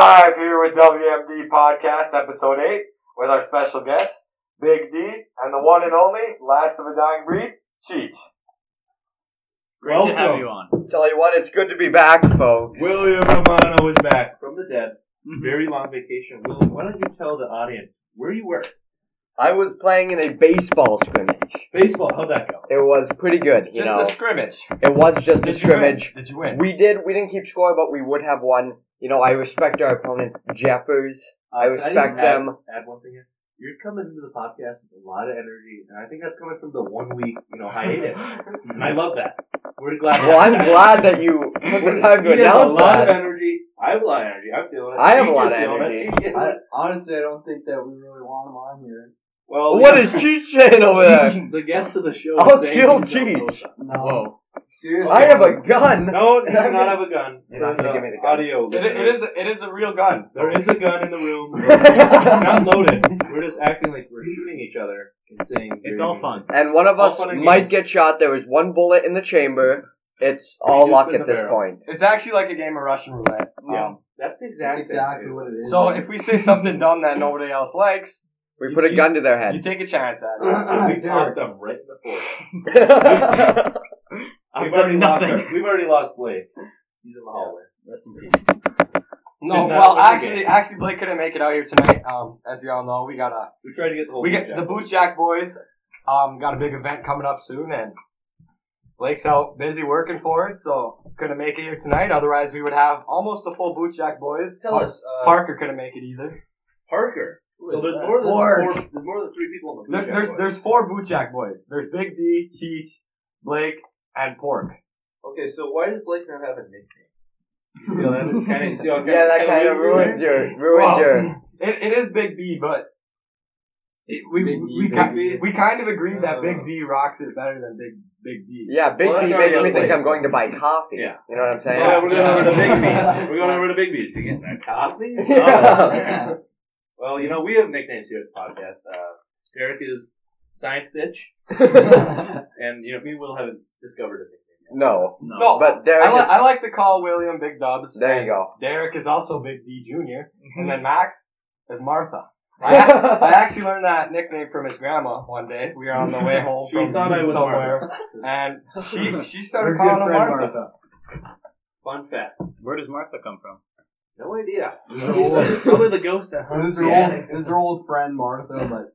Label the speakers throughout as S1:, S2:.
S1: Stories WMD podcast, episode 8, with our special guest, Big D, and the one and only, last of a dying breed, Cheech.
S2: Great to have
S3: Welcome.
S2: you on.
S4: Tell you what, it's good to be back, folks.
S3: William Romano is back from the dead.
S1: Mm-hmm.
S3: Very long vacation. William, why don't you tell the audience where you were?
S4: I was playing in a baseball scrimmage.
S3: Baseball, how'd that go?
S4: It was pretty good, you
S1: Just
S4: know.
S1: the scrimmage.
S4: it was just a
S1: Did you win?
S4: scrimmage.
S1: Did you win?
S4: We did. We didn't keep score, but we would have won. You know, I respect our opponent, Jeffers. I
S3: just
S4: respect
S3: add-
S4: them.
S3: Add one thing here. You're coming into the podcast with a lot of energy, and I think that's coming from the one week, you know, hiatus. And I love that. We're glad.
S4: Well, I'm glad that you put time
S3: You
S4: to
S3: have a
S4: announce
S3: lot of
S4: that.
S3: energy. I have a lot of energy. I'm feeling it.
S4: I have a
S3: You're
S4: lot of
S3: feeling
S4: energy.
S3: it.
S2: I, honestly, I don't think that we really want him on here.
S3: Well,
S4: What
S3: you
S4: is Cheech saying over there?
S3: know, the guest of the show?
S4: I'll
S3: is
S4: kill
S3: James Mendoza.
S2: No. Seriously.
S4: I have a gun.
S3: No, he does not have a gun.
S4: You're not gonna
S3: There's
S4: give
S3: a
S4: me the gun.
S3: Audio.
S1: It, it, is, a- it is a real gun.
S3: There is a gun in the room. not loaded. We're just acting like we're shooting each other and saying
S2: It's all fun.
S4: and one of
S3: All
S4: us
S3: fun and
S4: might
S3: games.
S4: get shot. There was one bullet in the chamber. It's all
S3: just
S4: luck
S3: been
S4: at
S3: the
S4: this
S3: barrel.
S4: point.
S1: It's actually like a game of Russian roulette.
S3: Yeah,
S1: Um,
S3: that's the
S2: That's
S3: exact
S2: exactly what it is.
S1: so if we say something dumb that nobody else likes,
S4: We
S1: You-
S4: put a
S1: you-
S4: gun to their
S1: you
S4: head.
S1: take a chance at it.
S2: Derek,
S3: we popped them right in the forehead. We've
S2: I've done
S3: already lost.
S2: nothing.
S3: him. We've already lost Blake. He's in the hallway.
S1: No,
S3: Did not
S1: well,
S3: win the
S1: actually,
S3: game.
S1: actually, Blake couldn't make it out here tonight. Um, as you all know, we got a
S3: We tried to get the whole.
S1: we got the Bootjack boys. Um, got a big event coming up soon, and Blake's out busy working for it, so couldn't make it here tonight. Otherwise, we would have almost the full Bootjack boys.
S3: Tell
S1: Par-
S3: us, uh,
S1: Parker couldn't make it either.
S3: Parker. So there's
S2: that?
S3: more than
S4: Or-
S3: four. There's more than three people in the
S1: There,
S3: boot
S1: there's
S3: camp, boys.
S1: there's four Bootjack boys. There's Big D, Cheech, Blake, and Pork.
S3: Okay, so why does Blake not have a nickname? You see how that is? Kinda- you see how
S4: yeah, that kind of
S3: kinda
S4: ruined your ruined
S1: Well,
S4: your.
S1: It, it is Big B, but it, we
S2: Big
S1: we,
S2: D,
S1: we,
S2: Big
S1: ki-
S2: D.
S1: we kind of agreed that
S3: Uh.
S1: Big D rocks it better than Big Big D.
S4: Yeah, Big
S3: Well,
S4: B
S3: that's already
S4: makes me think
S3: place.
S4: I'm going to buy coffee.
S3: Yeah.
S4: You know what I'm saying?
S3: Oh, Yeah, we're going over to Big Beast. We're going over to Big Beast to get that coffee.
S4: Yeah.
S3: Oh. well, you know, we have nicknames here at the podcast. Uh, Derek is Science Bitch, and, you know, me and Will haven't discovered a nickname yet.
S4: no.
S2: no.
S1: No,
S4: But Derek
S1: I, li-
S4: is,
S1: I like to call William Big Dubs.
S4: there you
S1: and
S4: go.
S1: Derek is also Big D Jr.
S3: Mm-hmm.
S1: And then Max is Martha. I, ac- I actually learned that nickname from his grandma one day. We were on the way home
S3: She
S1: from
S3: thought I was
S1: somewhere, and she she started calling him Martha.
S3: Fun fact.
S2: Where does Martha come from?
S3: No idea.
S2: No.
S3: Probably the ghost that
S2: It was
S3: hunts
S2: her
S3: me.
S2: old, it was her old friend Martha, but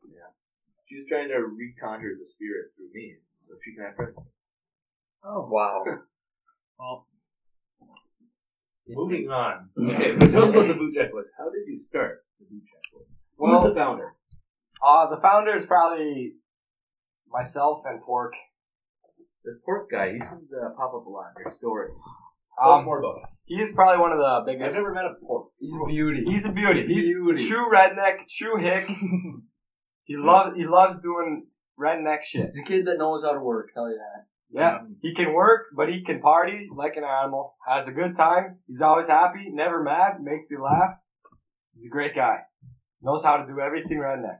S3: She was trying to reconjure the spirit through me, so she can have friends.
S2: oh,
S4: wow.
S2: well,
S3: Moving on. Okay, but tell us about the Boot Jack Boys. How did you start the Boot Jack Boys? Who's
S1: Well,
S3: the founder?
S1: uh, the founder is probably myself and Pork.
S3: This pork guy, he seems to pop up a lot in your stories. Tell us
S1: Um,
S3: more about him.
S1: he is probably one of the
S3: I've
S1: biggest.
S3: never met a pork.
S2: he's a beauty.
S1: He's a beauty. He's
S2: Beauty.
S1: True redneck. True hick. he loves he loves doing redneck shit.
S2: He's a kid that knows how to work. Tell you that.
S1: Yeah. He can work, but he can party like an animal. Has a good time. He's always happy, never mad, makes you laugh. He's a great guy. Knows how to do everything redneck.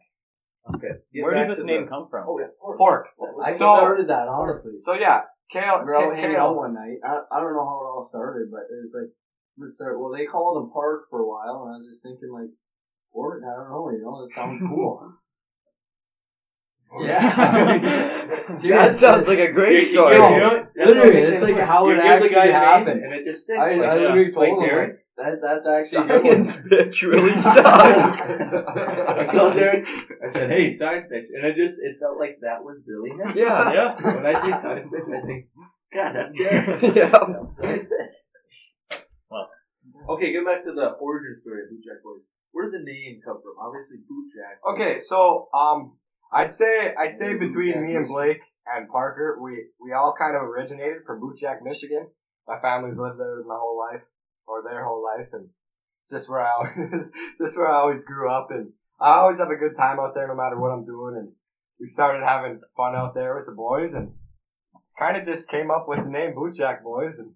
S3: Okay.
S5: Where did this name come from?
S3: Oh, yeah, pork.
S1: Pork.
S2: I
S1: So-
S2: started that honestly.
S1: So yeah, Kale.
S2: We were out
S1: Kale-
S2: hanging out one night. I, I don't know how it all started, but it was like, we started, well, they called him Park for a while, and I was just thinking, like, Fort, I don't know, you know, that sounds cool. yeah.
S4: That sounds like a
S3: You- you-
S4: great
S3: you know,
S4: story.
S3: that's what
S2: Literally,
S3: makes
S2: it's
S3: sense.
S2: like how
S3: You
S2: it
S3: give the
S2: actually
S3: guy a name,
S2: happened.
S3: and it just sticks.
S2: I,
S3: like,
S2: I
S3: uh,
S2: literally
S3: like
S2: told him,
S3: Derek.
S2: like, that, that's actually a good
S4: Science bitch really sucks.
S3: I called Derek. I said, "Hey, science bitch," and it just it felt like that was really him.
S4: yeah.
S3: Yeah. When I see science bitch, I think, God, that's Derek.
S4: Yeah.
S3: Science bitch.
S5: Well.
S3: Okay, go back to the origin story of Bootjack Boys. Where does the name come from? Obviously, Bootjack.
S1: Okay, so um, I'd say I'd say between me and Blake and Parker, we we all kind of originated from Bootjack, Michigan. My family's lived there my whole life, or their whole life, and this where I always, this where I always grew up, and I always have a good time out there, no matter what I'm doing. And we started having fun out there with the boys, and kind of just came up with the name Bootjack Boys, and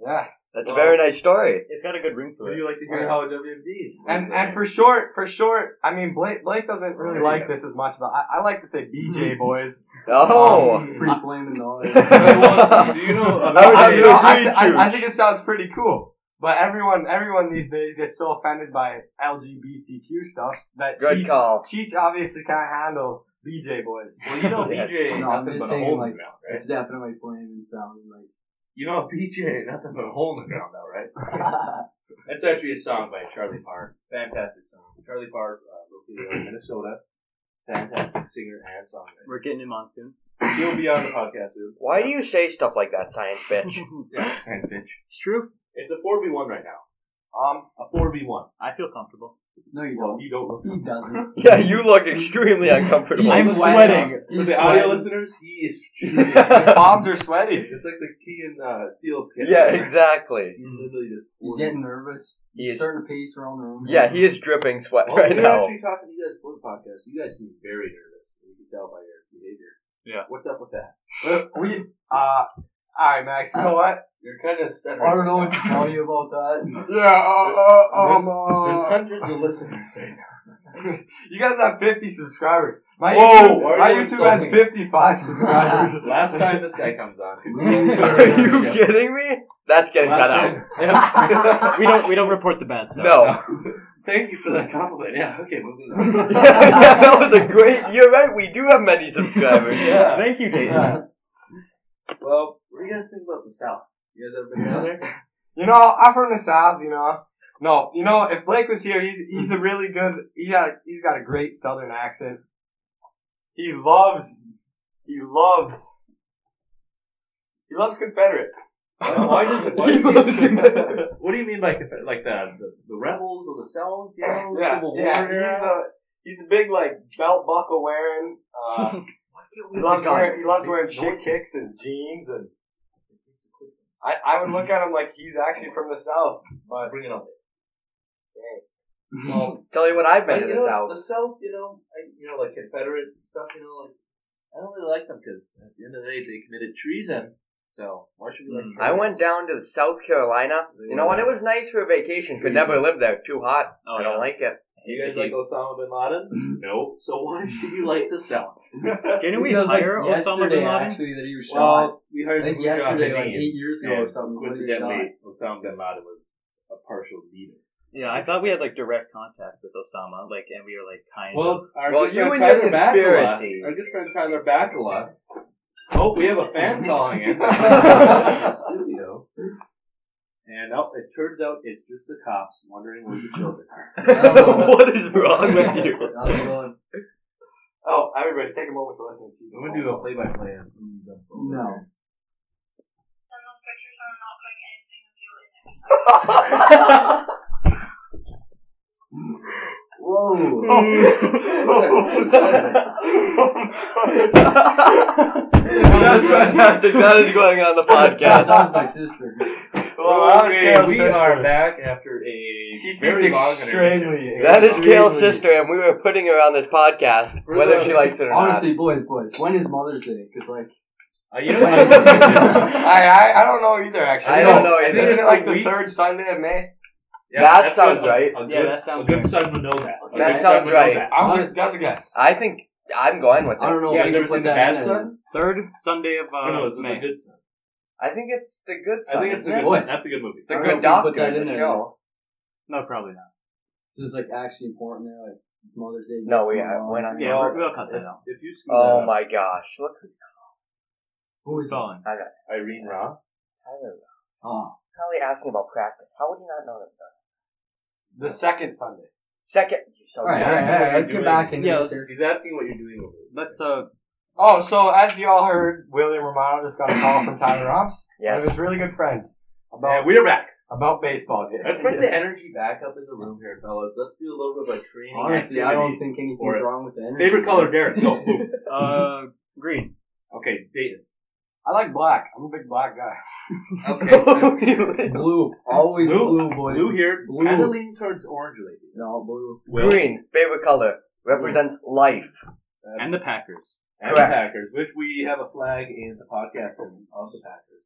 S1: yeah.
S4: That's a very nice story.
S5: It's got a good ring to
S3: Would
S5: it.
S3: you like to hear how WMD?
S1: And and for short, for short, I mean Blake Blake doesn't really like this as much, but I, I like to say BJ boys.
S4: Oh.
S2: Free flaming noise.
S4: I
S3: do you know? uh,
S4: was
S1: I,
S4: having
S1: you
S4: a
S1: know, I,
S4: great
S1: I- I
S4: shoot.
S1: think it sounds pretty cool. But everyone, everyone these days gets so offended by LGBTQ stuff that
S4: Good
S1: Cheech,
S4: call.
S1: Cheech obviously can't handle BJ boys.
S3: Well, you know
S4: Yeah.
S3: BJ ain't
S2: No, I'm
S3: nothing but
S2: just
S3: a
S2: saying,
S3: hole in
S2: like-
S3: the ground, right?
S2: It's definitely playing and sounding like.
S3: You know BJ ain't nothing but a hole in the ground, though, right? That's actually a song by Charlie Parr. Fantastic song. Charlie Parr, uh, located out of Minnesota. Fantastic singer and songwriter.
S6: We're getting him on soon.
S3: He'll be on the podcast soon.
S4: Why do you say stuff like that, science bitch?
S3: Yeah, science bitch.
S6: It's true.
S3: It's a 4v1 right now.
S1: Um,
S3: A 4v1.
S6: I feel comfortable.
S2: no, you
S3: Well,
S2: don't.
S3: you don't look
S2: He doesn't.
S4: yeah, you look extremely uncomfortable.
S6: I'm
S2: He's
S6: sweating.
S3: For
S2: He's
S3: the audio
S2: sweating.
S3: listeners, he is
S1: his palms are sweaty.
S3: It's like the key in uh, Steel's kid.
S4: yeah, exactly.
S3: He's literally just.
S2: He's getting nervous.
S4: He
S2: He's
S4: is-
S2: starting to pace around the room.
S4: Yeah, he is dripping sweat
S6: Oh,
S3: Well,
S4: right
S3: we're
S4: now.
S3: Oh, actually talking to you guys before the podcast. You guys seem very nervous. You can tell by your behavior.
S6: Yeah.
S3: What's up with that?
S1: We, uh, alright, Max, you know what?
S3: You're kind of stuttering.
S2: I don't know what to tell you about that.
S1: Yeah, uh, um,
S3: Oh, There's
S1: uh,
S3: hundreds of listeners right now.
S1: you guys have 50 subscribers. My
S3: Whoa, why
S1: YouTube,
S3: are
S1: my
S3: you
S1: YouTube has
S3: insulting us?
S1: 55 subscribers.
S3: Last time this guy comes on.
S4: Are you kidding me? That's getting cut out.
S6: We don't. We don't report the bad stuff.
S4: No.
S3: Thank you for that compliment. Yeah, okay, moving on.
S4: that was a great. You're right. We do have many subscribers.
S3: Yeah.
S6: Thank you, Dayton.
S3: Well, what do you guys think about the South? You guys ever been down there?
S1: You know, I'm from the south. You know, no, you know, if Blake was here, he's he's a really good. He got he's got a great southern accent. He loves, he loves, he loves Confederate.
S3: Why does it? Why
S4: He
S3: does
S4: loves
S3: it-
S4: Confederate.
S3: What do you mean by Confed- like the, the the rebels or the South? You know,
S1: Yeah,
S3: Civil War
S1: yeah.
S3: era?
S1: He's a he's a big like belt buckle wearing. Uh, he loves wearing he loves wearing shit kicks and jeans and. I, I would look at him like he's actually from the south, but
S3: Bring it up.
S4: Well, tell you what I've been
S3: But,
S4: to
S3: you know,
S4: the South.
S3: the South, you know, I, you know, like Confederate stuff, you know, like I don't really like them because at the end of the day, they committed treason. So why should we like?
S2: Mm,
S4: I went down to South Carolina. You know what? It was nice for a vacation. Could never live there. Too hot.
S6: Mm-hmm. Oh,
S4: I don't
S6: yeah.
S4: like it.
S3: You guys like Osama bin Laden?
S2: Mm-hmm.
S3: no. So why should you like the South?
S6: Didn't we
S2: Because, like,
S6: hire Osama bin
S2: yesterday,
S6: Laden?
S2: Actually, that he was shot.
S3: Well, we heard
S2: I think
S3: Blue Drop
S2: yesterday, like
S3: Canadian,
S2: eight years ago or
S3: and
S2: something. when he was shot.
S3: Coincidentally, Osama bin Laden was a partial leader.
S6: Yeah, I thought we had like direct contact with Osama, like, and we were like kind of.
S3: Well, our
S4: Well,
S3: good
S4: you
S3: friend
S4: and
S3: Tyler
S4: your conspiracy.
S3: Bakula, our good friend Tyler Bakula. Oh, we have a fan calling in. studio. And oh, it turns out it's just the cops wondering where the children are.
S2: Oh.
S4: what is wrong with you?
S2: That was one.
S1: oh, everybody, take a moment to listen. to
S3: I'm gonna do a play-by-play. on who we've done so far.
S2: No.
S7: And those pictures are not putting anything of you in it.
S2: Whoa.
S3: Oh.
S4: That's fantastic. That is going on the
S2: That
S4: podcast.
S2: was my sister.
S3: okay, we are back after a
S1: She
S3: very
S1: seemed
S3: long intermission.
S1: extremely.
S4: That is Kale's
S1: extremely-
S4: sister, and we were putting her on this podcast, whether she likes it or not.
S2: Honestly, boys, boys, when is Mother's Day? Because, like,
S3: Uh, you know what?
S1: I, I I don't know either. Actually,
S4: I don't know
S1: I think
S4: either.
S1: it's like the
S3: Week-
S1: third Sunday of May.
S3: Yeah,
S4: That
S3: that's
S4: sounds
S3: good.
S4: right.
S3: A good,
S6: Yeah, that sounds
S3: a good
S6: right.
S3: son would know that. A good
S4: That
S3: son
S4: sounds
S3: would know
S4: right.
S3: that.
S1: I'm just that's a guess.
S4: I think I'm going with it.
S2: I don't know.
S3: Yeah,
S2: if we
S3: you ever seen
S2: can put
S3: The
S2: that
S3: Bad
S2: in
S3: Son?
S6: Third Sunday of
S3: Oh, no,
S6: uh,
S3: it's
S6: May.
S3: a good son.
S4: I think it's the good
S3: I
S4: side.
S3: think it's a good.
S4: isn't it?
S2: What?
S3: That's a good movie.
S4: It's a
S2: I don't know
S4: good
S2: if we can put
S4: doctor. in
S2: that in
S4: the
S2: there.
S4: show.
S6: No, probably not.
S2: This is, like, actually important there. Like, Mother's Day.
S4: No, we
S2: Come
S4: uh,
S2: on.
S4: we're not.
S6: Yeah,
S4: gonna-
S6: we'll, we'll cut that out.
S3: If you screw that
S4: Oh
S3: up,
S4: my gosh! Look, who's
S2: Who is
S6: It's all in.
S3: Irene Ra.
S4: Tyler.
S2: Oh.
S4: Probably asking about practice. How would you not know this? Though?
S1: The second Sunday.
S4: Second. you so
S2: All right, all
S4: dumb.
S2: right, all right. Let's
S3: Doing-
S2: get back into
S6: Yeah,
S2: this
S6: let's-
S2: here.
S3: He's asking what you're doing over there.
S6: Let's uh,
S1: Oh, so as you all heard, William Romano just got a call from Tyler Rops, one of
S4: Yes.
S1: his really good friends,
S3: And
S1: about
S3: we're back.
S1: about baseball games.
S3: Let's bring the energy back up in the room here, fellas. Let's do a little bit of a training
S2: Honestly,
S3: activity.
S2: I don't think anything's
S3: for it.
S2: wrong with the energy.
S3: Favorite color, Derek? Go. boom.
S6: uh, green.
S3: okay, Dayton.
S1: I like black. I'm a big black guy.
S2: Blue. Always
S3: Blue.
S2: blue, boys.
S3: Blue here.
S2: Blue.
S3: Kind of lean towards orange lately.
S2: No, blue.
S3: Will
S4: Green, favorite color, represents life.
S6: And the Packers.
S3: and the
S4: Correct.
S3: Packers, which we have a flag in the podcast of the Packers.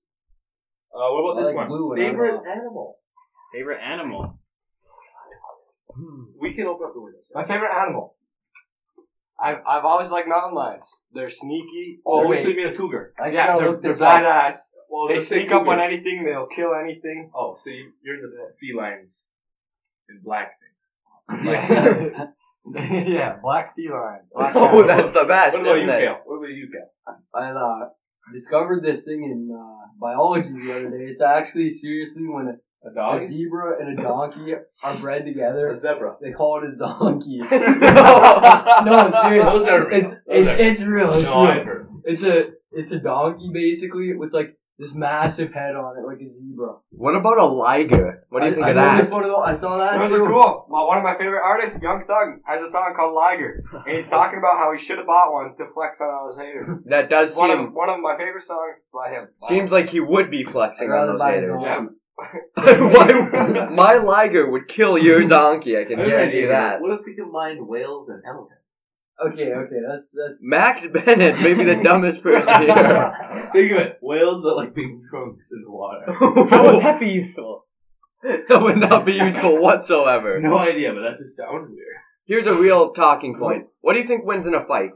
S3: Uh, what about
S2: I
S3: this
S2: like
S3: one?
S2: blue and
S3: Favorite
S2: I
S3: animal?
S6: Favorite animal. Hmm.
S3: We can open up the windows.
S1: My favorite animal. I've I've always liked mountain lions. They're sneaky.
S3: Oh,
S1: They're
S3: we
S1: wait.
S3: should be a cougar.
S2: I
S1: yeah,
S2: gotta
S1: they're,
S2: look
S1: they're
S2: this up.
S1: badass.
S3: Well,
S1: They
S3: just
S1: sneak
S3: think
S1: up on
S3: of it.
S1: anything. They'll kill anything.
S3: Oh, so you, you're the felines in black things. Black
S1: Yeah.
S3: things.
S1: yeah, black feline. Black
S4: Oh,
S1: feline.
S4: that's the best,
S3: What about you,
S4: isn't it?
S3: Cal? What about you, Cal?
S2: I uh, discovered this thing in uh, biology the other day. It's actually seriously when a,
S3: A
S2: a
S3: dog?
S2: zebra and a donkey are bred
S3: A
S2: together,
S3: zebra.
S2: they call it a donkey.
S3: no,
S2: No, seriously.
S3: Those are real. Those
S2: It's
S3: are real.
S2: it's, it's real. It's
S3: no,
S2: real.
S3: I've heard.
S2: It's a it's a donkey basically with like this massive head on it, like a zebra.
S4: What about a liger? What do you
S2: I,
S4: think
S2: I
S4: of that?
S2: looked at photo- I saw that.
S1: Those are
S2: too.
S1: cool. Well, one of my favorite artists, Young Thug, has a song called Liger, and he's talking about how he should have bought one to flex on all his haters.
S4: That does
S1: One of
S4: seem
S1: one of my favorite songs by him. Wow.
S4: seems like he would be
S2: I'd
S4: flexing on
S2: rather
S4: those
S2: buy a
S4: haters.
S2: dog.
S4: Why- My liger would kill your donkey. I can
S3: Another
S4: guarantee
S3: idea.
S4: that.
S7: What if we combined whales and elephants?
S2: Okay, okay, that's that's
S4: Max Bennett, maybe the dumbest person here.
S3: Think of it. Whales are like big trunks in the water.
S7: that be useful?
S4: that would not be useful whatsoever.
S3: No idea, but that just sounds weird.
S4: Here's a real talking point. What do you think wins in a fight?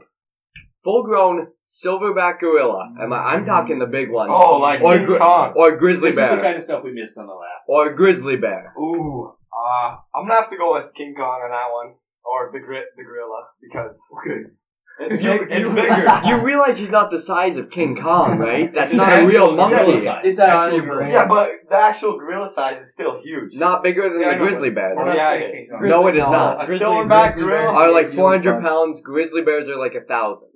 S4: Full grown silverback gorilla. Am I, I'm talking the big ones.
S1: oh, like
S4: or,
S1: King
S4: gri-
S1: Kong.
S4: or grizzly
S3: This is the
S4: bear.
S3: kind of stuff we missed on the last.
S4: Or grizzly bear.
S1: Ooh, uh, I'm gonna have to go with King Kong on that one, or the gri- the gorilla, because
S3: Okay.
S1: it's,
S4: You-
S1: big, it's
S4: you-
S1: bigger.
S4: You realize he's not the size of King Kong, right? That's
S3: It's
S4: not a
S3: an
S4: real
S3: actual gorilla
S4: monkey.
S3: size.
S2: it's that on
S3: Actual
S2: your brain.
S1: yeah, but the actual gorilla size is still huge.
S4: Not bigger than
S1: Yeah, I
S4: the
S1: know,
S4: grizzly bear.
S1: We're
S3: not
S1: yeah,
S3: saying King Kong.
S4: No, it is
S2: No.
S1: A
S4: not.
S2: Grizzly-
S1: silverback
S2: grizzly bear.
S1: gorilla,
S4: Are like
S2: Yeah,
S4: 400
S2: but-
S4: pounds. Grizzly bears are like a thousand.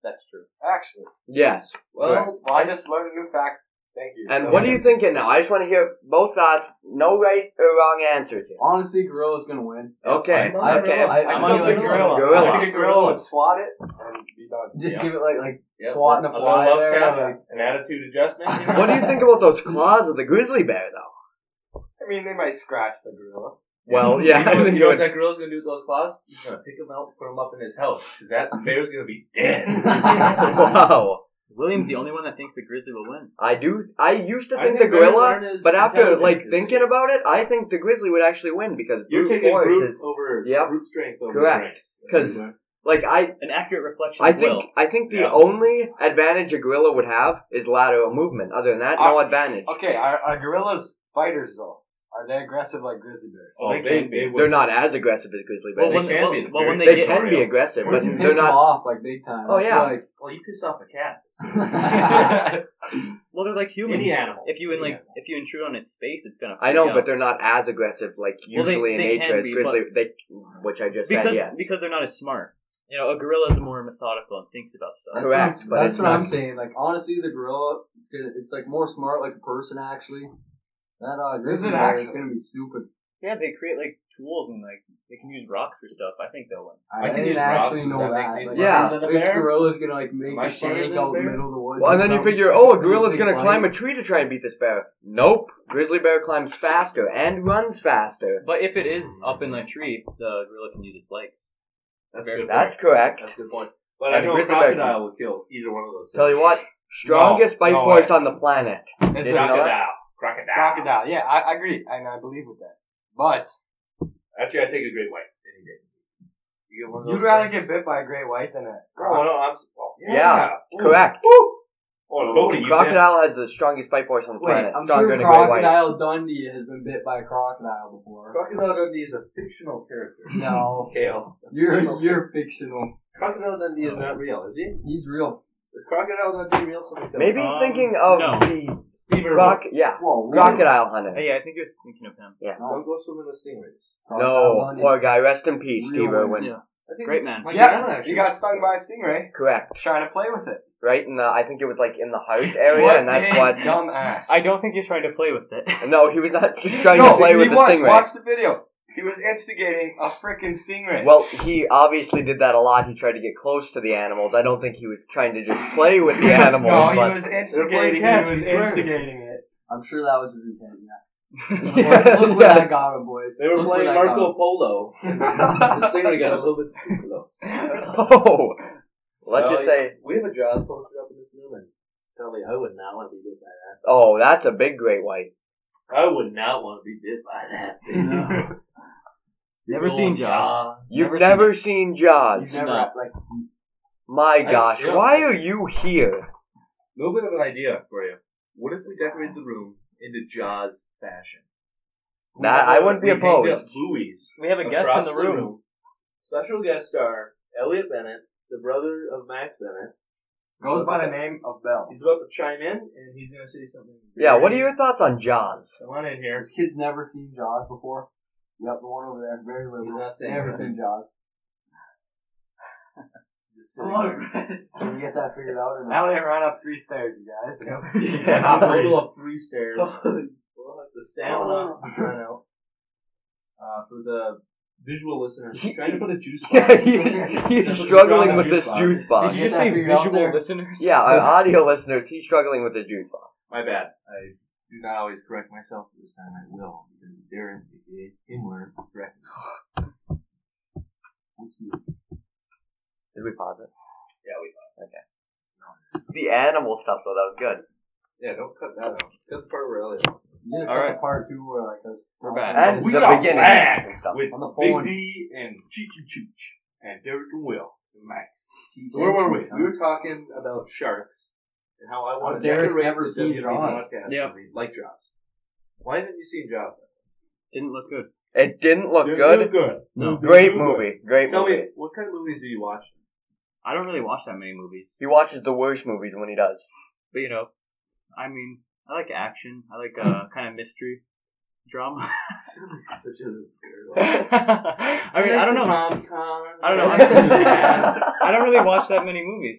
S7: That's true.
S1: actually.
S4: Yes. Correct.
S1: Well, I just learned a new fact. Thank you.
S4: And what are you thinking now? I just want to hear both thoughts. No right or wrong answers here.
S2: Honestly, gorilla's gonna win.
S4: Okay.
S2: I-
S4: okay.
S2: I-
S1: I
S2: I'm
S1: still
S2: on
S1: think gorilla.
S4: Gorilla.
S1: I think a gorilla would swat it and be done.
S2: Just
S3: Yeah.
S2: give it like like
S3: Yeah,
S2: swatting a
S3: little
S2: fly
S3: love
S2: there,
S3: tap,
S2: like-
S3: an attitude adjustment. you know?
S4: what do you think about those claws of the grizzly bear, though?
S1: I mean, they might scratch the gorilla.
S4: Well, yeah,
S3: You know, what-
S4: I think
S3: you know
S4: you
S3: what
S4: would.
S3: that girl's gonna do with those claws? He's gonna pick them out, and put them up in his house, because that bear's gonna be dead.
S4: Wow.
S7: William's the only one that thinks the grizzly will win.
S4: I do. I used to
S3: I
S4: think,
S3: think
S4: the
S3: bears
S4: gorilla,
S3: aren't as
S4: but after
S3: intelligent
S4: like
S3: as-
S4: thinking about it, I think the grizzly would actually win because
S3: You're
S4: brute
S3: taking
S4: force
S3: brute
S4: is
S3: over
S4: Yep.
S3: brute strength over
S4: Correct.
S3: brains.
S4: because like I.
S7: An accurate reflection
S4: I
S7: of
S4: think
S7: will.
S4: I think the
S3: Yeah.
S4: only advantage a gorilla would have is lateral movement. Other than that, no
S1: Uh,
S4: advantage.
S1: Okay, are, are gorillas fighters though? Are they aggressive like grizzly bears?
S3: Oh,
S7: They
S3: they,
S7: can
S3: they
S4: They're
S3: would.
S4: not as aggressive as grizzly bears.
S7: Well,
S3: They
S7: when,
S3: can
S7: well,
S3: be.
S7: well, when they
S4: they
S7: get
S4: can be
S7: real.
S4: aggressive,
S3: Or
S4: but
S2: You piss
S4: they're
S2: them
S4: not.
S2: off like big time.
S4: Oh,
S2: I feel
S4: yeah.
S2: Like,
S3: Well, you piss off a cat.
S7: Well, they're like humans.
S3: Any animal.
S7: If you in,
S3: Any
S7: like, if you intrude on its space, it's gonna.
S4: I know,
S7: freak
S4: but
S7: out.
S4: they're not as aggressive, like
S7: Well, they-
S4: usually in
S7: they
S4: nature
S7: can
S4: as
S7: be,
S4: grizzly. They, which I just
S7: because
S4: said, yes.
S7: because they're not as smart. You know, a gorilla is more methodical and thinks about stuff.
S4: Correct,
S2: That's,
S4: but
S2: that's
S4: it's
S2: what
S4: not-
S2: I'm saying. Like honestly, the gorilla, it's like more smart like a person actually. That uh, grizzly
S1: it
S2: bear is
S1: actually?
S2: gonna be stupid.
S7: Yeah, they create like tools and like they can use rocks for stuff. I think they'll win.
S2: I,
S3: can use
S2: didn't actually
S3: rocks,
S2: know
S3: I think
S2: that.
S3: these
S2: Like,
S4: Yeah.
S3: ones are the
S2: Which
S3: bear.
S2: gorilla's gonna like make
S3: Am I
S2: a
S3: smarter
S2: shake
S3: than a
S2: out in the
S3: bear?
S2: middle of the woods.
S4: Well, and
S2: or
S4: then you
S2: something.
S4: figure, oh, a
S2: Big
S4: gorilla's gonna
S2: lion.
S4: climb a tree to try and beat this bear. Nope. Grizzly bear climbs faster and runs faster.
S7: But if it is up in the tree, the gorilla can use its legs.
S3: That's a good
S4: That's
S3: point.
S4: correct.
S3: That's a good point. But I
S4: And
S3: know a
S4: grizzly bear
S3: crocodile would kill either one of those.
S4: Tell you what, strongest bite
S1: no
S4: force on the planet.
S1: it's
S4: Did
S1: a
S4: you know
S1: crocodile.
S4: that?
S3: crocodile. Crocodile.
S1: Crocodile. Yeah, I, I agree, and I believe with that. But
S3: Actually, I take a great white any day. You get one of those
S1: you'd rather
S3: things?
S1: get bit by a great white than a
S3: Oh
S1: crocodile.
S3: no, I'm. s- Well, yeah.
S4: Yeah,
S3: Ooh.
S4: Correct.
S3: Oh, Lodi, you
S4: Crocodile has the strongest bite force on the
S2: Wait,
S4: planet.
S2: I'm
S4: Stronger
S2: sure
S4: than a great white.
S2: Crocodile Dundee has been bit by a crocodile
S3: bet.
S2: before.
S3: Crocodile Dundee is a fictional character.
S2: No,
S3: Kale.
S2: you're you're fictional.
S3: Crocodile Dundee is not real, is he?
S2: He's real.
S3: Is Crocodile Dundee real? Somebody tell me.
S4: Maybe he's
S7: Um,
S4: thinking of
S7: no.
S4: the
S3: Steve Irwin.
S4: croc. Yeah,
S2: Whoa,
S4: crocodile hunter.
S7: Hey, Oh, yeah, I think you're thinking of him.
S4: Yeah.
S3: Don't go swimming with stingrays.
S1: Oh,
S4: No, poor guy. Rest in peace,
S2: Real
S4: Steve
S2: one,
S4: Irwin.
S7: yeah.
S3: I think
S7: Great man.
S3: My
S1: Yeah,
S3: grandma
S1: he
S3: actually
S1: got stung by a stingray
S4: Correct.
S1: trying to play with it.
S4: Right in the, I think it was like in the heart area,
S1: What
S4: and that's
S1: a
S4: what.
S1: dumb ass.
S7: I don't think he's trying to play with it.
S4: No, he was not just trying
S1: no,
S4: to play
S1: he
S4: with the
S1: was.
S4: stingray.
S1: Watch the video. He was instigating a freaking stingray.
S4: Well, he obviously did that a lot. He tried to get close to the animals. I don't think he was trying to just play with the animals,
S1: no, he
S4: but
S1: was instigating.
S3: catch,
S1: He was
S3: he swears.
S1: instigating it.
S2: I'm sure that was his intent. Yeah.
S4: Yeah,
S2: look what
S4: yeah.
S2: I got him, boys.
S3: They were
S2: Look
S3: playing
S2: what I got
S3: Marco
S2: him.
S3: Polo. the stingray got a little bit too close.
S4: oh, let's
S3: Well,
S1: Oh,
S4: just say,
S3: we have a job posted up in this room, and tell me, I would not want to be bit by that.
S4: oh, that's a big great white.
S3: I would not want to be bit by that. thing.
S7: Never
S3: Big
S7: seen
S3: old
S7: Jaws.
S4: You've
S7: Never
S4: never,
S7: seen
S4: seen, Jaws.
S2: He's never
S7: not.
S2: like
S4: My gosh,
S3: yeah.
S4: why are you here?
S3: little bit of an idea for you. What if we decorated the room into Jaws fashion?
S4: Nah, I wouldn't be
S3: We hanged
S4: opposed.
S3: up Blueys
S8: We have a guest
S3: across
S8: in the room.
S3: Special guest star Elliot Bennett, the brother of Max Bennett.
S1: Goes by the name of Bell.
S3: He's about to chime in, and he's gonna say something.
S4: Yeah, what are
S3: very-
S4: your thoughts on Jaws?
S1: Come on in here.
S2: This kid's never seen Jaws before. Yep, the one over there,
S3: He's
S2: very liberal.
S3: not saying
S2: Never
S3: anything.
S2: seen Jaws.
S3: Just sitting there.
S2: Can you get that figured out? Or not?
S1: Elliot ran up three stairs, you guys.
S3: Yeah, I'm a total of three stairs. We'll have to stamina
S2: Oh.
S3: run out. Uh, for the visual listeners,
S4: He-
S3: trying to put a juice
S4: Yeah,
S3: box.
S4: he, he's struggling with this juice box.
S2: Did you say visual
S8: listeners?
S4: Yeah, our audio listeners, he's struggling with the juice box.
S3: My bad. I do not always correct myself but this time. I will because Darren, aka Himmler, corrected. me.
S4: Did we pause it?
S3: Yeah, we.
S4: The animal stuff though, that was good.
S3: Yeah, don't cut that out. Cut the part where Elliot.
S2: You just
S3: All
S2: got
S3: right.
S2: the part two where like a,
S3: We're back. Oh,
S4: And
S3: we
S4: the
S3: are
S4: beginning
S3: back
S4: and stuff.
S3: with
S2: on the
S3: Big
S2: phone.
S3: D and Cheech and Chooch and Derek and Will and Max. So where were we? We were talking about sharks and how I want to
S2: Derek's
S3: decorate
S2: never
S3: the
S2: seen
S3: WWE
S2: Jaws.
S3: podcast
S8: Yeah.
S3: with like drops. Why haven't you seen Jaws?
S8: Didn't look good.
S4: It didn't look
S3: They're
S4: good.
S3: real good.
S8: No.
S3: They're
S4: Great
S3: real good.
S4: movie. Great
S3: Tell
S4: movie.
S3: me, what kind of movies do you watch?
S8: I don't really watch that many movies.
S4: He watches the worst movies when he does.
S8: But you know, I mean, I like action. I like uh, kind of mystery, drama.
S3: Such a
S8: I mean, I don't know.
S3: Rom com.
S8: I don't know. I don't really watch that many movies.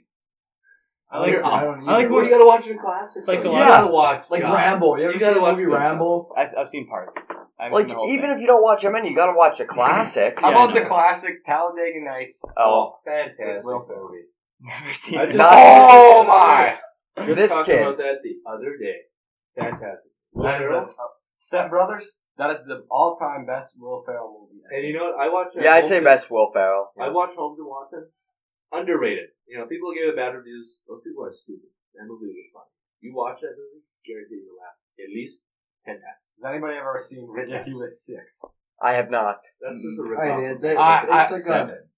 S8: I like.
S3: You're
S2: I don't
S8: I like
S2: either.
S8: more
S3: you gotta watch the classics.
S8: Like
S3: though.
S8: a
S3: you
S8: lot-
S3: gotta watch
S2: like
S3: Jaws.
S2: Rambo. You ever
S3: You
S2: seen
S3: gotta
S2: the
S3: watch
S2: movie
S3: the-
S2: Rambo?
S8: I've, I've seen parts. I haven't
S4: Like,
S8: seen the whole
S4: even
S8: thing.
S4: if you don't watch them any, you gotta watch the classics.
S1: How
S8: Yeah,
S1: about
S8: I know.
S1: the classic Talladega Nights?
S4: Oh.
S1: fantastic
S3: Will
S1: movie.
S8: never seen
S3: I
S8: it.
S3: just-
S1: Oh my!
S3: Just
S4: This
S3: talking
S4: kid.
S3: about that the other day. Fantastic.
S1: That is a,
S3: Ferrell.
S1: Step Brothers. That is the all-time best Will Ferrell movie.
S3: And you know what? I watched. that
S4: Yeah, I'd
S3: Holmes
S4: say
S3: and-
S4: best Will Ferrell.
S3: I watched Holmes and Watson. Underrated. You know, people give it bad reviews. Those people are stupid. That movie was fun. You watch that movie, guarantee you laugh at least ten times.
S1: Has anybody ever seen Ricky with Six?
S4: I have not.
S3: That's just a
S2: I
S3: ripoff.
S2: did.
S3: of
S2: They-
S3: that.
S1: I-
S2: it's
S1: I-
S2: like
S3: Seven.
S2: a,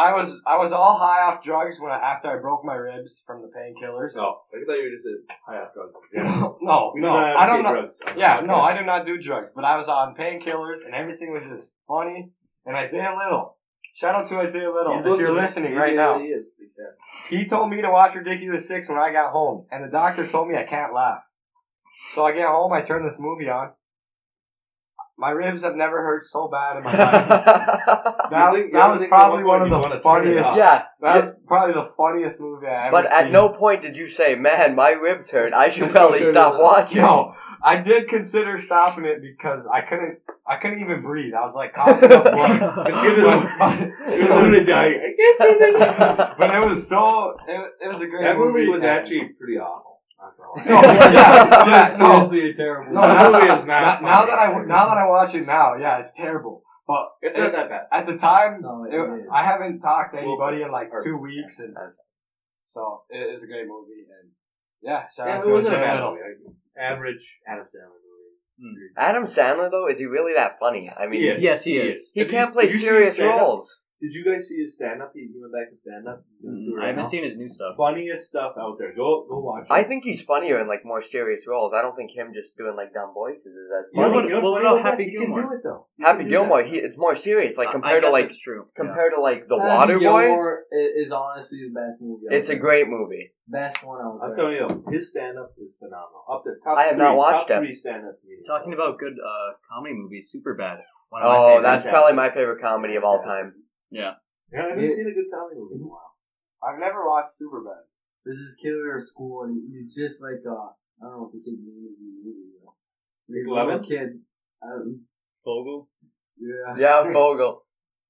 S1: I was I was all high off drugs when I, after I broke my ribs from the painkillers.
S3: No, I thought you were just a high off drugs. Yeah.
S1: no, no,
S3: We do not
S1: I don't
S3: advocate
S1: know.
S3: drugs on the
S1: Yeah, no,
S3: podcast.
S1: I do not do drugs, but I was on painkillers and everything was just funny. And Isaiah Little, shout out to Isaiah Little
S3: He's
S1: if you're listening
S3: He
S1: right now.
S3: really is, big fan.
S1: He told me to watch Ridiculous Six when I got home, and the doctor told me I can't laugh. So I get home, I turn this movie on. My ribs have never hurt so bad in my life.
S4: yeah.
S1: That,
S3: You
S1: that
S3: think- you don't
S1: was
S3: think at
S1: probably
S3: one
S1: one of
S3: point you
S1: the
S3: wanna turn it
S1: funniest.
S3: off?
S1: That was probably the funniest movie I ever
S4: But
S1: seen.
S4: at no point did you say, man, my ribs hurt. I should probably
S2: Sure
S4: stop
S2: did.
S4: watching.
S1: Yo, I did consider stopping it because I couldn't. I couldn't even breathe. I was like "Oh, coughing up blood.
S3: You're literally dying. I can't do this.
S1: but it was so. It, it was a great
S3: That movie was
S1: and-
S3: actually pretty awful. That's all I-
S1: No, yeah, yeah, no.
S2: seriously a terrible.
S1: No,
S3: That
S1: now,
S3: movie is
S1: now, now
S3: not funny.
S1: that I now that I watch it now, yeah, it's terrible. But
S3: It's not that bad.
S1: at the time,
S2: No, it
S1: it,
S2: is.
S1: I haven't talked to
S3: Well,
S1: anybody in like
S3: or-
S1: two weeks, and so it is a great movie. And yeah, shout
S3: Yeah,
S1: out
S3: it
S1: to
S3: wasn't a
S1: Isaiah
S3: bad
S1: Little.
S3: movie. I- Average Adam Sandler movie.
S4: Adam Sandler, though, is he really that funny? I mean,
S3: He is.
S8: Yes, he is.
S3: He is.
S4: he
S3: Have you-
S4: can't play
S3: did you see
S4: serious
S3: his stand-up?
S4: roles.
S3: Did you guys see his stand up? He he went back to stand up.
S8: Mm, I haven't seen his new stuff.
S3: Funniest stuff out there. Go go watch. it.
S4: I think he's funnier in like more serious roles. I don't think him just doing like dumb voices is as
S3: You know
S4: funny.
S8: Well,
S3: what- you know
S8: what
S3: what
S8: about Happy
S3: He can
S8: Gilmore?
S3: do it, though. He
S4: Happy
S3: can do
S4: Gilmore,
S3: that.
S4: he it's more serious.
S8: I- I
S4: Like compared to
S8: guess
S4: like
S8: it's true.
S4: compared to like The
S2: Happy
S4: Water Boy,
S2: Gilmore is, is honestly the best movie. out
S4: it's a
S2: there.
S4: great movie.
S2: best one out
S3: I'm
S2: there.
S3: telling you, his stand up is phenomenal. Up there, top
S4: I have
S3: three,
S4: not watched
S3: top
S4: him.
S3: three stand up comedians.
S8: Talking about good uh, comedy movies, Super Bad.
S4: Oh, that's probably my favorite comedy of all
S3: Yeah.
S4: time.
S3: Yeah, I haven't
S2: It-
S3: seen a good comedy movie in a while.
S1: Mm-hmm. I've never watched Superbad.
S2: There's this kid at our school, and he's just like uh, I don't know if the kid's name is in the movie. But he's a little
S3: Eleven?
S2: kid. Um,
S8: Vogel.
S2: yeah.
S4: Yeah, Fogel.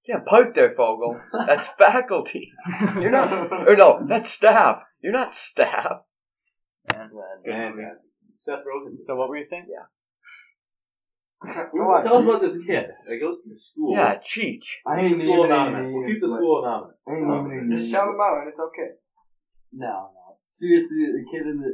S4: Yeah, park there, Fogel. That's faculty. You're not, or no, that's staff. You're not staff.
S3: Good movie. Seth Rogen.
S8: So what were you saying?
S1: Go
S3: We
S1: watch
S3: want to tell us about this kid that goes to school.
S4: Yeah, Cheech.
S2: I ain't naming
S3: school
S2: any
S3: anonymous. We'll
S2: names,
S3: keep the
S2: but-
S3: school anonymous.
S2: I ain't naming any
S1: Just
S2: names,
S1: shout them out and it's okay.
S2: but- No, no. Seriously, the kid in the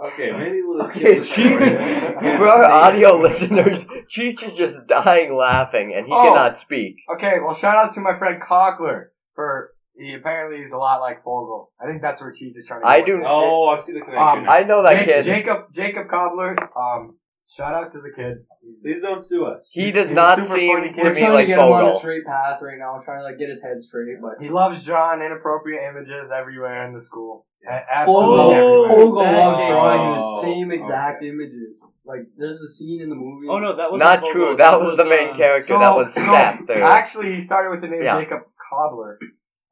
S3: Okay, maybe we'll just
S4: Okay,
S3: skip this
S4: Cheech.
S3: part.
S4: For our audio listeners, Cheech is just dying laughing and he
S1: Oh.
S4: cannot speak.
S1: Okay, well, shout out to my friend Cockler for He apparently he's a lot like Fogel. I think that's where Cheese is trying to.
S4: I
S1: go.
S4: do-
S3: Oh, I see the connection.
S1: Um,
S4: I know that
S1: Jake-
S4: kid.
S1: Jacob Jacob Cobbler. Um, shout out to the kid.
S3: Please don't sue us.
S4: he does
S1: he's a
S4: not
S1: super funny
S4: seem
S1: kid.
S4: to
S2: We're
S4: me
S2: trying
S4: like
S2: to get him on a
S4: Bogle.
S2: straight path right now. I'm trying to like get his head straight, but
S1: He loves drawing inappropriate images everywhere in the school. A- Absolutely
S2: Fogel,
S4: Oh,
S1: everywhere.
S2: Fogel
S9: that
S2: loves
S9: game.
S2: drawing the same
S3: Oh,
S2: exact images. Like there's a scene in the movie.
S9: Oh no, that was
S4: Not true. That was uh, the main character. That was
S1: so,
S4: Sap there.
S1: Actually, he started with the name
S4: Yeah.
S1: Jacob Cobbler,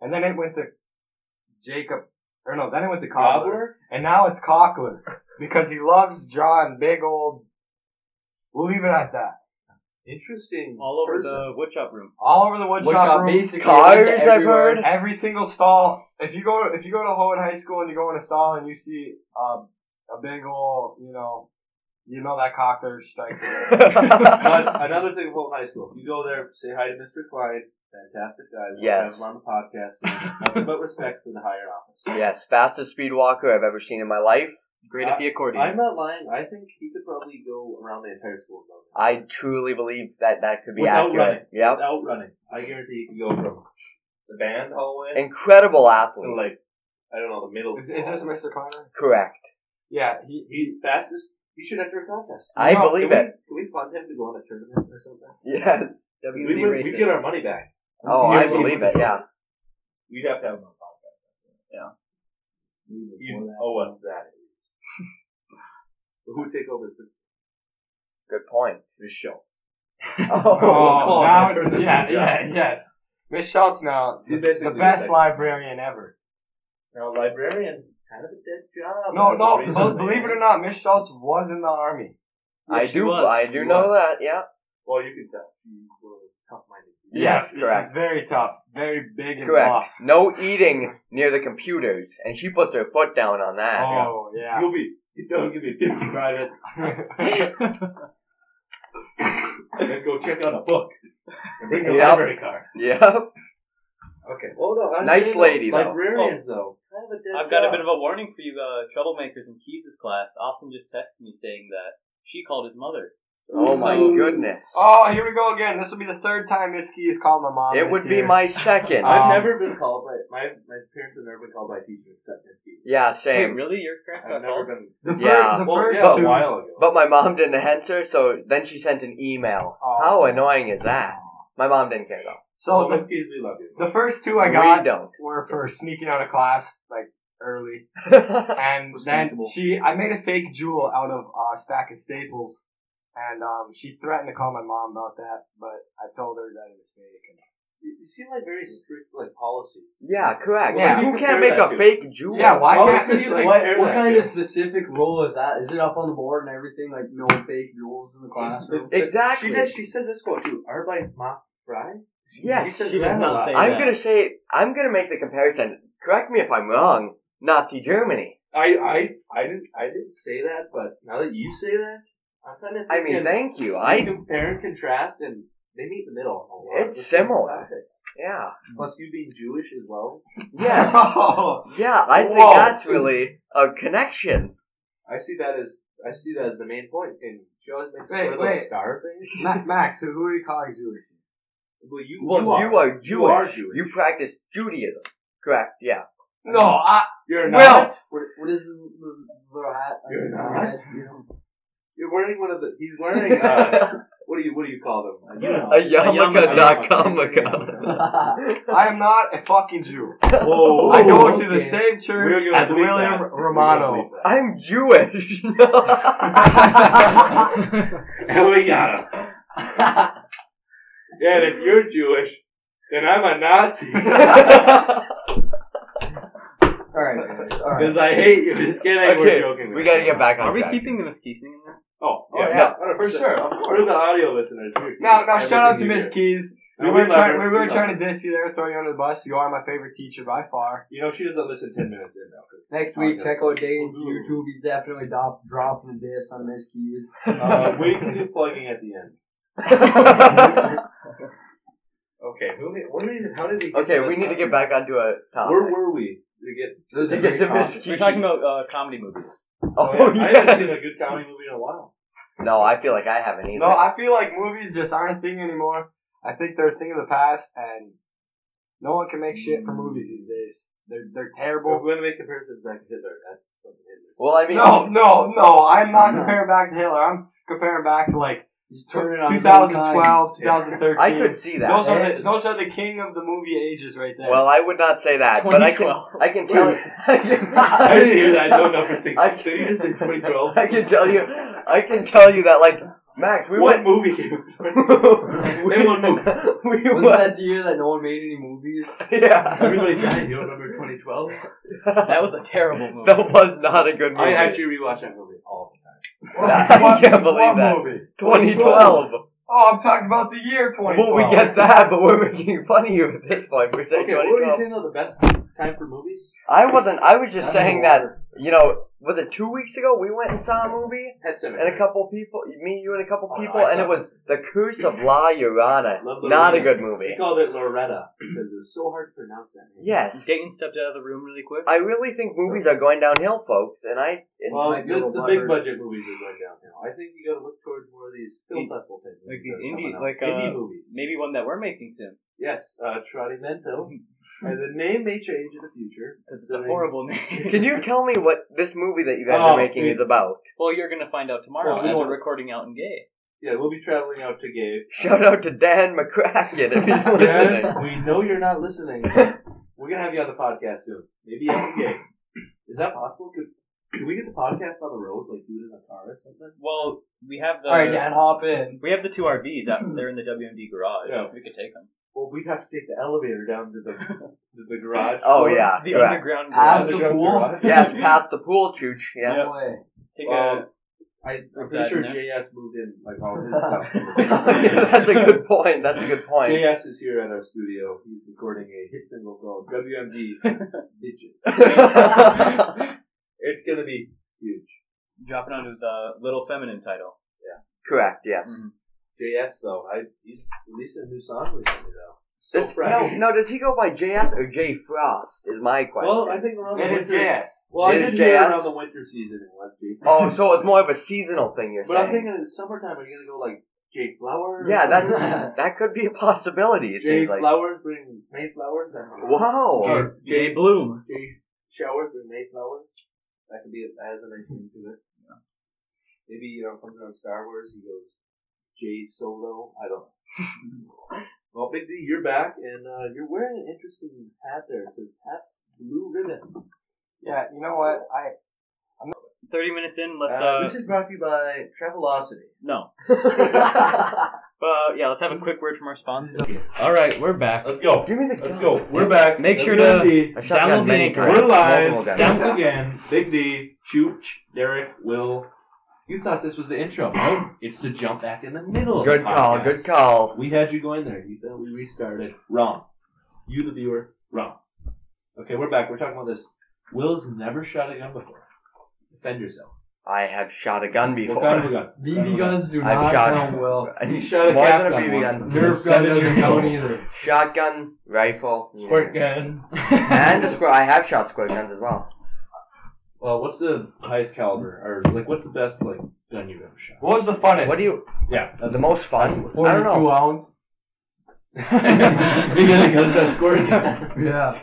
S1: and then it went to Jacob, or no, then it went to Cobbler,
S3: Cobbler?
S1: and now it's Cockler because he loves drawing big old. We'll leave it at that.
S3: Interesting.
S9: all over
S3: person.
S9: the wood shop room.
S1: All over the woodshop
S2: Which are
S1: room,
S2: basically
S4: Cars,
S2: into
S4: I've
S2: everywhere.
S4: heard.
S1: every single stall. If you go, if you go to Hohen High School and you go in a stall and you see um, a big old, you know, you know that Cockler strikes. again.
S3: But another thing about high school, if you go there, say hi to Mr. Clyde, fantastic guy. We'll
S4: Yes.
S3: have him on the podcast. Nothing but respect for the higher office.
S4: yes, fastest speed walker I've ever seen in my life.
S9: Great at the accordion.
S3: I'm not lying. I think he could probably go around the entire school building.
S4: I truly believe that that could be
S3: Without
S4: accurate. Yep.
S3: Without running. I guarantee he could go from the band all the way to
S4: Incredible athlete.
S3: like, I don't know, the middle.
S1: is, is this Mr. Kleiner?
S4: Correct.
S1: Yeah, he
S3: He's fastest. He should enter a contest.
S4: I
S1: No,
S4: believe
S3: can
S4: it.
S3: We, can we fund him to go on a tournament or something?
S4: Yes.
S3: We,
S4: WB
S3: would, we
S4: races.
S3: get our money back.
S4: Oh,
S3: Yeah,
S4: I
S3: we-
S4: believe it. Yeah.
S3: We'd have to have him on the podcast. You owe us that. Who would take over the
S4: Good point.
S3: Miss Schultz?
S4: Oh.
S3: it's
S1: Oh,
S3: called
S1: now
S3: that
S1: it's,
S3: person.
S1: yeah,
S3: Yeah.
S1: yeah, yes. Miss Schultz now,
S3: He
S1: the,
S3: basically
S1: the best
S3: said-
S1: librarian ever.
S3: Now, librarians, kind of a dead job.
S1: No,
S3: That's
S1: no,
S3: the reason
S1: but
S3: they-
S1: believe it or not, Miss Schultz was in the army.
S4: I
S9: she
S4: do.
S9: was.
S4: I do
S3: She
S4: know
S3: was.
S4: that. Yeah.
S3: Well, you can tell. She's one of those tough-minded people.
S4: Yes,
S1: Yes,
S4: correct.
S1: She's very tough, very big and
S4: Correct.
S1: buff.
S4: No eating near the computers, and she puts her foot down on that.
S1: Oh, yeah.
S3: You'll be. You don't give me a 50 private. Then go check out a book. And bring your
S4: Yep.
S3: library card.
S4: Yeah.
S3: Okay. Well, no. I'm
S4: Nice
S3: saying,
S4: lady, though.
S3: Librarians, though. Kind of Oh, a dead
S9: I've got a
S3: job.
S9: bit of a warning for you uh, troublemakers in Keys' class. Austin just texted me saying that she called his mother.
S4: Oh my goodness.
S1: oh, here we go again. This will be the third time Miss Key has called my mom.
S4: It
S1: this
S4: would be
S1: year.
S4: my second.
S1: Uh,
S3: I've
S1: Um,
S3: never been called by my my parents have never been called by teachers except Miss Keys.
S4: Yeah,
S9: Wait,
S4: same.
S9: really? Your parents got
S3: I've
S9: called?
S3: never
S1: The
S3: been.
S1: first,
S4: Yeah.
S1: the
S3: Well,
S1: first
S3: yeah, a
S1: two-
S3: while ago.
S4: But my mom didn't answer, so then she sent an email.
S1: Oh.
S4: How annoying is that? My mom didn't care though.
S1: So
S3: well, Miss
S1: the,
S3: Keys, we love you.
S1: the first two I
S4: we
S1: got
S4: don't.
S1: were for sneaking out of class, like, early. and
S2: Was
S1: then
S2: comfortable.
S1: she, I made a fake jewel out of a stack of staples, and um, she threatened to call my mom about that, but I told her that it was fake. And,
S3: You you seem like very strict like policies.
S4: yeah, correct.
S1: Yeah.
S4: Like, you
S3: Compare
S4: can't make
S3: that
S4: a
S3: to-
S4: fake jewel.
S1: yeah, why
S2: How
S1: can't
S2: specific-
S1: you like?
S2: what,
S3: air
S2: what
S3: that
S2: kind
S3: here?
S2: of specific rule is that? Is it up on the board and everything? Like no fake rules in the classroom.
S4: Exactly.
S3: She does. She says this quote too. Arbeit macht frei.
S4: Yes,
S3: She says
S9: she
S3: that
S9: does
S3: a
S9: not
S3: lot.
S9: say
S4: I'm
S9: that.
S4: gonna say I'm gonna make the comparison. Correct me if I'm wrong. Nazi Germany.
S3: I I I didn't I didn't say that, but now that you say that, I'm kind of.
S4: I mean, thank you. I
S3: compare and contrast, and they meet in the middle. a lot.
S4: It's
S3: That's what
S4: similar.
S3: I think.
S4: yeah
S3: Plus, you being Jewish as well.
S4: yeah yeah. I think
S1: Whoa.
S4: that's really a connection.
S3: I see that as I see that as the main point, and she always makes
S1: Wait,
S3: one of those
S1: wait.
S3: star things.
S1: Ma- Max, who, who are you calling Jewish?
S3: Well, you
S4: Well,
S3: you, are.
S4: Jewish.
S3: You are Jewish.
S4: You practice Judaism. Correct. Yeah.
S1: No, I,
S3: You're
S1: Well-
S3: not.
S2: What, what is the, the little hat?
S3: You're
S2: Uh,
S3: not.
S2: hat, you know?
S3: You're wearing one of the. He's wearing. Uh, what do you What do you call them? You know.
S4: A yarmulke.com account.
S1: I am not a fucking Jew.
S3: Whoa!
S1: I go
S4: Oh,
S2: okay.
S1: to the same church
S3: We're gonna
S1: as
S3: bleep
S1: William
S3: that.
S1: Romano.
S4: I'm Jewish.
S3: And we got him. Yeah, and if you're Jewish, then I'm a Nazi
S2: all right, guys, all right.
S3: because I hate you. Just kidding.
S4: Okay,
S3: We're joking.
S4: we gotta get back on
S9: Are we
S4: track.
S9: keeping the Muskegon in there?
S3: Oh,
S1: Oh,
S3: yeah,
S1: yeah,
S3: for sure. Of course. We're the audio listeners. We're-
S1: Now, now, shout out to
S3: everything you
S1: Miss Keys.
S3: hear.
S1: We
S3: No,
S1: were
S3: we love
S1: trying,
S3: her.
S1: we were
S3: We
S1: trying to diss you there, throw you under the bus. You are my favorite teacher by far.
S3: You know, she doesn't listen ten minutes in though. 'cause-
S2: Next week,
S3: Okay.
S2: check out Dane's
S3: Ooh.
S2: YouTube. He's definitely do- dropping a diss on his keys.
S3: Uh, we can do plugging at the end. Okay. Who? we- What do we? How did we? Get
S4: okay,
S3: to
S4: we
S3: this
S4: need to get
S3: topic?
S4: back onto a topic.
S3: Where were we? To get.
S2: Those
S4: To
S2: are
S4: get
S2: great
S4: to
S2: comments.
S4: Miss
S9: We're
S4: Keys.
S9: talking about uh, comedy movies.
S4: Oh,
S3: yeah, I haven't seen
S4: yes.
S3: a good comedy movie in a while.
S4: No, I feel like I haven't either.
S1: No, I feel like movies just aren't a thing anymore. I think they're a thing of the past, and No one can make shit for movies these days. They're they're terrible.
S3: Well, we're going to make comparisons back to Hitler. That's something Hitler's.
S4: Well, I mean,
S1: No, no, no. I'm not comparing back to Hitler. I'm comparing back to like
S2: Just turn it on.
S1: 2012,
S3: Yeah.
S1: 2013.
S4: I could see that. Eh?
S1: Those are the those are the king of the movie ages right there.
S4: well, I would not say that, but I can I can tell you. I, can,
S3: I didn't hear that. I don't know for a second.
S4: I
S3: Did you just say 2012?
S4: I can tell you. I can tell you that like Max, we
S3: What
S4: went.
S3: movie came
S4: we,
S3: In one movie.
S4: we
S2: Wasn't
S4: went.
S2: that the year that no one made any movies?
S4: Yeah.
S3: Everybody died. You don't remember 2012?
S10: That was a terrible movie.
S4: That was not a good movie.
S3: I actually rewatch that movie all the time.
S4: I can't believe that.
S1: movie?
S4: 2012.
S1: Oh, I'm talking about the year 2012.
S4: Well, we get that, but we're making fun of you at this point. We're saying
S3: Okay, what were you
S4: 2012.
S3: saying though? The best time for movies?
S4: I wasn't. I was just saying that. You know, was it two weeks ago we went and saw a movie,
S3: Pet
S4: and a couple people, me, you, and a
S3: Oh,
S4: couple
S3: no,
S4: people,
S3: I
S4: and
S3: saw
S4: it was The Curse of La Llorona.
S3: Love La
S4: Not a
S3: Llorona.
S4: good
S3: They
S4: movie.
S3: called it Loretta because it was so hard to pronounce that name.
S4: Yes,
S10: Dayton stepped out of the room really quick.
S4: I really think movies are going downhill, folks, and I. It's,
S3: Well,
S2: might
S3: the,
S2: be a little
S3: the big
S2: butter.
S3: budget movies are going downhill. I think you got to look towards more of these film
S10: Like-
S3: festival things.
S10: like
S3: that
S10: the
S3: are coming
S10: indie-
S3: up.
S10: like,
S3: indie
S10: uh,
S3: movies.
S10: Maybe one that we're making soon.
S3: Yes, uh, Tradimento. and the name may change in the future.
S10: Because it's a horrible name.
S4: can you tell me what this movie that you guys
S3: Oh,
S4: are making is
S3: it's-
S4: about?
S10: Well, you're gonna find out tomorrow
S3: Well, we
S10: as
S3: don't-
S10: we're recording out in gay.
S3: Yeah, we'll be traveling out to Gabe.
S4: Shout out to Dan McCracken if he's
S3: Dan,
S4: listening.
S3: we know you're not listening. We're gonna have you on the podcast soon. Maybe out in Gabe. Is that possible? Could, could we get the podcast on the road, like do it in a car or something?
S10: Well, we have the
S2: All right, Dad, hop in.
S10: we have the two RVs out
S1: Hmm.
S10: there in the WMD garage.
S3: Yeah.
S10: We could take them.
S3: Well, we'd have to take the elevator down to the to the garage.
S4: Oh
S1: Ah,
S4: yeah,
S10: The
S4: correct.
S10: underground
S2: Ask
S10: garage.
S2: the
S3: Underground
S2: pool.
S3: garage.
S4: Yes, past the pool, chooch. Yes.
S2: No way.
S10: Take
S3: Um, I, I'm
S10: Put
S3: pretty
S10: that
S3: sure
S10: in
S3: JS moved in like all his stuff.
S4: That's a good point. That's a good point.
S3: JS is here at our studio. He's recording a hit single called WMD Bitches. It's gonna be huge.
S10: a dropping onto the little feminine title.
S4: Correct. Yes.
S3: Mm-hmm. JS though, I he's released a new song recently though. So
S4: Does-
S3: fresh.
S4: no, no. Does he go by JS or J Frost? Is my question.
S3: Well, I think around the
S1: It is
S3: winter.
S1: jazz.
S3: Well, I
S4: It
S3: did
S4: is
S3: hear
S4: JS.
S3: around the winter season it was Jake.
S4: oh, so it's more of a seasonal thing you're
S3: But I'm
S4: saying.
S3: thinking in the summertime, are you gonna go like Jake Flower? or
S4: yeah,
S3: something?
S4: that's that could be a possibility. It
S3: Jay
S4: seems like.
S3: Flowers bring May Flowers. I don't know.
S4: Wow.
S3: Or
S10: Jay Bloom.
S3: Jay Showers bring May Flowers. That could be that has a nice ring to it. Maybe you know something on Star Wars. He goes Jay Solo. I don't. know. well, Big D, you're back, and uh, you're wearing an interesting hat there. It says Pat's Blue Ribbon.
S1: Yeah, you know what? I
S10: Thirty minutes in. Let's
S2: Uh,
S10: uh,
S2: this is brought to you by Travelocity.
S10: no. But yeah, let's have a quick word from our sponsors. All right, we're back.
S3: Let's go.
S4: Give me the. gun.
S3: We're back.
S10: Make sure to
S4: A shotgun
S10: Download the
S4: many
S10: anchor.
S4: times.
S3: We're live.
S4: Multiple guns.
S3: Once again, Big D, Chooch, Derek, Will. You thought this was the intro. No, it's to jump back in the middle. of
S4: Good
S3: the
S4: call.
S3: podcast.
S4: Good call.
S3: We had you going there. You thought we restarted. Wrong. You, the viewer, wrong. Okay, we're back. We're talking about this. Will's never shot a gun before. Defend yourself.
S4: I have shot a gun before.
S3: What kind of a gun?
S2: BB guns do
S4: I've
S2: not
S4: shot-
S2: sound well.
S4: I
S3: He shot a
S4: more
S3: cap
S4: than a
S3: gun
S4: BB
S3: once.
S4: gun.
S2: Nerf gun
S3: Seven
S2: doesn't
S3: years
S2: count
S3: old.
S2: either.
S4: Shotgun, rifle,
S2: Squirt gun.
S4: and a squirt. I have shot squirt guns as well.
S3: Well, what's the highest caliber, or like, what's the best like gun you've ever shot?
S1: what was the funnest?
S4: What do you?
S3: Yeah,
S4: The most fun? I don't know.
S2: 42 ounce.
S3: Big guy guns that squirt gun.
S2: Yeah.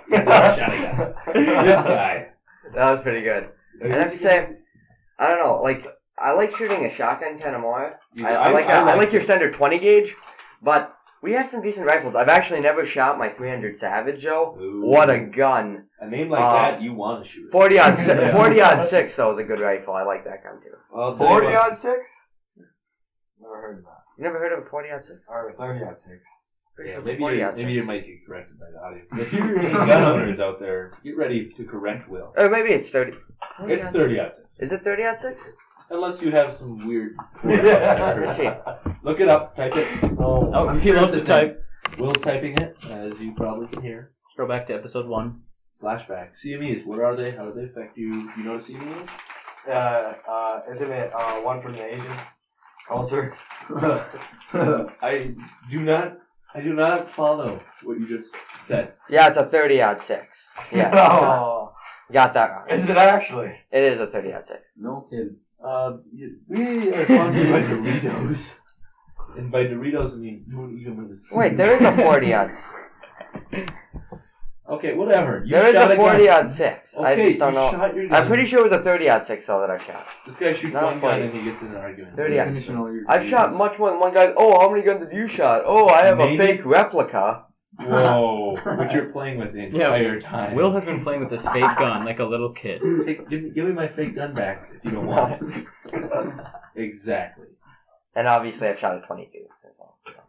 S3: shot a gun. This guy.
S4: That was pretty good. And I have to say, I don't know. Like I like shooting a shotgun kind of more. I, I like I, like your standard twenty gauge, but we have some decent rifles. I've actually never shot my three hundred Savage though.
S3: Ooh.
S4: What a gun!
S3: A name like
S4: uh,
S3: that, you want to shoot. it.
S4: Forty on si-
S2: Yeah.
S4: forty on six though is a good rifle. I like that gun too.
S3: I'll tell you
S1: 40
S3: what.
S1: on 6? Never heard of that.
S4: You never heard of a forty on six?
S1: Or 30 on 6.
S4: Pretty
S3: Yeah,
S4: sure it's
S3: maybe
S4: 40
S3: you,
S4: on
S3: maybe
S4: six.
S3: you might get corrected by the audience. If you're any gun owners out there, get ready to correct Will.
S4: Or maybe it's thirty. 40
S3: It's
S4: on-
S3: thirty out six.
S4: Is it thirty on six?
S3: Unless you have some weird.
S4: Yeah.
S3: Look it up. Type it.
S10: Oh, he loves to type.
S3: Will's typing it, as you probably can hear.
S10: Let's go back to episode one.
S3: Flashback. CMEs. What are they? How do they affect you? You know what a CME is?
S1: Uh, uh, isn't it uh, one from the Asian culture?
S3: I do not. I do not follow what you just said.
S4: Yeah, it's a thirty on six. Yeah,
S1: Oh.
S4: got that right.
S1: Is it actually?
S4: It is a thirty on six.
S2: No kids.
S3: Uh, you- we are sponsored by Doritos. And by Doritos, I mean don't eat them in the
S4: Wait, there is a forty on.
S3: Okay, whatever. You
S4: There is
S3: shot
S4: a forty
S3: gun.
S4: odd six. I
S3: Okay,
S4: just don't
S3: you
S4: know.
S3: shot your
S4: I'm
S3: gun.
S4: pretty sure it was a thirty odd six though that I shot.
S3: This guy shoots
S4: Not
S3: one gun
S4: funny.
S3: and he gets in an argument.
S4: 30 Yeah.
S2: Finishing all your
S4: I've shot
S2: games.
S4: much more than one guy. Oh, how many guns have you shot? Oh, I have
S3: Maybe.
S4: a fake replica.
S3: Whoa! But you're playing with the entire time.
S11: Will has been playing with this fake gun like a little kid.
S3: Take, give, me- give me my fake gun back if you don't want it. exactly.
S4: And obviously, I've shot a twenty two.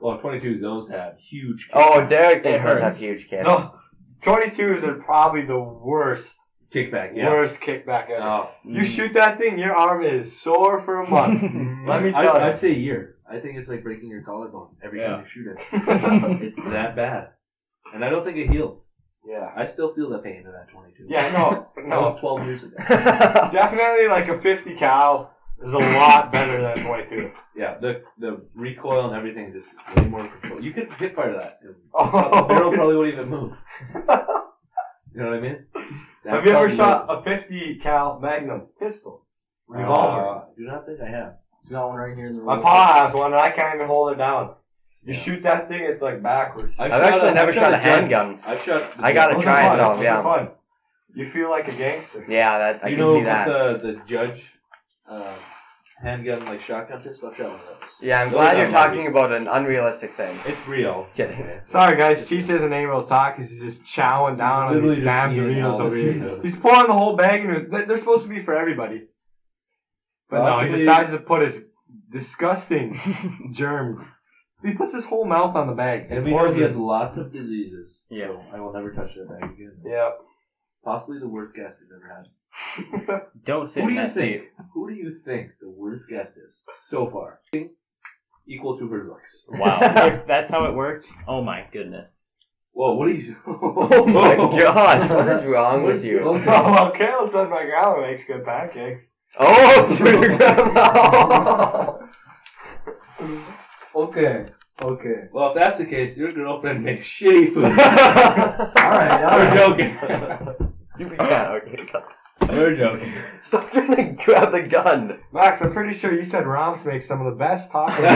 S3: Well, 22s, those have huge.
S4: Oh,
S3: kickback.
S4: Derek thinks
S1: It
S4: that's
S1: hurts.
S4: a huge kid.
S1: No, 22s are probably the worst,
S3: kickback, yeah.
S1: worst kickback ever.
S3: Oh,
S1: You shoot that thing, your arm is sore for a month.
S4: Let me
S3: I,
S4: tell you.
S3: I'd say a year. I think it's like breaking your collarbone every time you shoot it. It's that bad, and I don't think it heals.
S1: yeah.
S3: I still feel the pain of that 22.
S1: Yeah, no,
S3: That
S1: no.
S3: was 12 years ago.
S1: Definitely like a 50 cal is a lot better than a 22.
S3: Yeah, the the recoil and everything just is way more control. You could hip fire that. and The
S1: Oh.
S3: barrel probably wouldn't even move. You know what I mean?
S1: Have you ever
S3: how
S1: shot a 50 cal Magnum pistol?
S3: Uh,
S1: Revolver.
S3: I do not think I have.
S2: There's Got one right here in the
S1: My
S2: room.
S1: paw has one and I can't even hold it down. You
S3: Yeah.
S1: shoot that thing, it's like backwards.
S4: I've actually never shot a handgun.
S3: I've shot.
S4: I gotta
S1: Those are
S4: try it
S1: fun.
S4: though,
S1: Those are
S4: yeah.
S1: fun. You feel like a gangster.
S4: Yeah, that I
S3: you
S4: can
S3: know
S4: see that.
S3: the the judge uh, handgun like shotgun pistol. I've shot one of those.
S4: yeah, I'm
S3: Those
S4: glad
S3: are
S4: you're
S3: my-
S4: talking about an unrealistic thing.
S3: It's real.
S4: Kidding.
S3: Okay.
S1: Sorry guys, Cheech isn't able to talk 'cause he's just chowing down on
S3: Literally
S1: these
S3: just
S1: damn
S3: eating all
S1: Doritos
S3: the
S1: over here.
S3: Cheetos.
S1: He's pouring the whole bag into it. They- They're supposed to be for everybody. But no,
S3: Possibly-
S1: he decides to put his disgusting germs. He puts his whole mouth on the bag.
S3: And we know he has lots of diseases. So
S11: Yes.
S3: I will never touch that bag again.
S1: Yeah.
S3: Possibly the worst guest we've ever had.
S11: Don't sit
S3: Who do
S11: in
S3: you
S11: that seat.
S3: think? Who do you think the worst guest is so far? Equal to her looks.
S11: Wow, If that's how it worked. Oh my goodness.
S3: Whoa! What are you?
S4: Oh my god, what is wrong with you?
S1: Oh, well, Carol said my grandma makes good pancakes.
S4: Oh, your grandma.
S2: Okay. Okay.
S3: Well, if that's the case, your girlfriend makes shitty food.
S2: All right. All
S3: We're
S2: right.
S3: joking.
S4: You be down, okay.
S3: We're joking.
S4: Stop trying to grab the gun.
S1: Max, I'm pretty sure you said Roms makes some of the best tacos.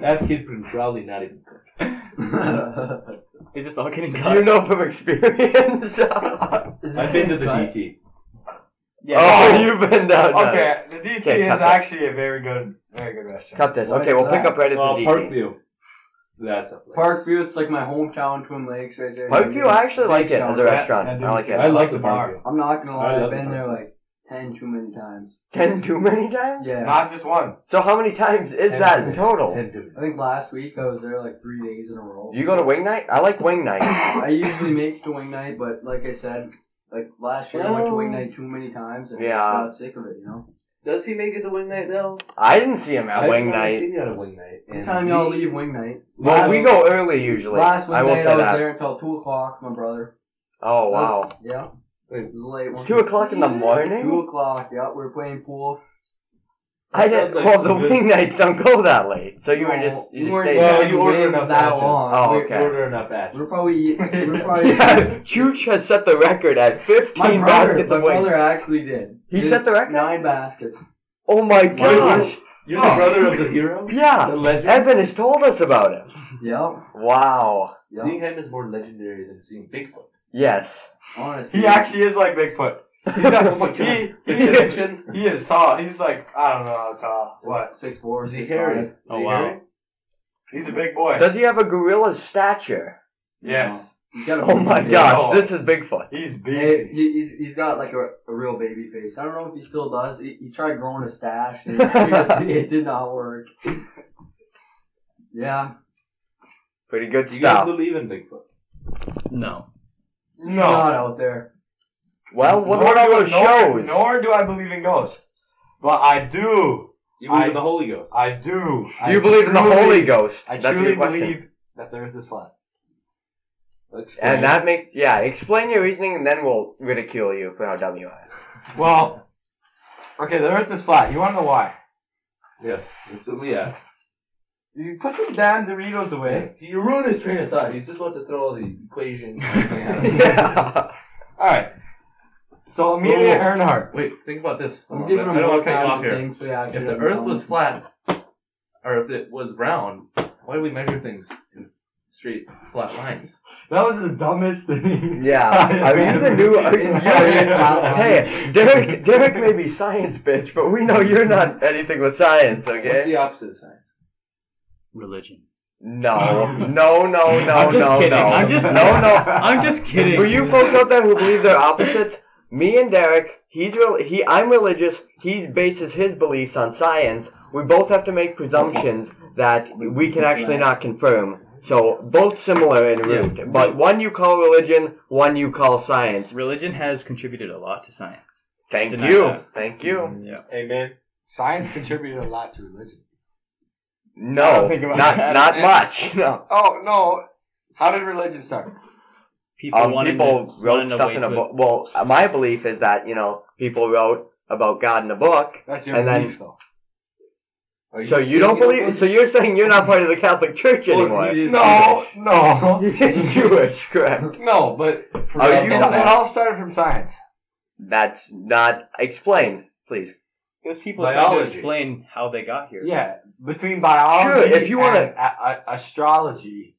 S3: that kid can probably not even cook.
S11: Is this all getting
S4: You
S11: cut?
S4: know from experience.
S3: I've been to the DT.
S4: oh, you've been down.
S1: okay,
S4: there.
S1: the DT
S4: Okay, cut
S1: is
S4: that.
S1: actually a very good, very good restaurant.
S4: Cut this. Okay, we'll pick up right at
S3: Well,
S4: the DT.
S3: Parkview. That's a place.
S2: Parkview, it's like my hometown, Twin Lakes, right there.
S4: Parkview, I actually like it as a
S2: Yeah,
S4: restaurant.
S1: that
S4: I like
S1: is-
S3: I
S4: it.
S3: like the bar.
S2: I'm not
S3: I
S2: gonna lie,
S3: love
S2: I've been
S3: it.
S2: there like ten too many times.
S4: Ten too many times?
S2: Yeah.
S1: Not just one.
S4: So how many times is
S3: Ten
S4: that
S3: too
S4: in
S3: many.
S4: total?
S3: Ten to-
S2: I think last week I was there like three days in a row.
S4: You go to wing night? I like wing night.
S2: I usually make it to wing night, but like I said, like last year I went to wing night too many times and I
S4: Yeah.
S2: just got sick of it. You know.
S3: Does he make it to wing night though?
S4: I didn't see him at
S3: I've
S4: wing
S3: never
S4: night.
S3: Seen you at a wing night.
S2: What
S3: And
S2: time y'all leave wing night?
S4: Well,
S2: Last-
S4: we go early usually.
S2: Last
S4: I
S2: wing
S4: will
S2: night
S4: say
S2: I was
S4: that.
S2: there until two o'clock. My brother.
S4: Oh
S2: That's-
S4: wow,
S2: Yeah. It was a late one.
S4: two o'clock in the
S2: Two
S4: morning.
S2: o'clock. Yeah, we were playing pool.
S4: I didn't.
S3: Sounds like
S4: well, the
S3: some good-
S4: wing nights don't go that late, so you were
S2: No,
S4: just
S2: we
S4: you just
S2: weren't
S4: stayed.
S2: even
S3: Well,
S2: having
S3: you ordered
S2: wings
S3: enough
S2: that
S3: matches.
S2: long.
S4: Oh,
S2: We-
S4: okay.
S3: Order enough action.
S2: We're probably we're probably
S4: yeah, Chooch has set the record at
S2: My
S4: 15
S2: brother, my
S4: baskets of wings.
S2: brother actually did.
S4: He
S2: Did
S4: set the record?
S2: Nine baskets.
S4: Oh my gosh!
S3: You're the brother of the hero.
S4: Yeah,
S3: The legend.
S4: Evan has told us about it.
S2: Yep.
S4: Wow.
S3: Seeing him is more legendary than seeing Bigfoot.
S4: Yes.
S2: Honestly.
S1: He actually is like Bigfoot. He's
S4: Oh
S1: not, he, he, is, he is tall. He's like, I don't know how tall. What?
S2: Six four.
S3: Is he
S2: six
S3: hairy?
S2: five.
S3: Is
S11: Oh,
S3: he
S11: wow.
S3: hairy?
S1: He's a big boy.
S4: Does he have a gorilla's stature?
S1: Yes.
S2: He's got a
S4: Oh my
S2: baby
S4: gosh, this is Bigfoot.
S1: He's
S2: face. Hey,
S1: big.
S2: he, he's he's got like a, a real baby face. I don't know if he still does. He, he tried growing a stash and it, seriously, it did not work. Yeah.
S4: Pretty good
S3: Do you guys
S4: stuff.
S3: believe in Bigfoot?
S11: No.
S1: No.
S2: Not out there.
S4: Well, what
S1: nor,
S4: about those
S1: do I- nor,
S4: shows?
S1: nor do I believe in ghosts. But I do.
S3: You believe
S1: I-
S3: in the Holy Ghost?
S1: I do.
S4: Do you believe in the Holy Ghost?
S1: I
S4: That's a
S1: truly
S4: good question.
S1: believe that the earth is flat.
S4: And that makes yeah. Explain your reasoning, and then we'll ridicule you for how dumb you are.
S1: Well, okay, the earth is flat. You want to know why?
S3: Yes, that's what we asked.
S1: You put the damn Doritos away.
S3: You ruined his train of thought. He's just about to throw all the equations.
S4: yeah.
S1: Amelia So Amelia Earnhardt.
S3: Wait, think about this.
S2: I'm
S3: Hold on,
S2: giving
S3: but
S2: him
S3: I don't
S2: more
S3: want to cut you
S2: time
S3: off
S2: to
S3: here.
S2: think, so yeah, I
S3: If
S2: should
S3: the
S2: have
S3: Earth
S2: done
S3: was
S2: it.
S3: flat, or if it was round, why do we measure things in straight, flat lines?
S1: That was the dumbest thing.
S4: Yeah, I mean the new. I'm sorry. hey, Derek. Derek may be science bitch, but we know you're not anything with science.
S2: What's
S4: Okay.
S2: the opposite of science?
S12: Religion.
S4: No, no, no, no,
S12: I'm just
S4: no,
S12: kidding.
S4: no.
S12: I'm just
S4: no, no.
S12: I'm just kidding.
S4: For you folks out there who believe they're opposites, me and Derek, he's real. He, I'm religious. He bases his beliefs on science. We both have to make presumptions that we can actually not confirm. So both similar in root, but one you call religion, one you call science.
S12: Religion has contributed a lot to science.
S4: Thank
S12: Deny
S4: you,
S12: that. Mm-hmm.
S4: thank you.
S12: Yeah.
S1: Amen. Science contributed a lot to religion.
S4: No,
S1: think about
S4: not
S1: that.
S4: not much. Uh, No,
S1: Oh no! How did religion start?
S12: People
S4: um,
S12: wanted
S4: people
S12: to,
S4: wrote
S12: wanted
S4: stuff
S12: to
S4: in a
S12: wake
S4: book. Well, my belief is that you know people wrote about God in a book,
S1: That's your
S4: And then-
S1: belief, though.
S4: So you don't believe? So you're saying you're not part of the Catholic Church anymore?
S1: No, no,
S4: You're Jewish, correct?
S1: no. But
S4: Are
S1: Oh, you
S4: you-
S1: know, it all started from science.
S4: That's not explained, please.
S12: It was people trying to
S2: Biology.
S12: explain how they got here.
S1: Yeah, between biology
S4: Sure, if you wanna-
S1: and a- a- astrology,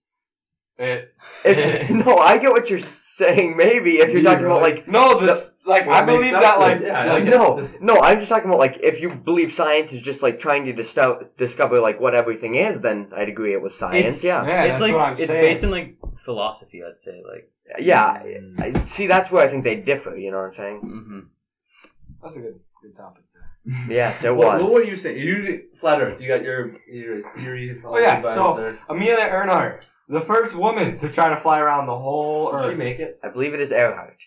S1: it
S4: If, no, I get what you're saying. Maybe if you're talking about like
S1: no, this like I
S2: makes
S1: believe
S2: up
S1: that
S2: for
S1: like
S2: it, yeah,
S1: like,
S2: yeah.
S4: no,
S2: this-
S4: no. I'm just talking about like if you believe science is just like trying to disto- discover like what everything is, then I'd agree it was science.
S12: It's-
S4: yeah,
S1: yeah,
S12: it's
S1: that's
S12: like
S1: what I'm
S12: it's
S1: saying.
S12: based in like philosophy, I'd say. Like,
S4: yeah. I, see, that's where I think they differ. You know what I'm saying?
S12: mm-hmm.
S1: That's a good good topic.
S4: Yes, it
S2: What,
S4: was.
S2: what were you saying? You did- flat Earth. You got your your theory.
S1: Oh, yeah,
S2: about
S1: so-
S2: there.
S1: Amelia Earhart, the first woman to try to fly around the whole
S2: did she
S1: Earth.
S2: make it?
S4: I believe it is Earhart.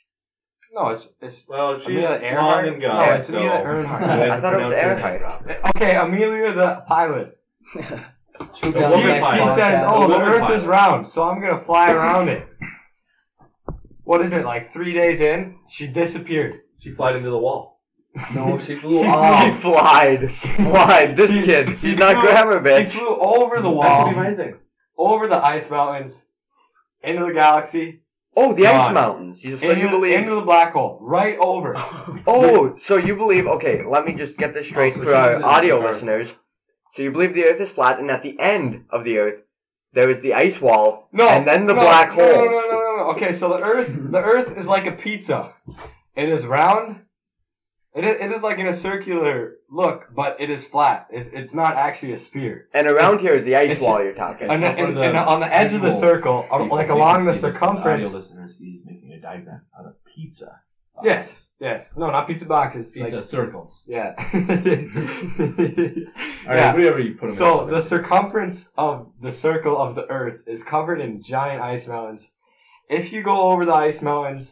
S1: No, it's it's
S2: Well, she's
S1: Amelia
S2: long
S1: Earhart.
S2: and
S1: no,
S2: gone.
S1: it's
S2: so
S1: Amelia
S2: you
S1: Earhart.
S2: have
S4: I
S2: to
S4: thought it was
S2: pronounce her
S4: Earhart.
S2: name properly.
S1: okay, Amelia the pilot.
S13: She,
S1: She,
S2: woman
S1: she
S2: pilot.
S1: says, "Oh,
S2: The
S1: the
S2: woman
S1: Earth
S2: pilot.
S1: is round, so I'm gonna fly around it." What is it like? Three days in, she disappeared.
S2: She flew into the wall.
S13: no, she flew
S1: She
S13: off.
S4: He flied, flied. This
S1: Oh, She-
S4: kid,
S1: she
S4: he's not
S1: flew-
S4: grammar bitch.
S1: She flew over the
S2: That could be
S1: wall,
S2: my thing.
S1: over the ice mountains, into the galaxy,
S4: Oh, the
S1: God.
S4: ice mountains. You- So
S1: into,
S4: you believe?
S1: into the black hole, right over.
S4: oh, so you believe? Okay, let me just get this straight
S2: Oh, so
S4: for
S2: she's
S4: our
S2: in
S4: audio
S2: the Earth.
S4: listeners. So you believe the Earth is flat, and at the end of the Earth, there is the ice wall,
S1: No,
S4: and then the
S1: no,
S4: black
S1: no,
S4: holes.
S1: no, no, no, no, no. Okay, so the Earth, the Earth is like a pizza. It is round. It is, it is like in a circular look, but it is flat. It's, it's not actually a sphere.
S4: And around here is the ice
S1: it's-
S4: wall you're talking.
S1: And,
S2: so for
S1: and,
S2: the
S1: and on the edge of the
S2: visual
S1: circle, uh,
S3: People,
S1: like
S3: you
S1: along
S3: can
S1: the
S3: see this, but Audio
S1: circumference.
S3: listeners, he's making a diagram out of pizza. box.
S1: Yes, yes. No, not pizza boxes.
S3: Pizza
S1: Like,
S3: circles.
S1: yeah.
S3: All right,
S1: yeah.
S3: whatever you put them
S1: So
S3: in.
S1: the circumference of the circle of the Earth is covered in giant ice mountains. If you go over the ice mountains,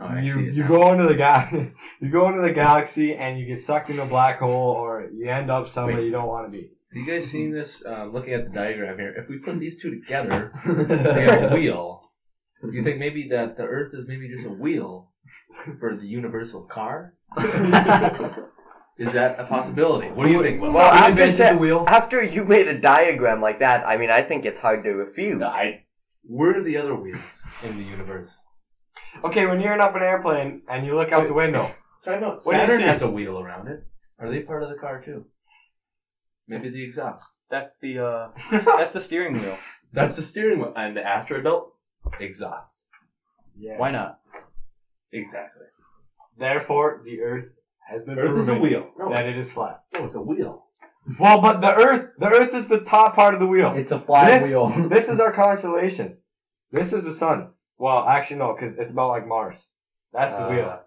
S3: Oh, I
S1: you
S3: see it
S1: you
S3: now.
S1: go into the ga- you go into the galaxy and you get sucked in a black hole, or you end up somewhere
S3: Wait.
S1: you don't want to be.
S3: Have you guys seen this? Um, looking at the diagram here, if we put these two together, they have a wheel. Do you think maybe that the Earth is maybe just a wheel for the universal car? is that a possibility? What do you think? Will?
S4: Well, after,
S1: invented the
S4: sa-
S1: wheel.
S4: after you made a diagram like that, I mean, I think it's hard to refute.
S3: I, where are the other wheels in the universe?
S1: Okay, when you're in up an airplane and you look out the window,
S3: Time out.
S1: What do you
S3: Saturn
S1: see?
S3: has a wheel around it. Are they part of the car too? Maybe the exhaust.
S12: That's the uh, that's the steering wheel.
S3: That's the steering wheel and the asteroid belt. Exhaust.
S1: yeah.
S12: Why not?
S3: Exactly.
S1: Therefore, the Earth has been
S3: Earth is a
S1: proven
S3: wheel. No,
S1: that it is flat.
S3: no, it's a wheel.
S1: Well, but the Earth the Earth is the top part of the wheel.
S13: It's a flywheel.
S1: This is our constellation. This is the sun. Well, actually no, because it's about like Mars. That's the
S3: Uh,
S1: wheel.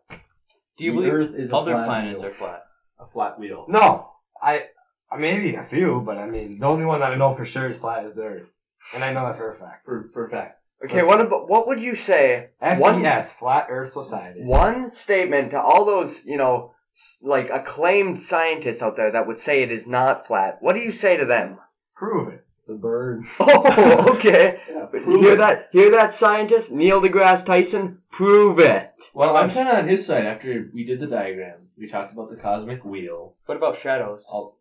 S12: Do you
S13: The
S12: believe
S13: Earth is a
S12: other
S13: flat
S12: planets
S13: wheel.
S12: are flat?
S3: A flat wheel.
S1: No, I I- maybe a few, but I mean the only one that I know for sure is flat is the Earth, and I know that for a fact.
S3: For, for a fact.
S4: Okay, what about, what would you say
S1: E
S4: One-
S1: FES, Flat Earth Society.
S4: one statement to all those, you know, s- like acclaimed scientists out there that would say it is not flat. What do you say to them?
S1: Prove it.
S13: The bird.
S4: Oh, okay.
S3: Yeah,
S4: hear that? Hear that, scientist? Neil deGrasse Tyson, prove it.
S3: Well, I'm kind of on his side. After we did the diagram, we talked about the cosmic wheel.
S12: What about shadows?
S3: All,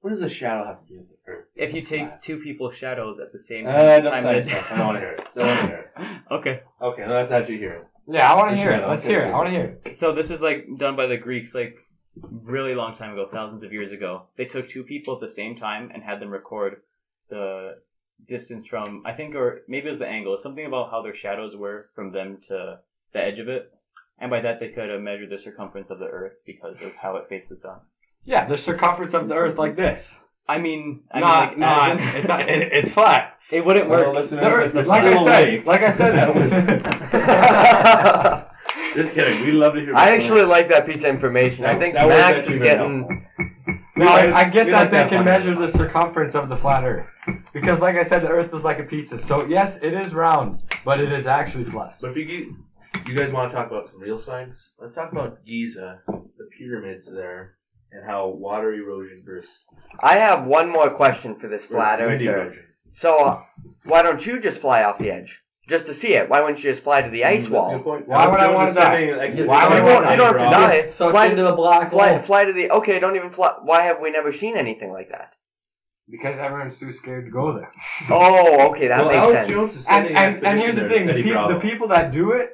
S3: what does a shadow have to do with the Earth?
S12: If you take
S3: Flat.
S12: two people's shadows at the same
S3: Uh, don't
S12: time,
S3: say
S12: as-
S3: stuff. I don't want to hear it. Don't want to hear it.
S12: okay.
S3: Okay, then I thought you hear it.
S1: Yeah, I want to
S3: It's
S1: hear it.
S3: not
S1: Let's
S3: okay.
S1: hear it. I want to hear it.
S12: So this was like done by the Greeks, like really long time ago, thousands of years ago. They took two people at the same time and had them record the distance from I think or maybe it was the angle, something about how their shadows were from them to the edge of it. And by that they could uh, measure the circumference of the earth because of how it faced the sun.
S1: Yeah, the circumference of the Earth like this.
S12: I mean, I
S1: Not,
S12: mean, like,
S1: not,
S12: as in-
S1: it's, not it, it's flat.
S12: it wouldn't work.
S1: The Earth- like I said, like I said, that was.
S4: I
S3: Just kidding. We love to hear.
S4: actually like that piece of information. I think
S3: That was
S4: Max
S3: actually
S4: is
S3: very
S4: getting.
S1: no, I, I get
S3: We
S1: that
S3: like
S1: they
S3: that
S1: can
S3: one.
S1: measure the circumference of the flat Earth, because like I said, the Earth is like a pizza. So yes, it is round, but it is actually flat.
S3: But if you get- you guys want to talk about some real science, let's talk about Giza, the pyramids there, and how water erosion versus
S4: I have one more question for this
S3: versus
S4: flat
S3: wind
S4: earther.
S3: erosion.
S4: So, uh, why don't you just fly off the edge? Just to see it. Why wouldn't you just fly to the
S3: Mm,
S4: ice
S3: that's a good
S4: wall?
S3: point.
S1: Why would I
S3: Joe
S1: wanna
S3: just
S1: die?
S3: setting an expectation.
S4: Why would I
S3: You're
S4: want- you don't have to
S3: wrong.
S4: die.
S2: It's sucked
S4: Why-
S2: into the black
S4: Fly,
S2: hole.
S4: fly to the. Okay, don't even fly. Why have we never seen anything like that?
S1: Because everyone's too scared to go there.
S4: Oh, okay, that
S3: Well,
S4: makes
S3: Alex
S4: sense.
S3: Jones is
S1: And,
S3: setting an
S1: and, and here's the thing:
S3: expedition
S1: the,
S3: there, Eddie
S1: peop the
S3: Bravo.
S1: people that do it,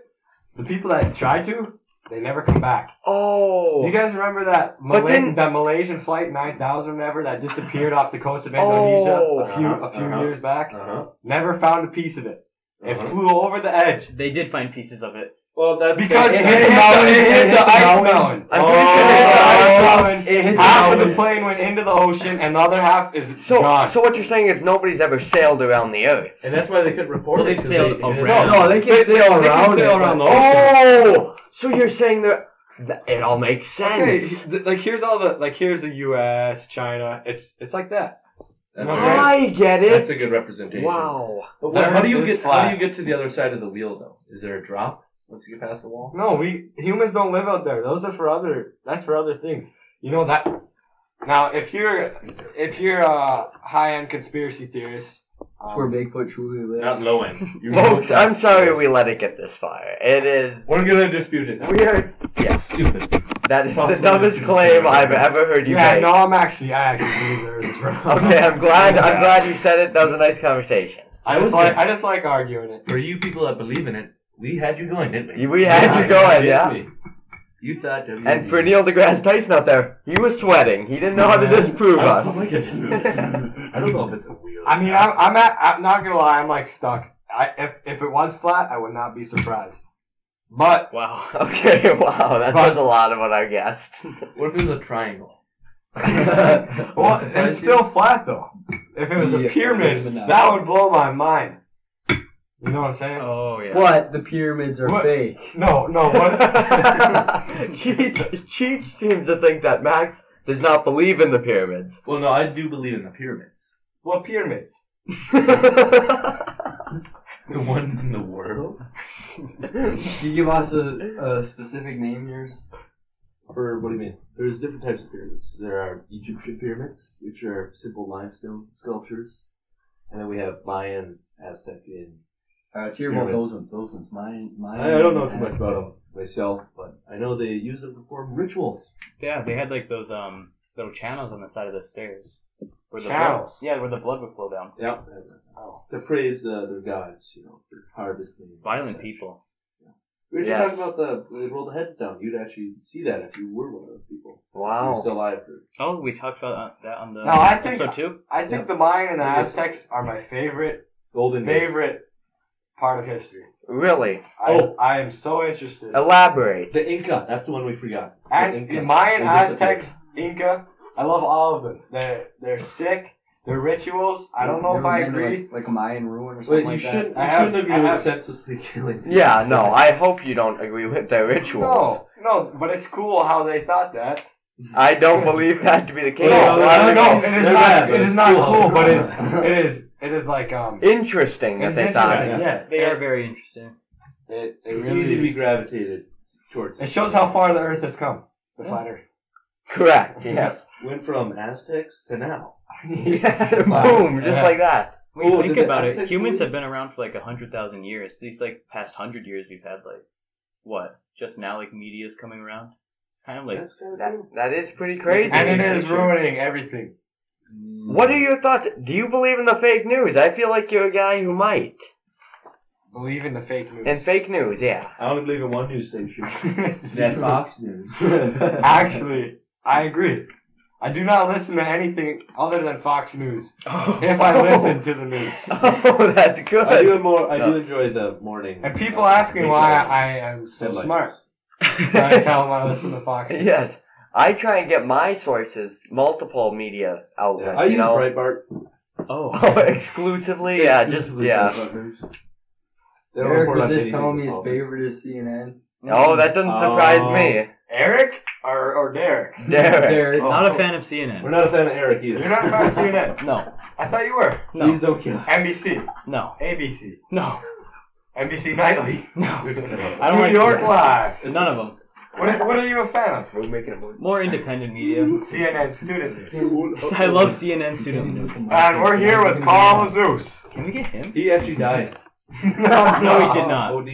S1: the people that try to, they never come back.
S4: Oh.
S1: You guys remember that
S4: But
S1: Malay-
S4: then-
S1: that Malaysian flight 9000 whatever that disappeared off the coast of Indonesia
S4: Oh.
S1: a few a few
S3: Uh-huh.
S1: years back?
S3: Uh-huh.
S1: Never found a piece of it. It
S3: Uh-huh.
S1: flew over the edge
S12: They did find pieces of it.
S3: Well, that's
S1: because it hit
S3: it
S1: the, it hit the ice mountain.
S4: I'm
S1: It
S4: pretty
S1: hit
S4: sure
S1: the
S4: they
S1: ice
S4: found-
S1: mountain.
S4: it hit the
S1: Half of
S4: mountain.
S1: the plane went into the ocean, and the other half is
S4: So,
S1: gone.
S4: so what you're saying is nobody's ever sailed around the Earth.
S3: and that's why they couldn't report
S12: Well,
S3: it.
S12: they
S3: 'cause
S12: sailed
S3: they-
S12: around.
S2: No, they can sail
S1: they can
S2: around.
S1: sail
S2: it,
S1: around
S2: but-
S1: the ocean.
S4: Oh, so you're saying that, that it all makes
S1: Okay,
S4: sense.
S1: th- like here's all the like here's the U.S., China. It's it's like that.
S3: That's
S1: No,
S3: a
S1: they-
S3: good-
S4: I get it.
S3: That's a good representation.
S4: Wow.
S3: But what,
S1: There
S3: how do you
S1: is
S3: get? How
S1: flat.
S3: do you get to the other side of the wheel though? Is there a drop once you get past the wall?
S1: No, we humans don't live out there. Those are for other. That's for other things. You know that. Now, if you're if you're a high end conspiracy theorist, um,
S2: Where Bigfoot truly lives.
S3: Not low end. You
S4: Folks,
S3: know
S4: I'm
S3: that's-
S4: sorry we let it get this far. It is.
S3: We're gonna dispute it. now.
S4: We are. Yes,
S3: Stupid.
S4: that is the
S3: Possibly
S4: dumbest
S3: dispute
S4: claim
S3: it.
S4: I've ever heard you
S1: yeah,
S4: make.
S1: no, I'm actually I actually believe there is. a problem.
S4: Okay, I'm glad. I'm glad you said it. That was a nice conversation.
S1: I
S3: I was
S1: just like
S3: gonna-
S1: I just like arguing it.
S3: For you people that believe in it, we had you going, didn't we?
S4: You- we had you going, yeah.
S3: didn't we? You thought E. WWE.
S4: And for Neil deGrasse Tyson out there, he was sweating. He didn't know how to disprove
S3: I
S4: us.
S3: don't think I just moved this. I don't know if it's a wheel.
S1: I mean, I'm I'm, at, I'm not gonna lie. I'm like stuck. I if if it was flat, I would not be surprised. But
S12: Wow.
S4: Okay, wow, that
S1: But-
S4: says a lot about our guest.
S3: What if it was a triangle?
S1: Well,
S3: Surprise
S1: it's
S3: you?
S1: still flat though. If it was a
S2: Yeah,
S1: pyramid,
S2: even that.
S1: that would blow my mind. You know what I'm saying?
S12: Oh yeah.
S2: But the pyramids are
S1: What?
S2: fake.
S1: No, no. What?
S4: Cheech, Cheech seems to think that Max does not believe in the pyramids.
S3: Well, no, I do believe in the pyramids.
S1: what pyramids?
S3: The ones in the world
S2: Can you give us a, a specific name here?
S3: for what do you mean? There's different types of pyramids. There are Egyptian pyramids, which are simple limestone sculptures, and then we have Mayan, Aztec, and
S2: Uh, let's hear about those ones. Those ones. Mine. Mine.
S3: I, I don't know too much about them myself, but I know they use them to perform rituals.
S12: Yeah, they had like those um little channels on the side of the stairs. Where the
S1: Channels?
S12: Blood, yeah, where the blood would flow down.
S3: Yep. To praise uh, their gods, you know, for harvesting. and
S12: Violent
S3: such.
S12: people.
S3: We were just
S4: Yes.
S3: talking about the they roll the heads down. You'd actually see that if you were one of those people. You're
S4: wow.
S3: still alive for
S12: Oh, we talked about uh, that on the
S1: No, I think-
S12: episode two.
S1: I think the Mayan and the Aztecs are my favorite
S3: golden years.
S1: favorite part of history.
S4: Really?
S1: I,
S3: Oh.
S1: I am so interested.
S4: Elaborate.
S3: The Inca. That's the one we forgot. The
S1: And
S3: Inca.
S1: the Mayan,
S3: They disappeared.
S1: Aztecs, Inca. I love all of them. They're they're sick. Their rituals. I don't know if I agree.
S2: Like, like a Mayan ruin or something
S3: Wait, you
S2: like
S3: shouldn't. You
S2: that.
S1: I have-
S3: shouldn't agree
S1: I
S3: with
S1: have-
S3: senselessly killing.
S4: Yeah, no, I hope you don't agree with their rituals.
S1: No, no, but it's cool how they thought that.
S4: I don't believe that to be the case.
S1: No,
S4: A lot
S1: no,
S4: of
S1: no,
S4: it-
S1: it is
S3: They're
S1: not.
S3: bad, but
S1: It
S3: it's
S1: is not
S3: cool.
S1: cool, but it's it is it is like um.
S4: Interesting that
S1: it's
S4: they
S1: interesting,
S4: thought.
S3: it.
S1: Yeah,
S12: They are very interesting.
S1: It, it
S3: It's
S1: really
S3: easy to be gravitated towards.
S1: it shows how far the Earth has come. The flat Earth.
S4: Correct. Yes.
S3: Went from Aztecs to now.
S4: yeah. Boom. Just like that.
S12: When you
S3: Oh,
S12: think
S3: did the
S12: about it,
S3: Aztecs
S12: humans
S3: move?
S12: have been around for like a hundred thousand years. These like past hundred years, we've had like what? Just now, like media is coming around. Kind of like
S3: That's kind of
S4: That,
S3: cool.
S4: that is pretty crazy.
S1: And it is ruining everything.
S4: What are your thoughts? Do you believe in the fake news? I feel like you're a guy who might.
S1: Believe in the fake news.
S4: In fake news, yeah.
S3: I only believe in one news station. That Fox News.
S1: Actually, I agree.
S14: I do not listen to anything other than Fox News.
S1: Oh,
S14: If I listen to the news.
S4: Oh, that's good.
S3: I do more. I
S4: No.
S3: do enjoy the morning.
S14: And people ask me why I am so
S3: Headlines.
S14: smart. And I tell them I listen to Fox News.
S4: yes. I try and get my sources, multiple media
S3: Yeah,
S4: outlets,
S3: I
S4: you
S3: use
S4: know.
S3: Breitbart.
S4: Oh, exclusively, yeah, just,
S3: Exclusively
S4: yeah.
S3: Breitbart news. They don't
S2: Eric
S3: report
S2: was
S3: on
S2: just
S3: anything
S2: telling me his
S3: politics.
S2: favorite is CNN.
S4: Oh, that doesn't surprise me.
S1: Eric or or Derek?
S4: Derek.
S2: Derek. Oh.
S12: Not a fan of CNN.
S3: We're not a fan of Eric either.
S1: You're not a fan of CNN.
S12: No,
S1: I thought you were.
S12: no,
S3: Please don't kill. us.
S1: NBC,
S12: no,
S1: ABC,
S12: no,
S1: NBC Nightly,
S12: no.
S3: We're
S12: I don't
S1: New
S12: like
S1: York Live.
S12: None of them.
S1: What are, what are you a fan of?
S12: More independent media.
S1: CNN student news.
S12: I love CNN student news.
S1: And we're here with Carl Zeus.
S12: Can we get him?
S3: He actually died. Oh,
S12: No, he did not.
S3: OD.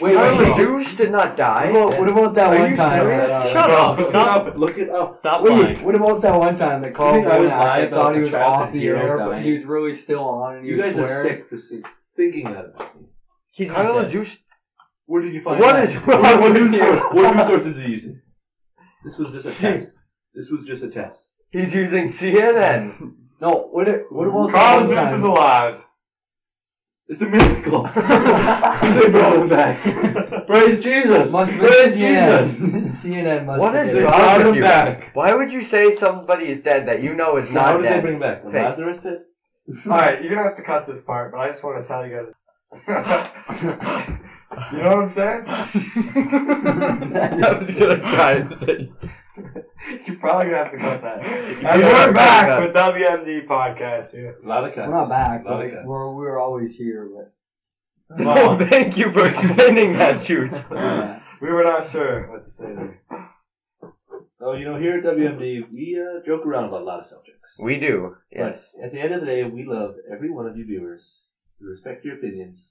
S2: Wait,
S4: Charlie
S2: wait.
S4: Deuce did not die.
S2: What about, what about that
S4: Are
S2: one
S4: you
S2: time?
S4: serious?
S2: That, uh,
S12: Shut up. Stop.
S3: Look it up.
S12: Stop
S2: Wait,
S12: lying.
S2: what about that one time that
S3: You
S2: Carl
S3: think I would lie
S2: Bonac
S3: about
S2: thought he
S3: the
S2: was
S3: child
S2: off
S3: that
S2: the
S3: hero
S2: air, but
S3: dying?
S2: he was really still on and he
S3: You
S2: was
S3: guys are
S2: swearing?
S3: sick for see- thinking that about me.
S4: He's
S12: not
S4: Carl
S12: dead.
S4: Zeus.
S3: Where did you find
S4: What
S3: that?
S4: is
S3: What,
S4: wrong
S3: what
S4: with
S3: news
S4: you?
S3: source? What news sources are you using? This was just a test. This was just a test.
S4: He's using CNN.
S2: No, what, it- what about that
S1: Carl
S2: one
S1: Zeus
S2: time?
S1: is alive.
S3: It's a miracle. they brought him back.
S2: Praise Jesus! Must have been
S3: Praise
S2: CNN. CNN must
S4: What
S2: have
S4: is
S2: been
S3: They
S2: it.
S4: wrong
S3: brought
S4: with
S3: him
S4: you?
S3: back.
S4: Why would you say somebody is dead that you know is
S3: How
S4: not
S3: did they
S4: dead?
S3: bring back the
S4: Fake.
S3: Lazarus pit?
S1: Alright, you're gonna have to cut this part, but I just wanna tell you guys. you know what I'm saying?
S4: I was gonna try and say.
S1: You're probably gonna have to cut that. And
S4: gonna have to
S1: we're back
S4: cut
S1: with WMD podcast here.
S3: A lot of cuts.
S2: We're not back,
S3: A lot
S2: but
S3: of
S2: like,
S3: cuts.
S2: we're, we're always here, but.
S4: No, thank you for explaining that, Jude.
S1: We were not sure what to say there.
S3: Oh, you know, here at WMD, we uh, joke around about a lot of subjects.
S4: We do. Yes.
S3: But at the end of the day, we love every one of you viewers. We respect your opinions.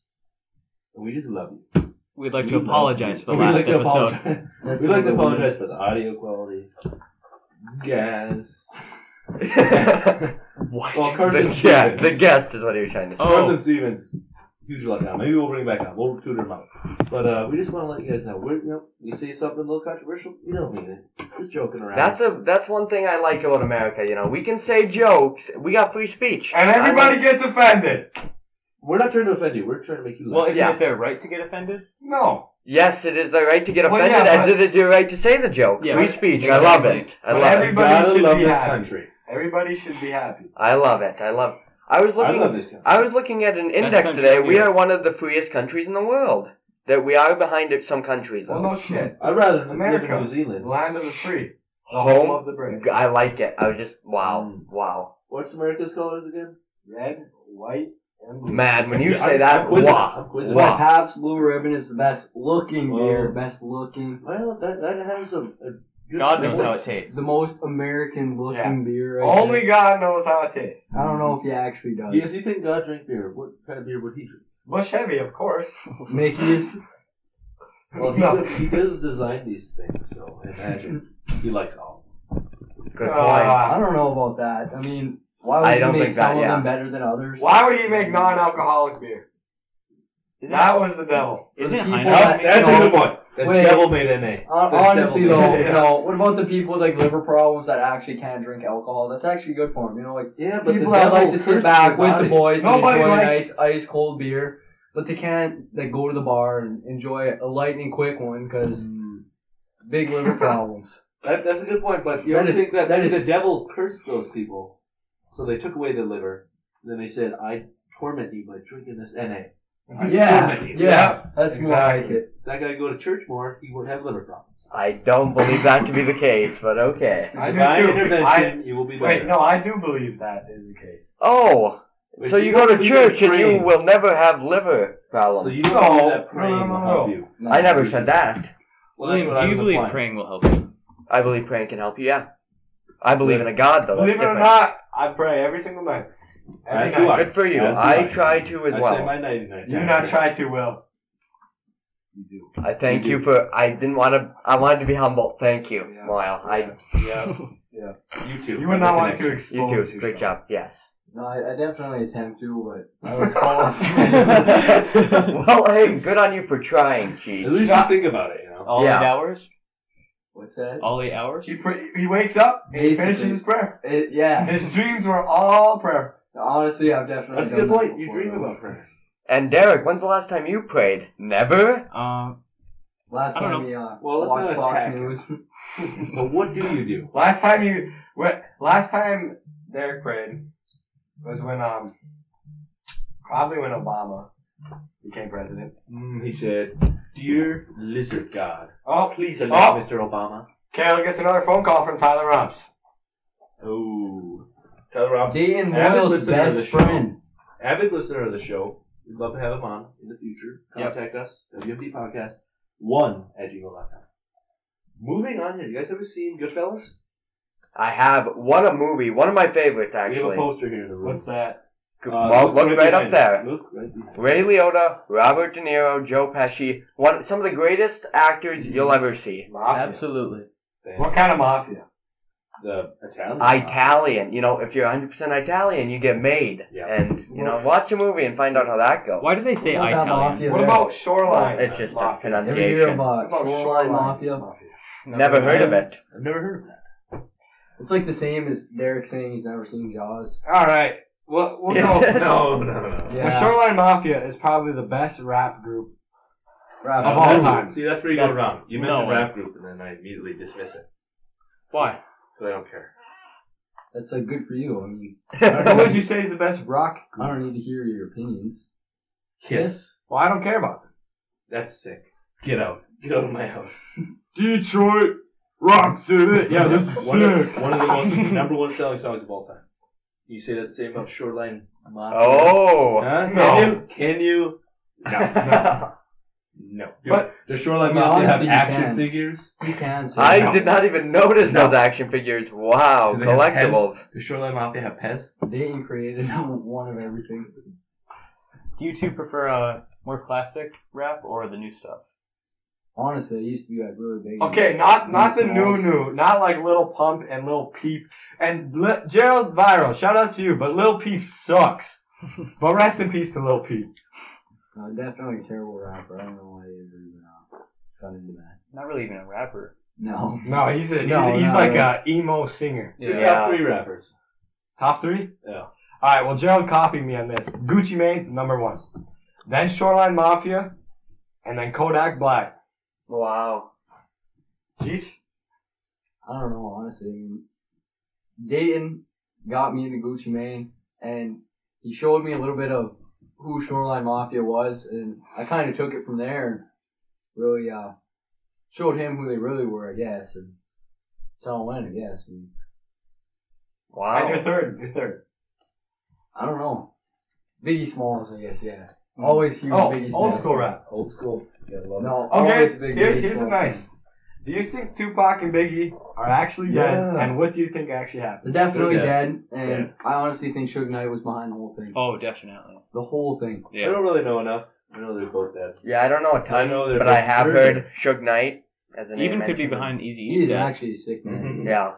S3: And we just love you.
S12: We'd like to apologize for the last
S3: like to
S12: episode.
S3: apologize.
S2: That's
S3: We'd like to
S2: another one.
S3: apologize for the audio quality. Gas.
S4: what?
S3: Well, Carson
S4: the, yeah,
S3: Stevens.
S4: the guest is what he was trying to say.
S12: Oh,
S3: Carson Stevens. Huge luck now. Maybe we'll bring him back on. We'll tutor him out. But uh, we just want to let you guys know. We're, you know, you say something a little controversial, we don't mean it. Just joking around.
S4: That's a that's one thing I like about America. You know, we can say jokes. We got free speech.
S1: And
S4: I
S1: everybody
S4: like-
S1: gets offended.
S3: We're not trying to offend you. We're trying to make you laugh.
S12: well, isn't
S4: Yeah.
S12: it their right to get offended?
S1: No.
S4: yes, it is their right to get
S1: Well,
S4: offended,
S1: yeah,
S4: as
S1: but-
S4: it is your right to say the joke.
S12: Yeah,
S4: free
S12: but-
S4: speech. I love
S12: Exactly.
S4: it. I
S1: But
S4: love
S1: every-
S4: it.
S1: everybody
S3: Gotta
S1: should
S3: love
S1: be
S3: this
S1: happy.
S3: country.
S1: Everybody should be happy.
S4: I love it. I love. I was
S3: I
S4: looking.
S3: love this country.
S4: I was looking at an index
S12: country
S4: today.
S12: right
S4: We
S12: here.
S4: are one of the freest countries in the world. That we are behind it- some countries.
S1: Well,
S4: Though.
S1: no shit.
S3: I'd rather live
S1: America.
S3: in New Zealand.
S1: Land of the free. The
S4: Home?
S1: home of the brave.
S4: I like it. I was just wow,
S3: Mm.
S4: wow,
S3: What's America's colors again?
S1: Red, white, and blue.
S4: man. When you
S3: Yeah,
S4: say
S3: I'm-
S4: that,
S3: I'm quizzing.
S4: wow,
S3: I'm quizzing.
S4: wow.
S2: Perhaps Blue Ribbon is the best looking
S3: Whoa.
S2: beer, best looking,
S3: Well, that, that has a, a good
S12: God knows
S3: point.
S12: how it tastes.
S2: the most American looking
S1: Yeah.
S2: beer. Right
S1: Only God knows how it tastes.
S2: there. I don't know if he actually does.
S3: Yes, you think God drank beer. What kind of beer would he drink?
S1: Bush heavy, of course.
S2: Make use.
S3: Well, he,
S1: No.
S3: does, he does design these things, so I imagine he likes all.
S4: Good
S1: Uh,
S4: point.
S2: I don't know about that. I mean, why would
S4: I
S2: you
S4: don't
S2: make
S4: think that,
S2: some
S4: yeah.
S2: of them better than others?
S1: Why would he make non-alcoholic beer? That was the devil.
S12: Isn't it
S2: people
S12: Heineken?
S2: that- That's a good
S3: point.
S2: The Wait. devil
S3: made NA.
S2: Hon-
S3: That's
S2: honestly
S3: devil
S2: though,
S3: may-
S2: you know, what about the people with like liver problems that actually can't drink alcohol? That's actually good for them. You know, like
S3: Yeah, but
S2: people
S3: the
S2: that
S3: devil
S2: like to
S3: cursed
S2: sit
S3: their
S2: back with the
S3: bodies.
S2: boys and
S1: Nobody
S2: enjoy
S1: likes-
S2: an ice, ice cold beer, but they can't like go to the bar and enjoy a lightning quick one because big liver problems.
S3: That, that's a good point, but you
S2: That
S3: don't
S2: is-
S3: think that,
S2: that is-
S3: the devil cursed those people, so they took away their liver, and then they said, "I torment you by drinking this NA." I
S2: yeah,
S3: torment you."
S2: yeah, that's more like
S1: Exactly.
S2: it.
S3: That guy go to church more, he won't have liver problems.
S4: I don't believe that to be the case, but okay.
S1: I
S3: Divine
S1: do too. I,
S3: intervention, you will be better.
S1: wait, no, I do believe that is the case.
S4: Oh,
S3: But
S4: so you go
S3: don't
S4: to
S3: believe
S4: church
S3: in
S4: and you
S3: praying.
S4: will never have liver problems.
S3: So you don't
S1: No,
S3: believe
S1: no,
S3: that praying
S1: no,
S3: will
S1: no,
S3: help
S1: no.
S3: you.
S4: I never said that.
S3: Well, that's
S12: William,
S3: what I
S12: do
S3: was
S12: you believe
S3: implying.
S12: praying will help you?
S4: I believe praying can help you. Yeah, I believe in a God though. That's
S1: Believe it or
S4: different.
S1: not, I pray every single night. Every
S3: As
S1: night.
S3: do I.
S4: Good for you.
S3: As do
S4: I try to as
S3: I
S4: well.
S3: say my 99
S1: You do not try too well.
S3: You do.
S4: I thank
S3: You
S4: you
S3: do.
S4: for. I didn't want to. I wanted to be humble. Thank you,
S1: Yeah.
S4: Moyle. I.
S1: Yeah.
S3: You too.
S1: You would not want to
S4: You
S1: expose
S4: too. Great
S1: yourself.
S4: job. Yes.
S2: No, I, I definitely attempt to, but I was falling asleep.
S4: well, hey, good on you for trying,
S3: At
S4: Cheech.
S3: least you think about it, you know.
S12: All
S4: Yeah.
S12: eight hours?
S2: What's that?
S12: All eight hours?
S1: He pray, he wakes up and he
S2: Basically.
S1: finishes his prayer.
S2: It, yeah.
S1: His dreams were all prayer.
S2: Honestly, I've definitely.
S3: That's a
S2: done
S3: good
S2: that
S3: point. You
S2: before,
S3: dream
S2: though.
S3: about prayer.
S4: And Derek, when's the last time you prayed? Never?
S12: Um,
S2: Last
S12: I don't
S2: time we uh,
S15: Well, let's
S2: watched
S15: not
S2: Fox
S15: attack.
S2: News.
S3: But what do you do?
S1: Last time you what? Last time Derek prayed was when um probably when Obama became president.
S3: Mm, he said, "Dear lizard god,
S1: Oh,
S3: please allow
S1: Oh.
S3: Mr. Obama."
S1: Carol gets another phone call from Tyler Rumps.
S3: Oh, Tyler Robson,
S2: Dayton
S3: Avid
S2: Boyle's
S3: listener of the
S2: best
S3: show.
S2: friend.
S3: avid listener of the show. We'd love to have him on in the future. Contact us, WMD Podcast One at gmail.com. Moving on here, you guys ever seen Goodfellas?
S4: I have. What a movie. One of my favorites,
S3: We have a
S4: actually.
S3: poster here in the room.
S1: What's that?
S3: Uh,
S4: Well, look right up
S3: behind
S4: there.
S3: it. Look right behind it.
S4: Ray Liotta, Robert De Niro, Joe Pesci. One, some of the greatest actors you'll
S3: Mm-hmm.
S4: ever see.
S1: Mafia.
S12: absolutely.
S1: What kind of mafia?
S3: The Italian.
S4: Italian. You know, if you're 100% Italian, you get made.
S3: Yeah.
S4: And, you know, watch a movie and find out how that goes.
S12: Why do they say
S2: What about
S12: Italian?
S2: mafia
S1: What
S2: there?
S1: about shoreline?
S4: It's just a
S1: mafia.
S2: Ever hear
S4: pronunciation.
S2: about
S1: What about
S2: Shoreline
S1: Shoreline?
S2: Mafia?
S4: Never heard of it.
S3: I've never heard of that.
S2: It's like the same as Derek saying he's never seen Jaws.
S1: All right. We'll, we'll go.
S3: No, no, no.
S1: The Shoreline Mafia is probably the best rap group
S2: Rob,
S1: Of all
S3: That's-
S1: time.
S3: See, that's where you go
S12: That's-
S3: wrong. You
S12: no
S3: mentioned
S12: way.
S3: rap group, and then I immediately dismiss it
S12: Why?
S3: because I don't care.
S2: That's like good for you. I mean,
S1: What would you say is the best?
S2: rock. I don't need to hear your opinions.
S3: Kiss.
S1: Well, I don't care about them.
S3: That's sick. Get out. Get out of my house.
S1: Detroit rock city. Yeah, this is
S3: one
S1: sick.
S3: Of, one of the most number one selling songs of all time. You say that same about Shoreline Mafia?
S4: Oh.
S3: Huh?
S1: No.
S3: Can you? Can you? No. No.
S1: But-
S3: the Shoreline
S2: I
S3: Mafia have
S2: mean, honestly, you
S3: action
S2: can.
S3: figures.
S2: You can. So
S4: I did not even notice those action figures. Wow,
S3: Do they have
S4: Oh, collectibles.
S3: The Shoreline Mafia have Pez.
S2: Dayton created one of everything.
S12: Do you two prefer uh, more classic rap or the new stuff?
S2: Honestly, I used to be like really big.
S1: Okay, not not the new
S2: Smalls.
S1: new, not like Little Pump and Lil Peep and Li- Gerald Viral. Shout out to you, but Lil Peep sucks. but rest in peace to Lil Peep.
S2: Uh, definitely a terrible rapper. I don't know why he ever even uh, got into that.
S12: Not really even a rapper.
S2: No.
S1: No, he's a, he's,
S2: No,
S1: he's
S2: no,
S1: like
S2: no.
S1: a emo singer.
S3: Yeah.
S4: Yeah.
S3: three rappers.
S1: Top three.
S3: Yeah.
S1: All right. Well, Gerald copied me on this. Gucci Mane number one, then Shoreline Mafia, and then Kodak Black.
S4: Wow.
S1: Jeez.
S2: I don't know, honestly. I mean, Dayton got me into Gucci Mane, and he showed me a little bit of who Shoreline Mafia was, and I kind of took it from there and really uh, showed him who they really were, I guess, and that's how it went, I guess. I, mean,
S1: And your
S4: Wow.
S1: third, your third.
S2: I don't know. Biggie Smalls, I guess, yeah. Always huge
S1: Oh,
S2: Biggie Smalls.
S1: old school rap.
S3: Old school. Yeah, love it.
S2: No,
S1: Okay,
S2: always big
S1: here-
S2: Biggie
S1: here's a
S2: Smalls.
S1: nice. Do you think Tupac and Biggie are actually dead?
S2: Yeah.
S1: And what do you think actually happened?
S2: They're definitely
S3: They're
S2: dead, and I honestly think Suge Knight was behind the whole thing.
S12: Oh, definitely.
S2: The whole thing.
S3: I don't really know enough. I know they're both dead.
S4: Yeah, I don't know a
S3: I
S4: ton,
S3: know they're
S4: but I
S3: both
S4: have
S3: murdered.
S4: heard Suge Knight as an
S12: Even could be behind Easy
S2: He
S12: E's
S2: is
S12: death.
S2: actually a sick
S1: Mm-hmm.
S2: man.
S4: Yeah.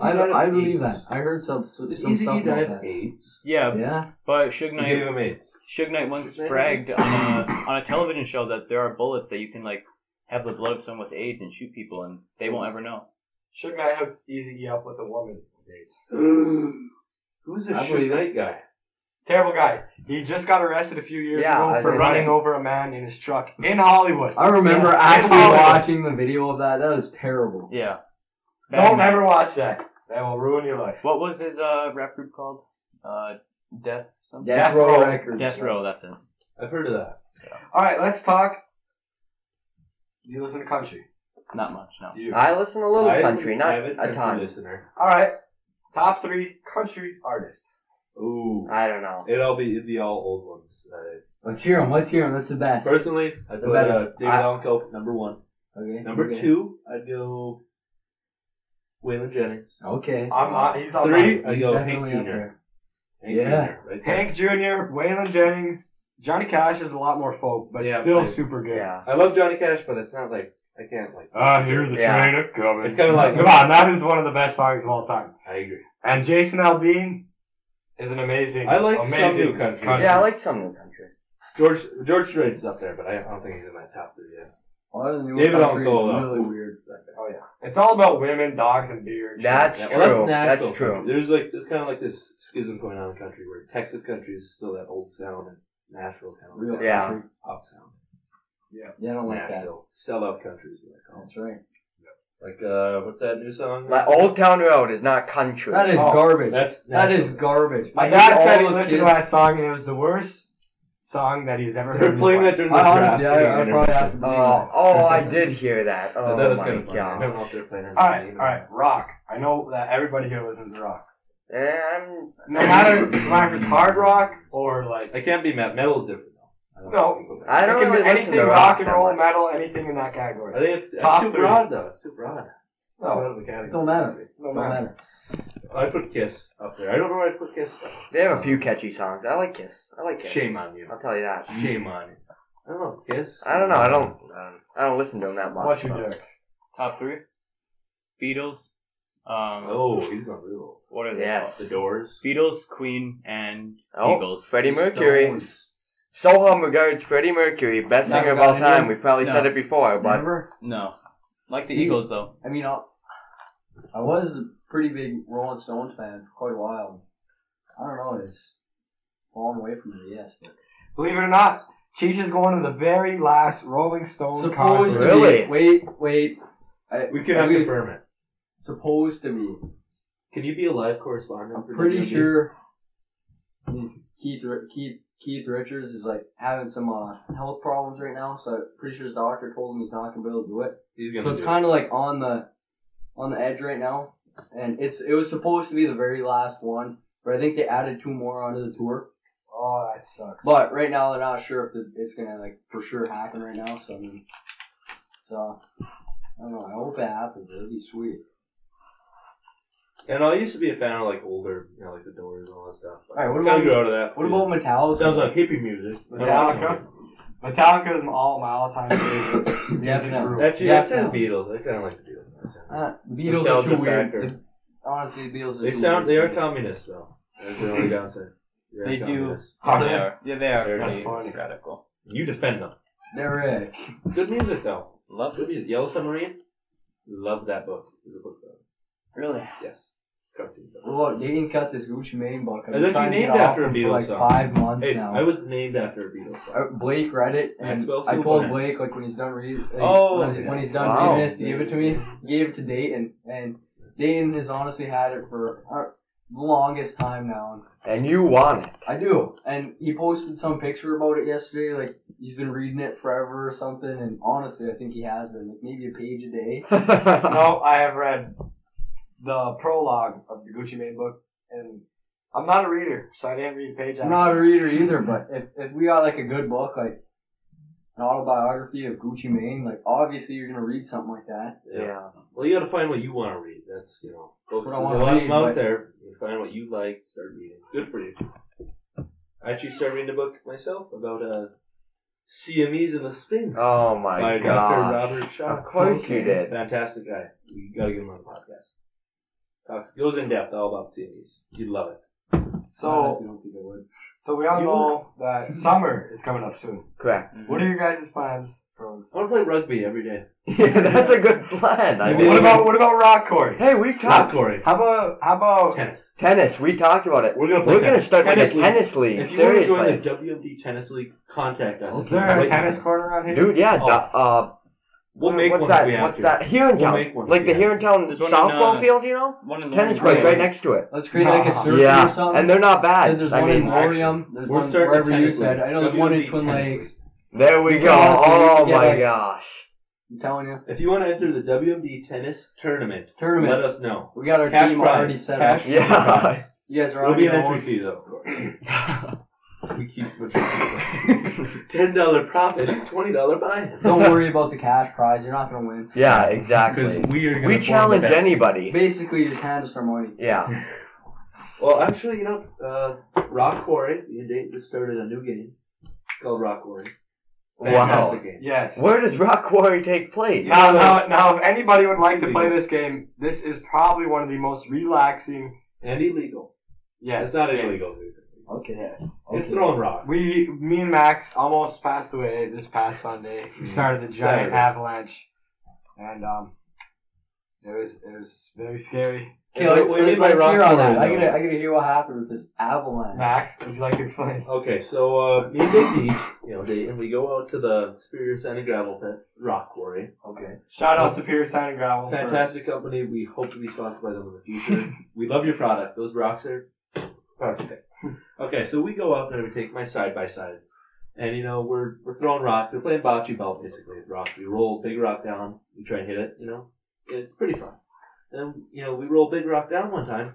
S2: I, don't- I believe that. I heard some some
S3: Easy E
S2: stuff
S3: died
S2: about
S3: of
S2: that.
S3: AIDS.
S12: Yeah,
S2: Yeah,
S12: but
S3: You
S12: Suge Knight,
S3: gave him AIDS.
S12: Suge Knight once
S3: Suge Knight
S12: bragged
S3: is-
S12: on a, on a television show that there are bullets that you can like have the blood of someone with AIDS and shoot people, and they won't ever know.
S1: Suge Knight hooked Easy up with a woman.
S3: Who's the
S2: I
S3: Suge
S2: believe it.
S3: Knight guy?
S1: Terrible guy. He just got arrested a few years
S4: Yeah,
S1: ago
S4: I
S1: for
S4: think-
S1: running over a man in his truck in Hollywood.
S2: I remember
S1: Yeah.
S2: actually
S1: It's all-
S2: watching the video of that. That was terrible.
S12: Yeah. Bad
S1: Don't
S12: man.
S1: ever watch that. That will ruin your life.
S12: What was his uh, rap group called? Uh, Death something.
S2: Death,
S1: Death
S2: Row
S1: Row.
S2: Records.
S12: Death Row. That's it.
S3: I've heard of that.
S1: All right, let's talk. You listen to country.
S12: Not much. No.
S3: You.
S4: I listen to Little
S3: I am
S4: Country, not
S3: avid
S4: a
S3: country
S4: ton.
S3: Listener.
S1: All right, top three country artists.
S3: Ooh.
S4: I don't know.
S3: It'll be it'd be all old ones. Uh,
S2: Let's hear him. Let's hear him. That's the best.
S3: personally, I
S2: The
S3: put
S2: better.
S3: uh, David
S4: I-
S3: Allen Coe number one.
S2: okay.
S3: Number
S2: okay.
S3: two, I'd go Waylon Jennings.
S2: Okay.
S1: I'm on. He's on.
S3: Three,
S1: mine.
S3: I'd
S2: He's
S3: go Hank
S2: definitely up
S3: Jr.
S2: there.
S3: Hank
S2: Yeah.
S3: Jr. Right there.
S1: Hank Jr., Waylon Jennings, Johnny Cash is a lot more folk, but
S3: Yeah,
S1: still
S3: but-
S1: super good.
S4: Yeah.
S3: I love Johnny Cash, but it's not like I can't like.
S14: Ah,
S1: I hear Ah, the
S4: Yeah.
S1: train a coming.
S3: It's kind of like
S1: Come on, that is one of the best songs of all time.
S3: I agree.
S1: And Jason Aldean is an amazing.
S3: I like some
S1: amazing
S3: new country.
S4: Yeah, I like some Little Country.
S3: George George Strait's up there, but I don't think he's in my top three yet.
S2: A lot of the new
S3: David
S2: country is
S3: Alcoa.
S2: really weird.
S14: Oh yeah, it's all about women, dogs, and beer.
S4: That's
S3: Yeah,
S4: true.
S3: well,
S4: that's,
S3: natural.
S4: true.
S3: There's like there's kind of like this schism going on in the country where Texas country is still that old sound and Nashville's kind of like
S2: Real
S3: that
S4: Yeah.
S2: country.
S3: pop sound.
S2: Yeah, I don't like that.
S3: Nashville sellout country is what I call it.
S2: That's right.
S3: Like uh, what's that new song?
S4: Like Old Town Road is not country.
S2: That is
S14: Oh,
S2: garbage.
S3: That's
S2: That
S3: Nashville.
S2: is garbage.
S14: My
S2: I
S14: dad
S2: hate
S14: said he
S2: all those
S14: listened to
S2: kids.
S14: that song and it was the worst song that he's ever heard.
S3: They're
S14: in
S3: playing
S14: his
S3: that during the
S2: I
S3: draft.
S2: honestly, I, I probably have to uh, believe
S4: Oh, oh, I did hear that. Oh
S3: that was
S4: my
S3: kind of funny. I
S4: god.
S3: don't know if they're playing. it.
S14: All right, all right, rock. I know that everybody here listens to rock.
S4: And
S14: No matter, no matter if it's hard rock or like
S3: I can't be mad. Metal's different though.
S14: No.
S4: I don't
S14: it can be
S4: really listen
S14: anything
S4: to
S14: rock,
S4: rock
S14: and
S4: that
S14: roll,
S4: much.
S14: metal, anything in that
S3: I
S14: category.
S3: think it's, it's
S14: Top
S3: too
S14: three.
S3: broad though. It's too broad. It's
S14: No,
S3: out of the
S2: it.
S3: category.
S2: Don't matter.
S14: no
S2: Don't
S14: matter.
S2: matter.
S3: I put Kiss up there. I don't know where I put Kiss. Though.
S4: they have a few catchy songs. I like Kiss. I like Kiss.
S3: Shame on you.
S4: I'll tell you that.
S3: Mm-hmm. Shame on you. I don't know Kiss.
S4: I don't know. I don't. I don't listen to them that much.
S14: What's your
S4: but-
S14: jerk?
S12: Top three. Beatles. Um,
S3: Oh, he's going real.
S12: What are they?
S4: Yes.
S3: The Doors.
S12: called? Beatles, Queen, and
S4: Oh,
S12: Eagles.
S4: Freddie Mercury.
S2: Stones.
S4: Soham regards Freddie Mercury, best
S2: Never
S4: singer of
S2: got
S4: all
S2: it,
S4: time.
S2: yeah.
S4: We probably
S12: No.
S4: said it before, but
S2: Remember?
S12: No, like the
S2: See?
S12: Eagles though.
S2: I mean, i I was a pretty big Rolling Stones fan for quite a while. I don't know. It's fallen away from it, yes. But
S14: Believe it or not, Cheech is going to the very last Rolling Stone
S2: supposed to
S14: concert.
S4: Really?
S2: be. Wait, wait. I,
S3: We cannot
S2: we-
S3: confirm it.
S2: Supposed to be.
S3: Can you be a live correspondent?
S2: I'm
S3: for E?
S2: pretty
S3: WWE?
S2: sure he's Keith Ri- Keith Keith Richards is like having some uh, health problems right now, so I'm pretty sure his doctor told him he's not gonna be able to do it.
S3: he's
S2: So
S3: gonna.
S2: it's
S3: do
S2: kind of like on the on the edge right now, and it's it was supposed to be the very last one, but I think they added two more onto the tour.
S14: Oh, that sucks.
S2: But right now they're not sure if it- it's gonna like for sure happen right now. So I mean, so I don't know. I hope it happens. It'd be sweet.
S3: it. And I used to be a fan of like older, you know, like the Doors and all that stuff. But
S2: All right, what
S3: I'm
S2: about-
S3: kinda grew out of that.
S2: What about Metallica?
S3: sounds like hippie music?
S14: Metallica? Metallica is all my all-time favorite music
S2: Definitely.
S14: group.
S3: Actually,
S2: Yeah,
S3: I'd say the
S2: sound.
S3: Beatles. I kind of like the Beatles.
S2: Uh, the Beatles are
S3: Nostalgia
S2: too weird.
S3: factor.
S2: The- honestly, the Beatles are
S3: They
S2: too
S3: sound. They
S2: weird.
S3: are communists though. That's the only downside. They're
S12: They do.
S3: communists.
S14: Are
S12: Yeah,
S14: they?
S12: Yeah, they are.
S3: That's
S12: pretty
S14: funny.
S12: Radical.
S3: You defend them.
S2: They're it.
S3: Good music though.
S12: Love
S3: Good music. Yellow Submarine. Love that book. It's a book though.
S12: Really?
S3: Yes. Cartoon book.
S2: Look, Dayton's got this Gucci Mane book. I've
S3: I
S2: been
S3: thought you
S2: trying to get
S3: named
S2: off
S3: after a
S2: him for
S3: Beatles
S2: like
S3: song.
S2: five months
S3: Hey,
S2: now.
S3: I was named after a Beatles
S2: Uh,
S3: song.
S2: Blake read it, and
S3: Maxwell
S2: I told
S3: Silverman.
S2: Blake like when he's done reading,
S3: Oh,
S2: when,
S3: yeah.
S2: when he's done
S4: Wow.
S2: reading this, to give it to me. Gave it to Dayton, and Dayton has honestly had it for uh, the longest time now. And
S4: and you won it.
S2: I do, and he posted some picture about it yesterday. Like he's been reading it forever or something. And honestly, I think he has been like maybe a page a day.
S14: No, I have read the prologue of the Gucci Mane book, and I'm not a reader, so I didn't read page. after
S2: I'm not a reader either, but if, if we got like a good book, like an autobiography of Gucci Mane, like obviously you're gonna read something like that.
S4: yeah.
S3: Well, you got to find what you want to read. That's you know, folks,
S2: What
S3: there's
S2: I
S3: a
S2: wanna
S3: lot of
S2: read,
S3: them out
S2: but-
S3: there. You find what you like, start reading. Good for you. I actually started reading a book myself about uh, CMEs and the Sphinx
S4: Oh my
S3: by Dr.
S4: god.
S3: Robert Shaw.
S4: Of course you did.
S3: Fantastic guy. You gotta get him on the podcast. Talks goes in depth all about CMEs. You'd love it. Honestly,
S14: So,
S3: I don't think I would.
S14: so we all
S3: You-
S14: know that summer is coming up soon.
S4: Correct.
S14: What are your guys' plans for the
S3: I
S14: summer?
S3: want to play rugby every day.
S4: Yeah, that's a good plan. I
S3: Maybe-
S4: mean,
S14: What about what about rock Corey?
S4: hey, we
S3: Not
S4: talked
S3: Corey.
S14: How about how about
S3: Tennis.
S4: tennis. We talked about it.
S3: We're gonna play
S4: We're
S3: tennis.
S4: gonna start like a
S3: Tennis league.
S4: tennis league.
S3: If you want to
S4: Seriously.
S3: join the WMD Tennis League, contact us.
S14: is there a
S3: Wait.
S14: tennis court around here?
S4: Dude, yeah,
S3: Oh.
S4: the, uh,
S3: We'll make
S4: what's
S3: one
S4: that?
S3: if we have
S4: what's
S3: to.
S4: that? Here in
S3: We'll
S4: town,
S3: make one if
S4: like
S3: we
S4: the
S3: have
S4: here in town
S12: There's one in,
S4: softball
S12: uh,
S4: field, you know,
S12: One in the
S4: tennis
S12: morning.
S4: court's right next to it.
S2: Let's create like a circuit
S4: Yeah,
S2: or something.
S4: and they're not
S2: Said
S4: bad.
S2: there's
S4: I
S2: one in
S4: mean,
S2: Morium. There's
S3: We're
S2: one
S3: starting
S2: wherever
S3: a
S2: you
S3: tennis
S2: said.
S3: league.
S2: I know there's one in
S3: WMD
S2: Twin
S3: tennis
S2: Lakes.
S3: league.
S4: there we
S2: Yeah,
S4: go.
S2: so you
S4: Oh
S2: can get,
S4: my
S2: like-
S4: gosh.
S2: I'm telling you.
S3: If you want to enter the WMD tennis tournament,
S2: Tournament.
S3: let us know.
S2: We got our
S3: Cash
S2: team
S3: prize.
S2: already set
S3: Cash
S2: up.
S3: prize.
S4: Yeah.
S2: You guys are
S3: There'll
S2: already
S3: be an entry
S2: going.
S3: fee though, of course. we keep ten dollar profit and twenty dollar buy.
S2: Don't worry about the cash prize. You're not gonna win.
S4: Yeah, exactly.
S3: we are
S4: We challenge anybody.
S2: Basically, you just hand us our money.
S4: Yeah.
S3: Well, actually, you know, uh, Rock Quarry. The date just started a new game It's called Rock Quarry.
S4: Wow.
S3: Fantastic game.
S14: Yes.
S4: Where does Rock Quarry take place?
S14: Now, now, now, if anybody would like to play this game, this is probably one of the most relaxing.
S3: And illegal.
S14: Yes.
S3: it's not illegal.
S2: Okay.
S3: It's throwing rock.
S1: We, me and Max, almost passed away this past Sunday. We started a giant
S3: Saturday.
S1: avalanche, and um, it was it was very scary.
S2: Okay, let's,
S3: Wait, wait,
S2: let's, let's
S3: wait,
S2: hear
S3: rock
S2: on that. I
S3: climbing,
S2: gotta, I gotta hear what happened with this avalanche.
S1: Max, would you like to explain?
S3: Okay, so uh, me and Big D, you know, Dayton, we go out to the Superior Sand and Gravel Pit rock quarry.
S2: Okay.
S1: Shout out to Pierce Sand and Gravel. for-
S3: Fantastic company. We hope to be sponsored by them in the future. we love your product. Those rocks are perfect. Okay, so we go out there. We take my side by side, and you know we're we're throwing rocks. We're playing bocce ball basically. With rocks. We roll a big rock down. We try and hit it. You know, it's pretty fun. And you know we roll a big rock down one time.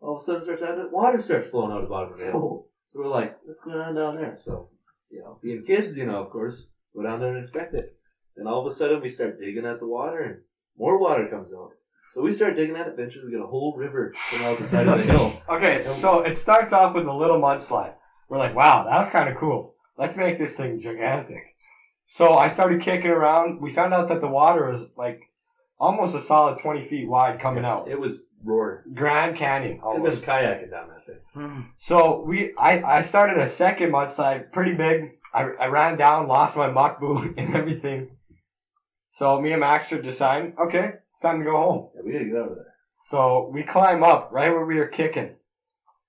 S3: All of a sudden, starts happening. Water starts flowing out of the bottom of the hill. So we're like, what's going on down there? So you know, being kids, you know, of course, go down there and inspect it. Then all of a sudden, we start digging at the water and more water comes out. So we start digging at it. Eventually, we get a whole river coming out the side of the hill.
S1: Okay, so it starts off with a little mudslide. We're like, wow, that was kind of cool. Let's make this thing gigantic. So I started kicking around. We found out that the water was like almost a solid 20 feet wide coming out.
S3: It was roaring.
S1: Grand Canyon
S3: I've been
S1: almost.
S3: kayaking down that thing.
S1: So we, I, I started a second mudslide, pretty big. I, I ran down, lost my muck boot and everything. So me and Max are deciding, okay, it's time to go home.
S3: Yeah, we gotta get out of there.
S1: So we climb up right where we were kicking.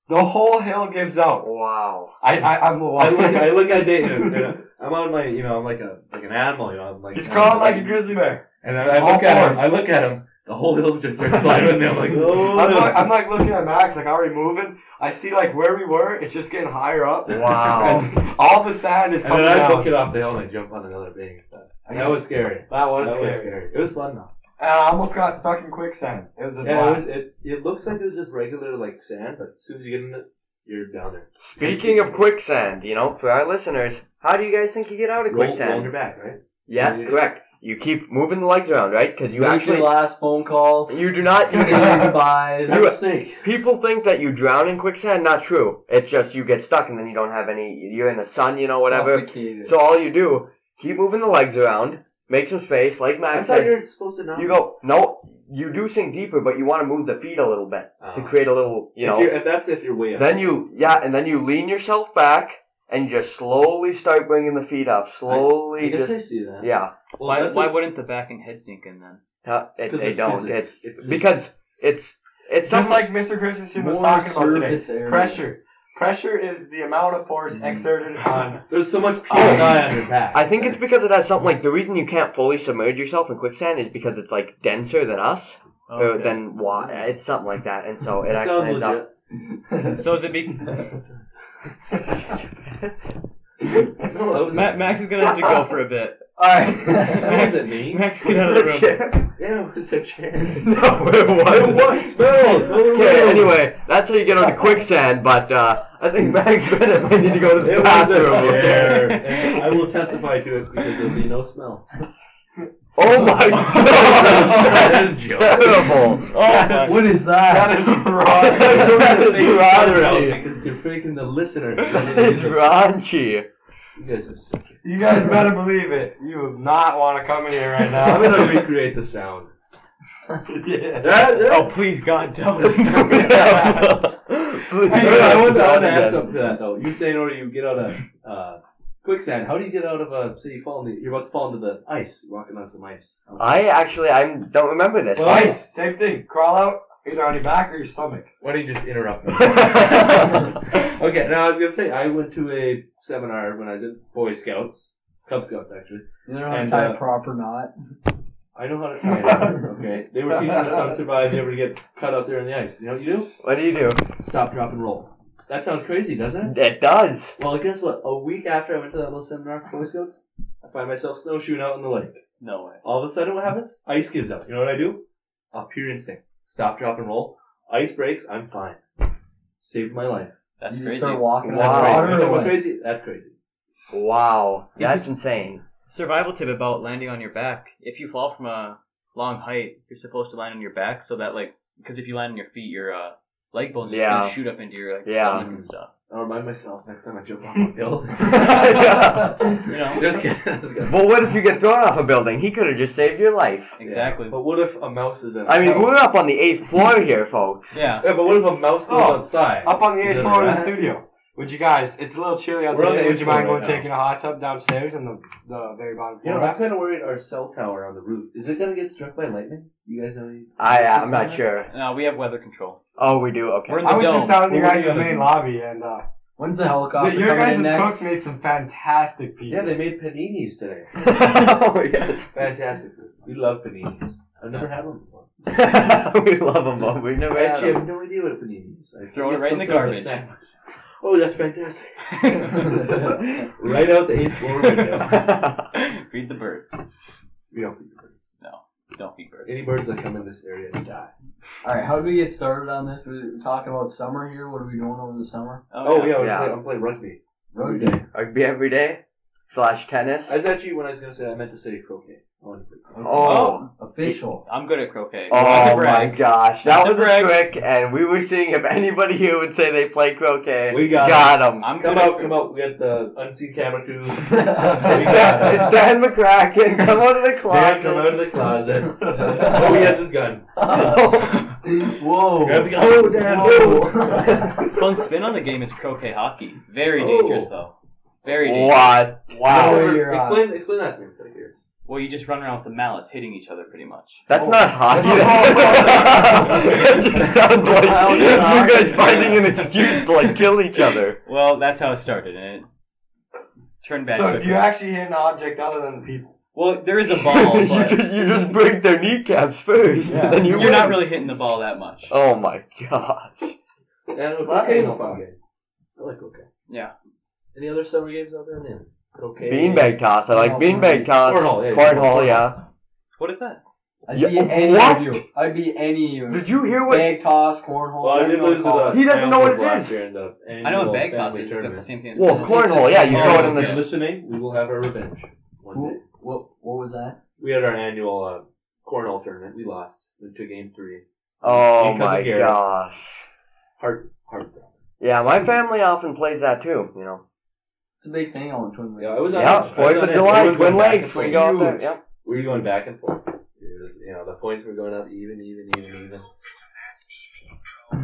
S1: The whole hill gives out.
S4: Wow.
S1: I, I I'm
S3: I
S1: look.
S3: look, I look at Dayton. And, and I'm on my, you know, I'm like a like an animal. You know, I'm like
S1: He's crawling like a grizzly bear.
S3: And I, I
S1: All
S3: look at him.
S1: fours.
S3: I look at him. The whole hill just starts sliding. and I'm like, oh.
S1: I'm like, I'm like looking at Max, like already moving. I see like where we were, it's just getting higher up.
S4: Wow.
S1: And all the sand is
S3: and
S1: coming
S3: then I book
S1: down.
S3: it off the hill and I jump on another thing. That was scary.
S1: That was
S3: That was
S1: scary.
S3: scary. It was fun though.
S1: And I almost got stuck in quicksand. It was a
S3: Yeah, it,
S1: blast.
S3: was, it it looks like it was just regular like sand, but as soon as you get in it, you're down there.
S4: Speaking of quicksand, you know, for our listeners, how do you guys think you get out of
S3: Roll, roll on your
S4: quicksand?
S3: back, right?
S4: Yeah, correct. You keep moving the legs around, right? Because you
S2: You actually
S4: actually,
S2: last phone calls.
S4: you do not. You do
S2: saying
S4: not
S2: goodbyes.
S4: Do it.
S3: snake.
S4: People think that you drown in quicksand. Not true. It's just you get stuck and then you don't have any. You're in the sun, you know, whatever.
S2: Suffocated.
S4: So all you do, keep moving the legs around, make some space, like
S3: I
S4: Max
S3: thought
S4: said.
S3: you were supposed to not.
S4: You go no. You do sink deeper, but you want to move the feet a little bit to create a little, you
S3: Uh-huh. if
S4: know.
S3: you're, if that's if you're way up.
S4: Then you, yeah, and then you lean yourself back and you just slowly start bringing the feet up.
S3: I
S4: Slowly,
S3: guess
S4: just
S3: I see that.
S4: yeah.
S3: Well,
S12: why
S3: that's
S12: why
S3: what-
S12: wouldn't the back and head sink in then?
S4: Uh, It,
S3: 'Cause
S4: they
S3: it's
S4: don't.
S3: physics.
S4: It's,
S3: It's
S4: because it's
S1: Just
S4: it's something.
S1: like Mr. Christensen was
S2: More
S1: talking about today.
S2: surface area.
S1: Pressure. Mm-hmm. Pressure is the amount of force exerted on.
S3: there's so much
S4: Oh.
S3: PSI on your back.
S4: I think it's because it has something like the reason you can't fully submerge yourself in quicksand is because it's like denser than us, or
S12: Okay.
S4: than water. It's something like that, and so it
S3: That
S4: actually
S3: sounds
S4: ends
S3: legit.
S4: up.
S12: So is it be
S3: No, that was
S12: Ma- Max is gonna have to go for a bit.
S3: That
S2: Alright.
S3: wasn't me.
S12: Max, get out of the room.
S3: Yeah, it was a chair.
S4: no, it wasn't.
S3: It was smells.
S4: Okay, anyway, that's how you get onto quicksand, but uh, I think Max Bennett might need to go to the
S3: It was a
S4: bathroom.
S3: chair. And I will testify to it because there'll be no smell.
S4: Oh my
S3: That
S4: god,
S3: is
S4: that's terrible. Oh,
S2: What is that?
S1: That is
S4: That
S1: wrong.
S4: is
S3: Take your brother out
S4: raunchy.
S3: because you're faking the listener.
S4: That is raunchy.
S3: You guys are sick.
S1: you guys better believe it. You would not want to come in here right now.
S3: I'm gonna recreate the sound.
S1: yeah.
S12: Oh please, God, don't.
S3: Hey, I want to I want to add
S4: Please.
S3: something to that though. You saying already you get out of uh, quicksand. How do you get out of a? Say you fall in the, you're about to fall into the ice. You're walking on some ice.
S4: I actually I don't remember this.
S1: Well, ice, same thing. Crawl out either on your back or your stomach.
S3: Why don't you just interrupt me?
S4: Nice.
S3: okay, now I was gonna say I went to a seminar when I was in Boy Scouts, Cub Scouts actually.
S2: You don't know how to
S3: And,
S2: tie
S3: uh,
S2: a proper knot.
S3: I know how to tie it. okay, they were teaching us how to survive. if You ever get caught out there in the ice? You know what you do?
S4: what do you do?
S3: Stop, drop, and roll. That sounds crazy, doesn't it?
S4: It does.
S3: Well, guess what? A week after I went to that little seminar for Boy Scouts, I find myself snowshoeing out in the lake.
S12: No way.
S3: All of a sudden, what happens? Ice gives out. You know what I do? A pure instinct. Stop, drop, and roll. Ice breaks. I'm fine. Saved my life.
S12: That's
S2: you just
S12: crazy.
S2: start walking
S4: Wow.
S2: on
S3: That's
S2: water.
S3: crazy.
S2: or
S3: Am I
S2: what?
S3: crazy? That's crazy.
S4: Wow, that's insane.
S12: Survival tip about landing on your back. If you fall from a long height, you're supposed to land on your back so that like because if you land on your feet, your uh, leg bones
S4: Yeah.
S12: are gonna shoot up into your like
S4: Yeah.
S12: stomach and stuff.
S3: I'll remind myself next time I jump off a building.
S12: You know
S3: Just kidding. Just kidding.
S4: Well, what if you get thrown off a building? He could have just saved your life.
S12: exactly.
S3: But what if a mouse is in? a
S4: I mean,
S3: house?
S4: we're up on the eighth floor here, folks.
S12: Yeah.
S3: Yeah, but what if a mouse goes
S1: Oh,
S3: outside?
S1: Up on the eighth
S3: Is that
S1: floor of the
S3: right?
S1: studio.
S14: Would you guys? It's a little chilly out
S3: We're on
S14: today.
S3: the
S14: Would you
S3: intro
S14: mind
S3: right
S14: going
S3: now.
S14: taking a hot tub downstairs in the the very bottom
S3: You
S14: floor?
S3: know, I'm kind of worried our cell tower on the roof is it gonna get struck by lightning? You guys know? any-
S4: I uh, I'm not sure.
S12: No, we have weather control.
S4: Oh, we do. Okay.
S12: We're in the
S14: I was
S12: dome.
S14: just out in you
S3: What were
S14: guys'
S3: the other
S14: main
S3: ones?
S14: lobby, and uh,
S2: When's the helicopter
S14: your
S2: coming
S14: guys'
S2: in next?
S14: cooks made some fantastic pizza.
S3: Yeah, they made paninis today.
S4: oh yeah.
S3: Fantastic. food. We love paninis. I've never had one before.
S4: we love them, but we never had
S3: Actually, I
S4: 'em.
S3: have no idea what a panini is. I
S12: Throw it
S3: think
S12: right in
S3: it's some
S12: the
S3: sort of
S12: garbage.
S3: a sandwich. Oh, that's fantastic. right out the eighth floor window.
S12: feed the birds.
S3: We don't feed the birds.
S12: Don't feed birds.
S3: Any birds that come in this area die.
S2: All right, how do we get started on this? We're talking about summer here. What are we doing over the summer?
S3: Oh, yeah,
S4: Yeah.
S3: I'm playing play rugby.
S2: Rugby.
S3: Every day.
S4: Rugby every day slash tennis.
S3: I was actually, when I was going to say, I meant to say croquet. I wanted to play croquet.
S4: Oh.
S2: Official.
S12: I'm good at croquet. Not to
S4: Oh my
S12: brag.
S4: gosh, that
S12: Not to
S4: was a
S12: brag.
S4: trick, and we were seeing if anybody here would say they play croquet.
S3: We got
S4: him.
S12: I'm
S3: Come
S12: good
S3: out,
S12: at-
S3: come out. We got the unseen camera crew.
S4: It's Dan, it's Dan McCracken. Come out of the
S3: Dan, come out
S4: closet.
S3: of the closet. oh, he has his gun.
S2: Whoa.
S3: Grab the gun.
S4: Oh, Dan.
S12: Fun spin on the game is croquet hockey. Very
S3: Oh.
S12: dangerous though. Very dangerous.
S4: what? Wow.
S2: No, you're, uh,
S3: explain, explain that to me. for here.
S12: Well, you just run around with the mallets, hitting each other pretty much.
S4: That's not hockey. it just sounds like
S2: Wow,
S4: you
S2: yeah.
S4: guys finding an excuse to like kill each other.
S12: Well, that's how it started, and it turned bad.
S14: so
S12: quickly.
S14: do you actually hit an object other than the people?
S12: well, there is a
S3: Oh,
S12: ball,
S4: you,
S12: but
S4: just, you just break their kneecaps first,
S14: Yeah.
S4: and then you
S12: you're
S4: win.
S12: not really hitting the ball that much.
S4: Oh my gosh.
S3: And
S14: Well, that
S3: croquet is
S14: ain't
S3: a
S14: no
S3: fun
S14: fun.
S3: game. I like croquet.
S12: Yeah.
S3: Any other summer games out there, man? Croquet.
S4: Beanbag toss. I like
S2: Oh,
S4: beanbag toss.
S3: Cornhole, yeah,
S4: Cornhole, yeah.
S12: What is that?
S2: I'd
S4: Yeah,
S2: be any
S4: what?
S2: of you. I'd be any of you.
S4: Did you hear what?
S2: Bag toss, cornhole.
S3: Well, I
S2: whatever
S3: did
S2: you
S3: lose uh,
S2: wanna
S3: to
S2: call
S3: the.
S4: He doesn't know what it
S3: Browns last
S4: is.
S3: year in the
S12: I know what
S3: annual
S12: Oh, bag toss
S3: family
S12: is. Except the
S3: tournament.
S12: same thing. as-
S4: Well, cornhole, yeah. You
S3: Oh,
S4: throw it in
S3: if you're
S4: the.
S3: listening, we will have our revenge one day.
S2: Who, what, what was that?
S3: We had our annual uh, cornhole tournament. We lost. We took game three.
S4: Oh
S3: Because of
S4: my
S3: Garrett.
S4: gosh.
S3: Heart, heart. drop.
S4: Yeah, my family often plays that too. You know.
S2: It's a big thing on Twin Lakes.
S3: Yeah, I was on.
S4: Yeah,
S3: edge. I was
S4: Fourth
S3: on
S4: of
S3: edge.
S4: July,
S3: We were
S4: Twin
S3: going back
S4: Lakes.
S3: and
S4: We
S3: forth.
S4: go out there. Yep.
S3: We were going back and forth. It was, you know, the points were going up even, even, even, even.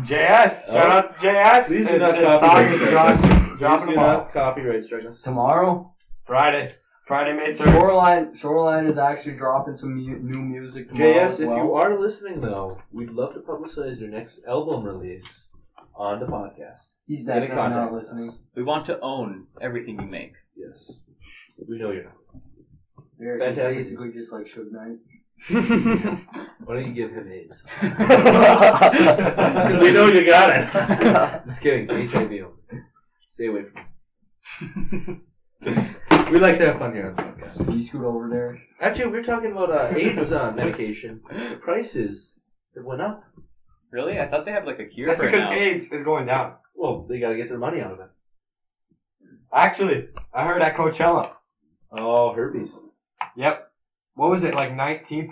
S14: JS, shout
S3: Oh.
S14: out to JS.
S3: Please do
S14: It's-
S3: not
S14: it's
S3: copyright
S14: Sonic
S3: strike
S14: Josh-
S3: us.
S14: dropping
S3: Please do
S14: them all.
S3: not copyright strike us.
S2: Tomorrow,
S14: Friday, Friday May third.
S2: Shoreline Shoreline is actually dropping some mu- new music tomorrow.
S3: JS,
S2: as
S3: if
S2: well.
S3: you are listening though, we'd love to publicize your next album release on the podcast.
S2: he's
S3: Get in
S2: definitely not
S3: contact with
S2: listening.
S3: us.
S12: We want to own everything you make.
S3: Yes. We know you're not.
S2: They're
S3: Fantastic.
S2: basically just like Suge Knight.
S3: Why don't you give him AIDS?
S4: Because
S3: we know you got it. Just kidding. HIV only. Stay away from it. we like to have fun here on the podcast.
S2: Can you scoot over there?
S3: Actually, we we're talking about uh, AIDS uh, medication. The prices that went up.
S12: Really? I thought they have like a cure
S14: That's
S12: for it
S14: because
S12: now.
S14: AIDS is going down.
S3: Well, they got to get their money out of it.
S14: Actually, I heard at Coachella.
S3: Oh, herpes.
S14: Yep. What was it? Like 19%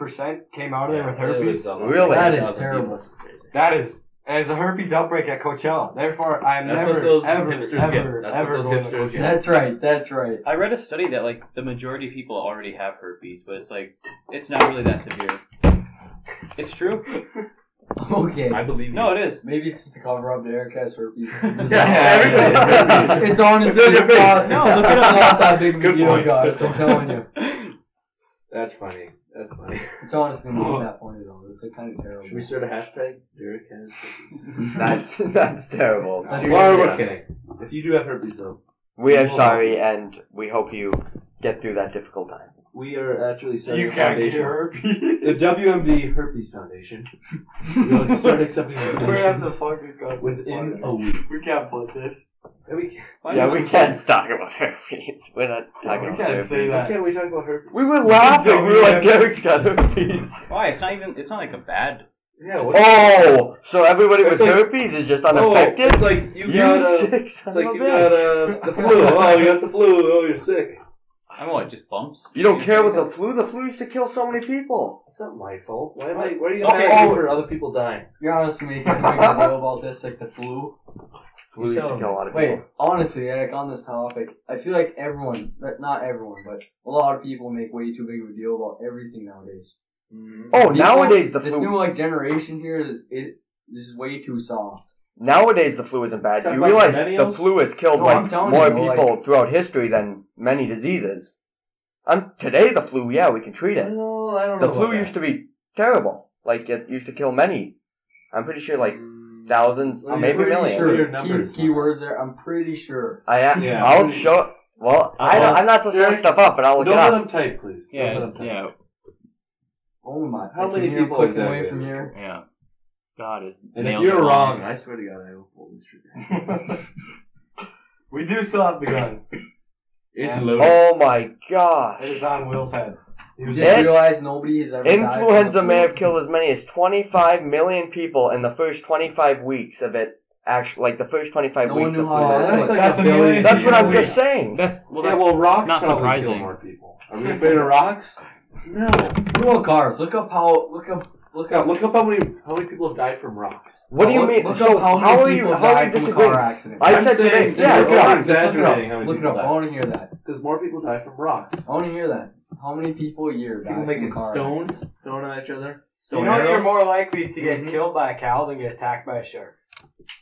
S14: came out of there with
S3: It
S14: herpes.
S3: was, um,
S4: Really?
S2: That is
S3: 1,000
S2: terrible.
S3: people. Crazy.
S14: That is as a herpes outbreak at Coachella. Therefore, I am
S3: That's
S14: never,
S3: what those
S14: ever,
S3: hipsters
S14: ever,
S3: get. That's
S14: ever
S3: what those
S14: going to
S3: hipsters
S14: Coachella.
S3: get.
S2: That's right. That's right.
S12: I read a study that like the majority of people already have herpes, but it's like it's not really that severe. It's true.
S2: Okay.
S3: I believe
S12: No,
S3: you.
S12: it is.
S2: Maybe it's just to cover up the Aircast herpes.
S4: everybody's herpes.
S2: it's honestly
S4: It's in your
S2: it's not,
S4: face.
S2: no, look at not that big of a
S3: Good
S2: deal,
S3: point.
S2: guys.
S3: Good
S2: I'm
S3: point.
S2: telling you.
S3: That's funny. That's funny.
S2: It's honestly not that funny though. It's like kind of terrible.
S3: Should we start a hashtag? Derek has
S4: That's that's terrible.
S2: That's-
S3: Well,
S4: Yeah.
S3: we're kidding. If you do have herpes, though,
S4: We are sorry, and we hope you get through that difficult time.
S3: we are actually starting
S14: You
S3: a
S14: can't get
S3: foundation.
S14: herpes.
S3: The WMD Herpes Foundation. We'll start accepting donations
S14: fucking go?
S3: within a week.
S14: We can't put this.
S3: And we can't,
S4: Yeah, we can't talk about herpes. We're not talking
S14: We
S4: about
S14: can't
S4: herpes.
S14: say
S3: why
S14: that.
S3: can't we talk about herpes?
S4: We were laughing. We were like, Derek's got herpes.
S12: Why? It's not even. It's not like a bad.
S3: Yeah, what
S4: Oh, so everybody
S3: It's
S4: with
S3: like-
S4: herpes is just
S3: Oh,
S4: unaffected?
S3: it's like you,
S4: you
S3: got a,
S4: sick son
S3: It's like
S4: of a
S3: you
S4: bitch.
S3: got uh, the flu. Oh, you got the flu. Oh, you're sick.
S12: I'm what? Just bumps.
S4: You don't care what the flu? The flu used to kill so many people.
S3: It's not my fault. Why am I? Why are you gonna
S12: Okay,
S3: okay, mad at
S12: oh.
S3: me for other people dying?
S2: You're honestly making a big deal about this, like the flu.
S4: Flu used to kill a lot of
S2: Wait,
S4: people.
S2: honestly, like on this topic, I feel like everyone, but not everyone, but a lot of people make way too big of a deal about everything nowadays.
S4: Oh,
S2: People-
S4: nowadays the
S2: this
S4: flu.
S2: new like generation here, it this is way too soft.
S4: Nowadays, the flu isn't bad.
S3: Talking
S4: You
S3: about
S4: realize the
S3: millennials?
S4: flu has killed
S2: No, I'm
S4: like
S2: telling
S4: more
S2: you, like-
S4: people throughout history than many diseases. Um, today the flu, yeah, we can treat it.
S3: No, I don't know.
S4: The flu used to be terrible. Like it used to kill many. I'm pretty sure like thousands, or
S3: I'm
S4: maybe
S3: pretty
S4: millions.
S3: sure-
S2: Sure,
S3: Your
S2: key,
S3: numbers.
S2: keywords there. I'm pretty sure.
S4: I uh,
S3: Yeah.
S4: I'll show. Well, I don't, I'm not supposed to look stuff up, but I'll
S3: Don't
S4: look it
S3: let
S4: up.
S3: him type, please. Don't let
S12: Yeah,
S3: him type.
S12: yeah,
S2: Oh my!
S3: How
S2: I
S3: many
S2: can hear
S3: people
S2: clicking
S3: exactly?
S2: away from here?
S12: yeah. God is.
S3: And if
S12: nails
S3: you're
S12: are long.
S3: wrong, I swear to God, I will pull this trigger.
S14: We do still have the gun.
S3: It's
S14: Yeah.
S3: loaded.
S4: Oh my gosh!
S14: It is on Will's head.
S2: You just
S4: It-
S2: realize nobody has ever. died from the
S4: Influenza may
S2: flu.
S4: have killed as many as 25 million people in the first 25 weeks of it. Actually, like the first 25
S2: No
S4: weeks.
S2: one knew
S4: of
S2: how
S4: flu.
S2: long
S3: that's
S2: that's
S3: like
S14: that's
S3: a
S14: a
S3: billion.
S14: million
S4: That's what I'm
S14: Yeah.
S4: just saying.
S12: That's well.
S3: yeah,
S12: That's,
S3: well, rocks
S12: not
S3: probably kill
S12: surprising.
S3: more people. Are we afraid of rocks? No.
S2: Fuel cars. Look up how. Look up. Look
S3: Yeah,
S2: up.
S3: look up how many how many people have died from rocks.
S4: What do you
S2: look-
S4: mean?
S2: Look
S4: so
S2: up how,
S4: how are
S2: many
S4: you?
S2: people
S4: How are you
S2: died from a car
S4: disagreeing?
S2: accident?
S4: I
S3: I'm
S4: said today.
S3: saying
S4: Yeah,
S3: you're
S4: look it up.
S3: over-exaggerating how many
S2: Look it up.
S3: people
S2: I want to hear that.
S3: Because more people die from rocks.
S2: I want to hear that. How many people a year die
S3: People
S2: from
S3: making
S2: a car accident?
S3: stones, throwing at each other.
S14: You
S3: Stone
S14: know
S3: arrows.
S14: you're more likely to get
S3: Mhm.
S14: killed by a cow than get attacked by a shark.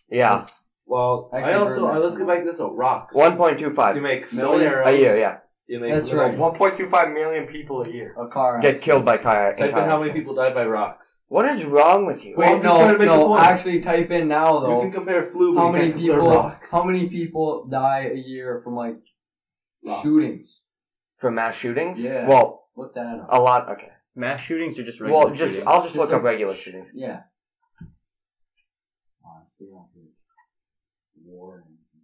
S4: Yeah,
S3: Well,
S2: I
S3: I,
S2: can
S3: also
S2: burn
S3: I,
S2: that
S3: let's go
S2: somewhere.
S3: back to this. Oh, rocks. You
S4: 1.25
S3: make stone
S2: Million? Oh,
S3: arrows.
S4: a year. Yeah,
S3: You make
S2: That's
S3: little-
S2: right.
S14: 1.25 million people a year.
S2: A car
S4: get
S2: accident.
S4: killed by car.
S3: Type in how many
S4: accidents.
S3: people died by rocks.
S4: What is wrong with you?
S3: Well, I'm
S2: Wait,
S3: just trying to make
S2: no,
S3: a
S2: no.
S3: point.
S2: Actually, type in now
S3: You can
S2: though.
S3: compare flu.
S2: How many people?
S3: Rocks.
S2: How many people die a year from like
S3: Rocks.
S2: shootings?
S4: From mass shootings?
S2: Yeah.
S4: Well,
S2: Look that up.
S4: a lot. Okay.
S12: Mass shootings are just regular
S4: Well, just
S12: shootings.
S4: I'll just
S2: Just
S4: look
S2: like-
S4: up regular shootings.
S2: Yeah. Oh, it's been out here. War. Oh,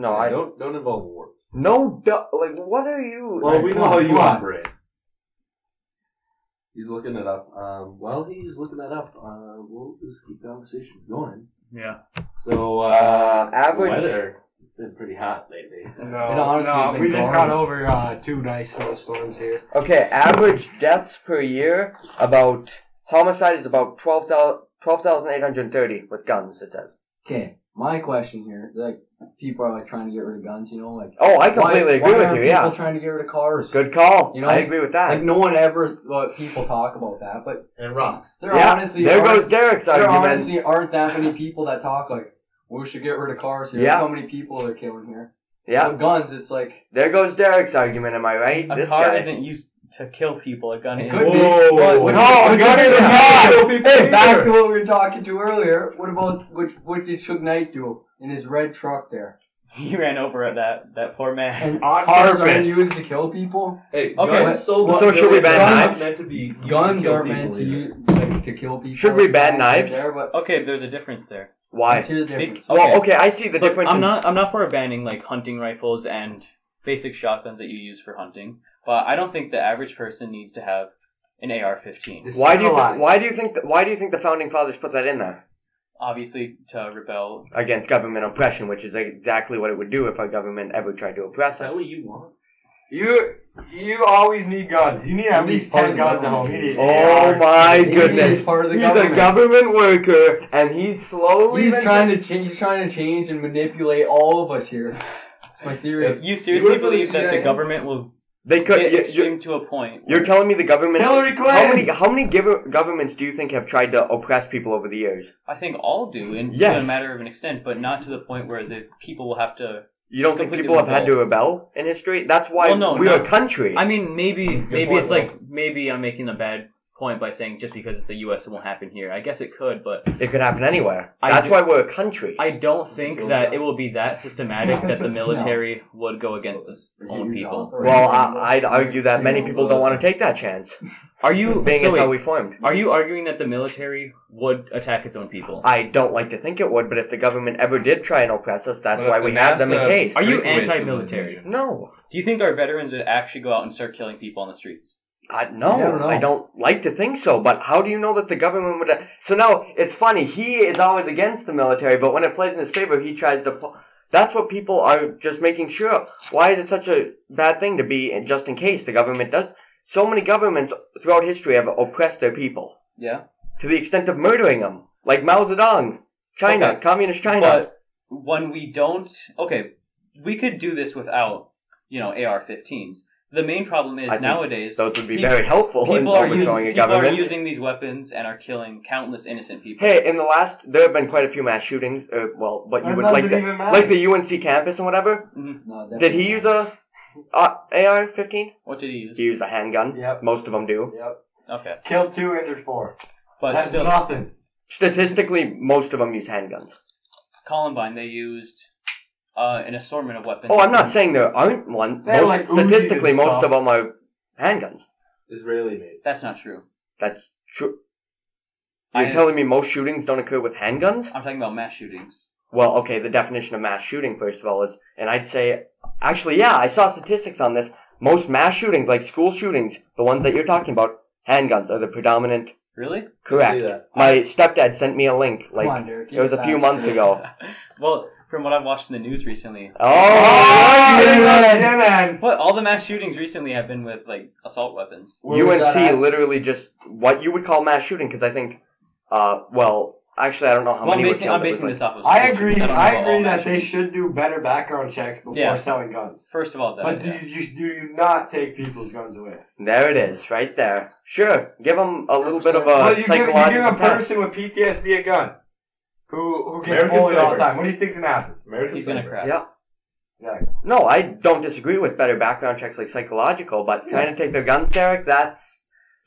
S4: No, I
S3: don't don't involve war.
S4: no. du- Like, what are you?
S3: Well, we
S2: come
S3: know
S2: on,
S3: how you
S2: come on.
S3: operate. He's looking it up. Um, while he's looking that up, uh, we'll just keep conversations going.
S12: Yeah.
S3: So,
S4: Uh,
S3: uh,
S4: average-
S3: the weather has been pretty hot lately.
S14: No,
S2: It honestly has
S14: no.
S2: been
S14: We just
S2: gone.
S14: got over uh, two nice snowstorms here.
S4: Okay, average deaths per year about homicide is about 12,000 12,830 with guns. It says.
S2: Okay, my question here, like people are like trying to get rid of guns, you know, like
S4: Oh, I completely
S2: why,
S4: agree
S2: why
S4: with
S2: aren't
S4: you.
S2: People
S4: Yeah,
S2: trying to get rid of cars.
S4: good call.
S2: You know,
S4: I agree with that.
S2: Like no one ever well, people talk about that, but
S3: And rocks.
S2: there
S4: yeah,
S2: honestly
S4: there
S2: aren't,
S4: goes Derek's
S2: there
S4: argument.
S2: honestly aren't that many people that talk like we should get rid of cars here.
S4: Yeah.
S2: How many people they're killing here?
S4: Yeah,
S2: With guns, it's like
S4: there goes Derek's argument. Am I right?
S12: A
S4: this
S12: car
S4: guy.
S12: isn't used to kill people. A gun is.
S2: could be.
S3: Whoa.
S2: But-
S4: No, a gun is not.
S2: Hey, back to what we were talking to earlier. What about what what did Suge Knight do in his red truck there?
S12: He ran over at that that poor man.
S2: And cars are used to kill people.
S3: Hey,
S2: Okay,
S3: guns so
S2: well,
S4: so should we ban
S3: guns
S4: knives?
S3: meant to be used
S2: Guns
S3: to kill
S2: are meant
S3: people
S2: to,
S3: either.
S2: use, like, to kill people.
S4: Should we ban
S2: Right
S4: knives?
S2: There, but
S12: Okay, there's a difference there.
S4: Why?
S2: Here's the difference.
S12: Big-
S4: Well, okay, I see the
S12: Look,
S4: difference.
S12: I'm
S4: in-
S12: not I'm not for banning like hunting rifles and basic shotguns that you use for hunting, but I don't think the average person needs to have an AR-15.
S4: Why do you th-
S14: Civilized.
S4: why do you think th- why do you think the founding fathers put that in there
S12: Obviously, to rebel.
S4: against government oppression, which is exactly what it would do if our government ever tried to oppress
S3: Is that
S4: us?
S3: what you want?
S14: You you always need guns. You need at
S2: You
S14: least
S2: need
S14: ten guns at
S2: guns.
S14: home. You need
S4: Oh
S14: ARs.
S4: my
S2: Maybe
S4: goodness!
S2: he's part of the
S4: he's a
S2: government.
S4: government worker, and he's slowly.
S2: He's trying to change. He's trying to change and manipulate all of us here. That's my theory.
S12: If you
S2: You
S12: seriously
S2: were for the
S12: believe that the
S2: CIA?
S12: government will
S4: They
S12: get
S4: could. You, you're,
S12: extreme to a point?
S4: you're telling me the government.
S14: Hillary
S4: How
S14: Clinton.
S4: many how many giver, governments do you think have tried to oppress people over the years?
S12: I think all do, in
S4: Yes.
S12: a matter of an extent, but not to the point where the people will have to.
S4: You don't think
S12: Completely
S4: people have had to rebel in history? That's why
S12: Well, no,
S4: we're
S12: no.
S4: a country.
S12: I mean, maybe maybe
S14: point,
S12: it's like maybe I'm making a bad point by saying just because it's the U.S. it won't happen here. I guess it could, but
S4: it could happen anywhere.
S12: I
S4: That's
S12: do-
S4: why we're a country.
S12: I don't think
S2: goes
S12: that
S2: down.
S12: it will be that systematic that the military would go against its own people.
S4: well, I, I'd argue that many people don't want to take that chance,
S12: Are you
S4: being
S12: so
S4: as how
S12: wait,
S4: we formed.
S12: Are you arguing that the military would attack its own people?
S4: I don't like to think it would, but if the government ever did try and oppress us, that's why we have them in case.
S12: Are you
S3: Breakaways
S12: anti-military?
S3: civilization.
S4: No,
S12: Do you think our veterans would actually go out and start killing people on the streets?
S4: I,
S2: You
S4: no,
S2: never know.
S4: I don't like to think so. But how do you know that the government would? So now it's funny. He is always against the military, but when it plays in his favor, he tries to. pu- That's what people are just making sure. of. Why is it such a bad thing to be in- just in case the government does? So many governments throughout history have oppressed their people
S12: Yeah.
S4: to the extent of murdering them, like Mao Zedong, China,
S12: Okay.
S4: communist China.
S12: But when we don't, okay, we could do this without, you know, AR-15s. The main problem is
S4: I think
S12: nowadays
S4: Those would be
S12: people-
S4: very helpful in
S12: people are
S4: overthrowing
S12: using
S4: a
S12: people are
S4: government.
S12: using these weapons and are killing countless innocent people.
S4: Hey, in the last, there have been quite a few mass shootings. Uh, well, but you
S1: That
S4: would
S1: doesn't
S4: like the,
S1: even matter.
S4: like the UNC campus and whatever.
S2: No,
S4: Did he use a uh, AR-15?
S12: What did he use?
S4: He used a handgun.
S1: Yep.
S4: Most of them do.
S1: Yep.
S12: Okay,
S1: Kill two, injured four.
S12: but
S1: That's
S12: still,
S1: nothing.
S4: Statistically, most of them use handguns.
S12: Columbine they used uh, an assortment of weapons.
S4: Oh, I'm not saying there aren't one.
S1: They're
S4: Most,
S1: like Uzis and
S4: statistically, most
S1: stuff.
S4: of them are handguns.
S3: Israeli made.
S12: That's not true.
S4: That's true. You're
S12: I,
S4: telling me most shootings don't occur with handguns?
S12: I'm talking about mass shootings.
S4: Well, okay, the definition of mass shooting, first of all, is, and I'd say, actually, yeah, I saw statistics on this. Most mass shootings, like school shootings, the ones that you're talking about, handguns are the predominant.
S12: Really?
S3: See
S4: Correct.
S3: that?
S4: My stepdad sent me a link, like, it was a few months ago.
S12: well, from what I've watched in the news recently,
S4: Oh, yeah, man.
S1: Yeah, man.
S12: what all the mass shootings recently have been with like assault weapons.
S2: Where was that at?
S4: UNC literally just what you would call mass shooting, because I think, uh, well, actually, I don't know how
S12: Well, I'm
S4: many were
S12: basing, I'm
S4: killed, it was
S12: basing
S4: like-
S12: this off of.
S1: I
S12: school
S1: agree.
S12: shootings. don't know
S1: I
S12: about all
S1: agree
S12: mass
S1: that they
S12: shootings.
S1: should do better background checks before
S12: Yeah.
S1: selling guns.
S12: First of all, that
S1: But
S12: yeah.
S1: you, you do not take people's guns away.
S4: Uh, There it is, right there. Sure, give them a little bit of
S1: Well, Oh,
S4: a
S1: you, give, you give
S4: psychological
S1: a
S4: test.
S1: person with PTSD a gun who, who gets
S3: American
S1: bullied all the
S3: sniper.
S1: time. What do you think's gonna happen?
S3: American
S12: he's gonna
S3: sniper.
S12: crack.
S4: Yeah.
S1: Yeah.
S4: No, I don't disagree with better background checks like psychological, but trying to take their guns, Derek, that's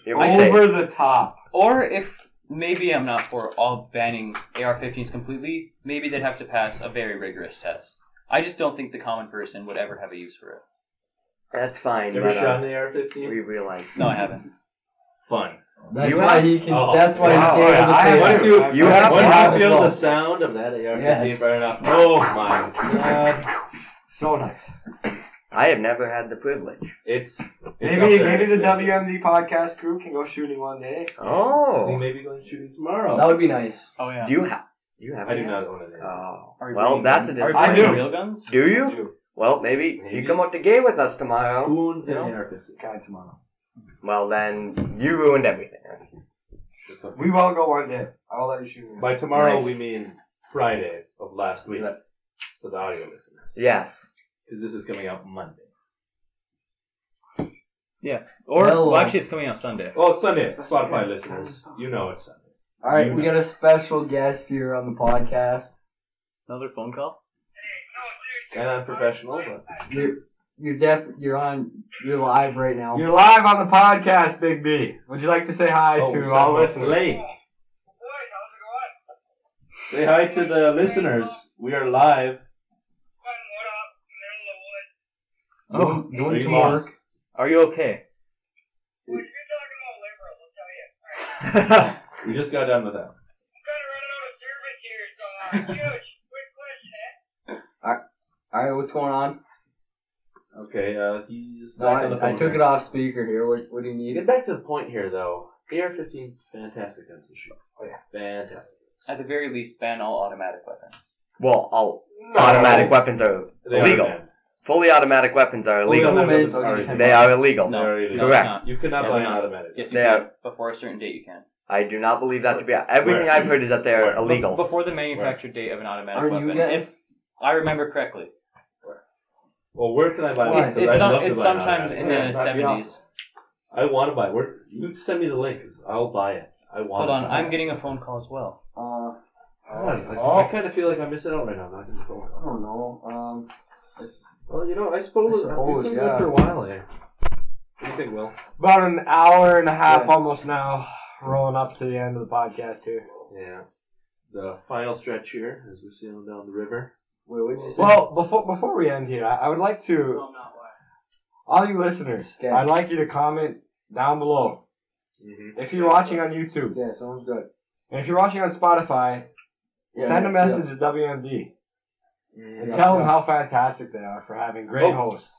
S4: your mistake.
S1: Over the top.
S12: Or if maybe I'm not for all banning AR-15s completely, maybe they'd have to pass a very rigorous test. I just don't think the common person would ever have a use for it.
S4: That's fine,
S3: Ever
S4: but uh,
S3: shot an
S4: we
S3: AR-15?
S4: realize.
S12: No, I haven't.
S3: Fun.
S2: That's
S4: You
S2: why
S4: have-
S2: he can.
S3: Oh,
S2: that's why
S1: wow.
S2: he's able to
S1: Yeah,
S2: say
S1: I-
S2: that.
S3: Once you,
S4: You have
S3: once
S4: to
S3: you
S4: have
S3: feel
S2: well.
S3: the sound of that AR-15
S2: Yes.
S3: right enough. Oh my god,
S1: So nice.
S4: I have never had the privilege.
S3: it's, it's up
S1: Maybe
S3: there
S1: maybe the
S3: in expenses.
S1: WMD podcast crew can go shooting one day.
S3: We
S4: Oh,
S3: may be going shooting tomorrow.
S2: That would be nice.
S12: Oh yeah.
S4: do you have? You have?
S3: I do not own it.
S4: Oh,
S12: Are you
S4: well,
S12: bringing
S4: that's a
S12: guns? Are you
S4: dis-
S1: I
S12: bringing
S1: do.
S12: Real guns?
S4: Do
S1: I
S4: you?
S1: do.
S4: Well, maybe, you
S3: Maybe.
S4: come out to gay with us tomorrow.
S3: Who owns an
S4: No.
S3: AR-15?
S1: Guy tomorrow.
S4: Well, then you ruined everything.
S3: It's okay.
S1: We will go one day. I will let you shoot me.
S3: By tomorrow,
S4: Nice.
S3: we mean Friday of last week
S4: Yep.
S3: for the audio listeners,
S4: Yes.
S3: because this is coming out Monday.
S12: Yeah. Or
S2: Well,
S12: well,
S2: uh,
S12: actually, it's coming out Sunday.
S3: Oh, it's Sunday. Spotify listeners, you know it's Sunday.
S2: All right, we got a special guest here on the podcast.
S12: Another phone call.
S3: Kind of unprofessional, but
S2: You're you're def you're on you're live right now.
S1: You're live on the podcast, Big B. Would you like to say hi
S3: Oh,
S1: to
S3: so
S1: all listeners?
S3: Lake. Say hi to the listeners. We are live.
S2: Oh,
S3: Are
S2: doing
S3: you
S2: some
S3: lost?
S2: work.
S12: Are you okay?
S3: We just got done with that.
S2: All right, what's going on?
S3: Okay, uh, he's
S2: No,
S3: back on the
S2: I, I
S3: phone.
S2: took it off speaker here. What, what do you
S3: You
S2: need?
S3: get back to the point here, though. AR-15's fantastic guns to shoot. Oh yeah, fantastic.
S12: At the very least, ban all automatic weapons.
S4: Well, all automatic weapons are
S3: They
S4: Illegal.
S3: Are, man.
S4: fully automatic weapons are
S3: Fully
S4: illegal.
S3: automatic
S2: Illegal.
S3: are
S4: They are illegal.
S12: No,
S3: They're
S12: no,
S3: illegal.
S12: it's
S4: Correct.
S12: not.
S3: You cannot buy
S12: Yeah, why
S3: an
S12: not?
S3: automatic.
S12: Yes, you
S4: They
S12: can. Before a certain date, you can.
S4: I do not believe that to be everything I've heard is that they are
S3: Where?
S4: illegal.
S12: Before the manufactured date of an automatic
S2: Are you
S12: weapon,
S2: guys-
S12: if I remember correctly.
S3: Well, where can I buy
S2: Why?
S3: one?
S12: It's,
S3: Because
S12: it's,
S3: I'd
S12: some-
S3: love to
S12: it's
S3: buy an
S12: sometime in
S3: automatic.
S12: the
S1: that'd be
S12: 70s.
S3: I want to buy. Where? You send me the link. i I'll buy it. I want.
S12: Hold
S3: to
S12: on,
S3: buy
S12: I'm
S3: it.
S12: getting a phone call as well.
S2: Uh,
S3: God, like,
S1: Oh.
S3: I kind of feel like I'm missing out right now. Not gonna go.
S2: I don't know. Um,
S3: Well, you know, I suppose, I
S2: I suppose,
S3: have been good
S2: yeah.
S3: for a while here. What do you think, Will?
S1: About an hour and a half
S2: Yeah.
S1: almost now, rolling up to the end of the podcast here.
S3: Yeah. The final stretch here as we're sailing down the river.
S2: wait, what did you say?
S1: Well, before before we end here, I, I would like to all you listeners,
S2: Okay.
S1: I'd like you to comment down below
S3: Mm-hmm.
S1: if you're watching on YouTube
S2: yeah, sounds good.
S1: and if you're watching on Spotify.
S2: Yeah,
S1: send a
S2: yeah.
S1: message to WMD and
S2: Yeah.
S1: tell them how fantastic they are for having great
S3: Oh.
S1: hosts.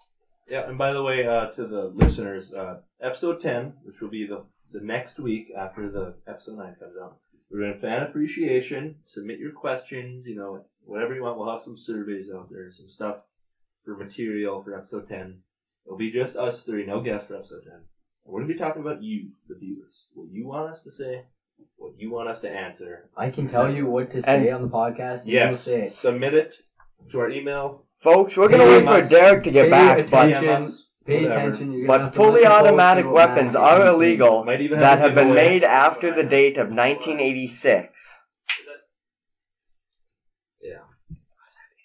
S3: Yeah, and by the way, uh, to the listeners, uh, episode 10, which will be the, the next week after the episode 9 comes out, we're doing fan appreciation. Submit your questions, you know, whatever you want. We'll have some surveys out there, some stuff for material for episode 10. It'll be just us three, no guests for episode 10. And we're going to be talking about you, the viewers. What you want us to say, what you want us to answer.
S2: I can tell you what to say on the podcast. You
S3: Yes,
S2: say it.
S3: submit it to our email.
S4: Folks, we're gonna
S2: Pay
S4: wait for
S3: us-
S4: Derek to
S2: pay
S4: get back, but
S2: attention.
S3: DM us.
S2: Pay Pay
S3: Whatever.
S2: attention. You
S4: But fully automatic weapons are illegal
S3: Might even
S4: that
S3: a
S4: have been
S3: giveaway.
S4: made after the date of 1986.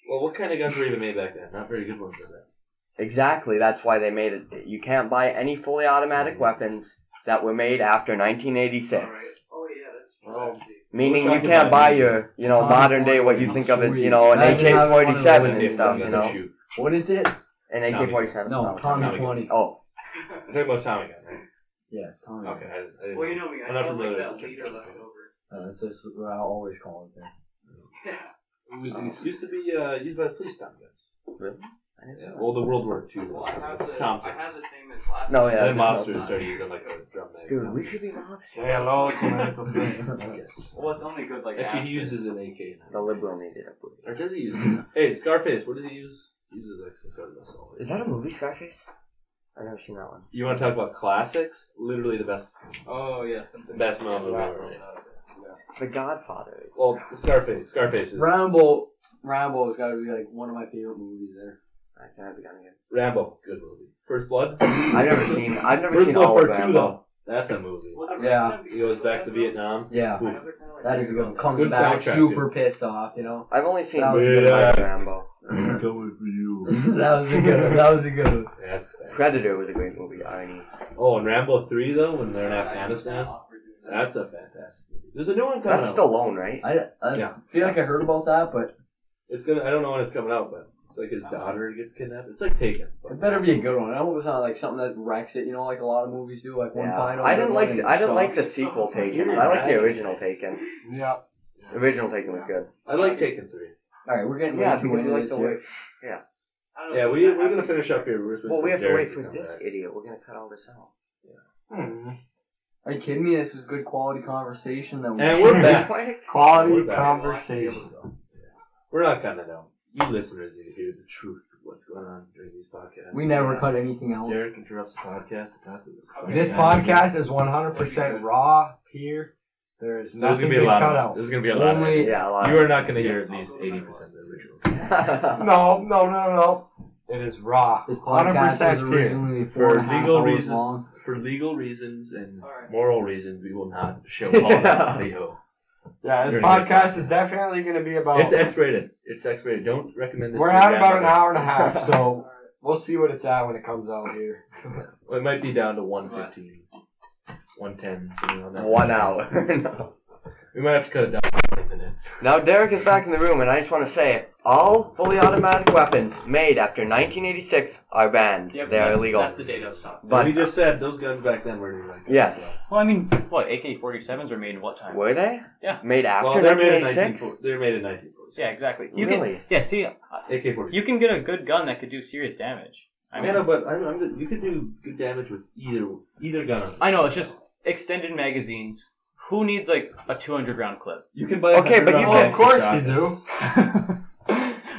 S3: Well, what kind of guns were even made back then? Not very good ones, were they?
S4: Exactly, that's why they made it. You can't buy any fully automatic weapons that were made after 1986.
S7: Oh yeah, that's
S3: Well,
S4: Meaning
S3: Wish I
S4: you
S3: could
S4: can't
S3: buy
S4: buy your, you know,
S2: Modern
S4: modern day what
S2: weapons.
S4: you think of as, you know, an
S2: Imagine having one of those.
S4: AK-47 and stuff,
S3: guns
S4: you
S3: to
S4: know,
S3: shoot.
S2: What is it?
S4: an AK-47.
S2: No, Tommy twenty.
S4: Oh,
S3: I'm talking about Tommy gun, right?
S2: Yeah,
S4: Mm.
S2: Tommy.
S3: Okay. I, I didn't-
S7: Well, you know me. I
S3: I'm not
S7: still like
S3: familiar
S7: that
S3: with the
S7: leader
S3: term.
S7: left over.
S2: Uh, that's just what I always call it. There.
S3: It was it used to be uh, used by the police Tommy guns.
S4: Oh. Really?
S3: Yeah. Well, the World War II.
S7: Well,
S3: was
S7: I have
S3: Thompsons.
S7: the, I have the same as last.
S4: no,
S3: And
S4: yeah.
S3: then mobsters started using like a drum mag.
S4: Dude, we should be mobsters.
S14: Say hello to my little friend.
S3: Yes.
S7: Well, it's only good like
S3: Actually, he
S7: after.
S3: uses an AK now.
S4: The liberal needed a blue.
S3: Or does he use it? hey, Scarface, what does he use? He uses like some sort of missile.
S4: Is that a movie, Scarface? I've never seen that one.
S3: You want to talk about classics? Literally the best,
S7: Oh yeah, something.
S3: best moment
S7: Yeah.
S3: ever. made.
S4: The Godfather.
S3: Well, Scarface. Scarface is
S2: Rambo, Rambo has got to be like one of my favorite movies. There,
S4: I can't be gonna get.
S3: Rambo. Good movie. First Blood.
S4: I've never seen. I've never
S3: First
S4: seen
S3: Blood
S4: all of
S3: Part Two,
S4: Rambo.
S3: though. That's a movie.
S2: Yeah.
S3: He goes back to Vietnam.
S2: yeah,
S3: Ooh.
S2: that is a good. one. Comes
S3: Good
S2: back
S3: soundtrack,
S2: super pissed off, you know.
S4: I've only seen
S2: That was
S4: good
S3: good.
S4: amount of Rambo.
S2: Going for you. that was a good. One. That was a good. One.
S3: That's
S4: Predator was a great movie. I mean,
S3: oh, and Rambo Three though, when they're in Afghanistan. That's a fantastic movie. There's a new one coming out.
S4: that's Stallone, right?
S2: I, I
S3: Yeah.
S2: feel like I heard about that, but
S3: It's gonna. I don't know when it's coming out, but it's like his daughter gets kidnapped. It's like Taken.
S2: it better be a good one. I hope it's not like something that wrecks it. You know, like a lot of movies do. Like one
S4: Yeah.
S2: final.
S4: I didn't
S2: good
S4: like.
S2: one, and
S4: I didn't
S2: it
S4: like the
S2: sucks.
S4: sequel Taken.
S3: You're
S4: I like the
S3: right.
S4: original Taken.
S14: Yeah.
S4: The original Taken was good.
S3: I like Taken Three.
S2: All right, we're getting
S4: Yeah,
S2: way too
S4: because you
S2: into
S4: like
S2: this
S4: the
S2: here.
S4: way-
S3: Yeah, we we're gonna finish up here. We're just waiting
S4: Well, we
S3: for
S4: have to
S3: Jared
S4: wait
S3: to
S4: for
S3: come
S4: this
S3: back.
S4: idiot. We're gonna cut all this out.
S14: Hmm.
S2: Are you kidding me? This was good quality conversation. That we
S3: And we're back.
S14: Quality
S3: We're back.
S14: conversation.
S3: We're not cutting it out. You listeners need to hear the truth of what's going on during these podcasts.
S2: we never cut anything out.
S3: Derek interrupts the podcast to talk to the
S14: This podcast is 100% raw, pure. There is
S3: There's
S14: nothing
S3: gonna be
S14: to
S3: a
S14: cut
S3: lot. Of,
S14: out.
S3: there's gonna be a lot. Of,
S2: Only-
S3: you
S4: Yeah, a lot.
S3: are not gonna hear at least eighty percent of the original.
S4: of-
S14: No, no, no, no. It is raw.
S2: This podcast was
S14: 100% pure.
S2: originally
S3: For
S2: four and a half
S3: legal
S2: hours
S3: reasons.
S2: long.
S3: For legal reasons and
S7: Alright.
S3: moral reasons, we will not show all that audio.
S14: Yeah, this
S3: You're gonna get-
S14: podcast is definitely going to be about.
S3: It's X-rated. It's X-rated. Don't recommend this.
S14: We're
S3: to your
S14: at about an
S3: grandmother.
S14: hour and a half, so we'll see what it's at when it comes out here.
S3: It might be down to 115, 110. something around that.
S4: One hour. No.
S3: We might have to cut it down to 20 minutes.
S4: Now Derek is back in the room, and I just want to say, all fully automatic weapons made after 1986 are banned.
S12: Yep,
S4: they are
S12: that's-
S4: illegal.
S12: That's the date I was talking.
S4: But
S3: we just said those guns back then were illegal.
S4: Yes.
S12: Well, I mean, what AK-47s were made in what time?
S4: were they?
S12: Yeah.
S4: Made
S3: Well,
S4: after
S3: they're made in
S4: 1986.
S3: 1940. They're made in 1940.
S12: Yeah, exactly.
S4: Really?
S12: Can, yeah, see, uh,
S3: AK-47.
S12: you can get a good gun that could do serious damage. I
S3: I
S12: mean,
S3: know, but I don't know, you could do good damage with either either gun.
S12: I know it's just extended magazines. Who needs like a 200 round clip?
S3: You can buy. a
S4: Okay, but
S3: 100
S4: you
S3: round
S4: can-
S14: Of course you
S3: magazine.
S14: do.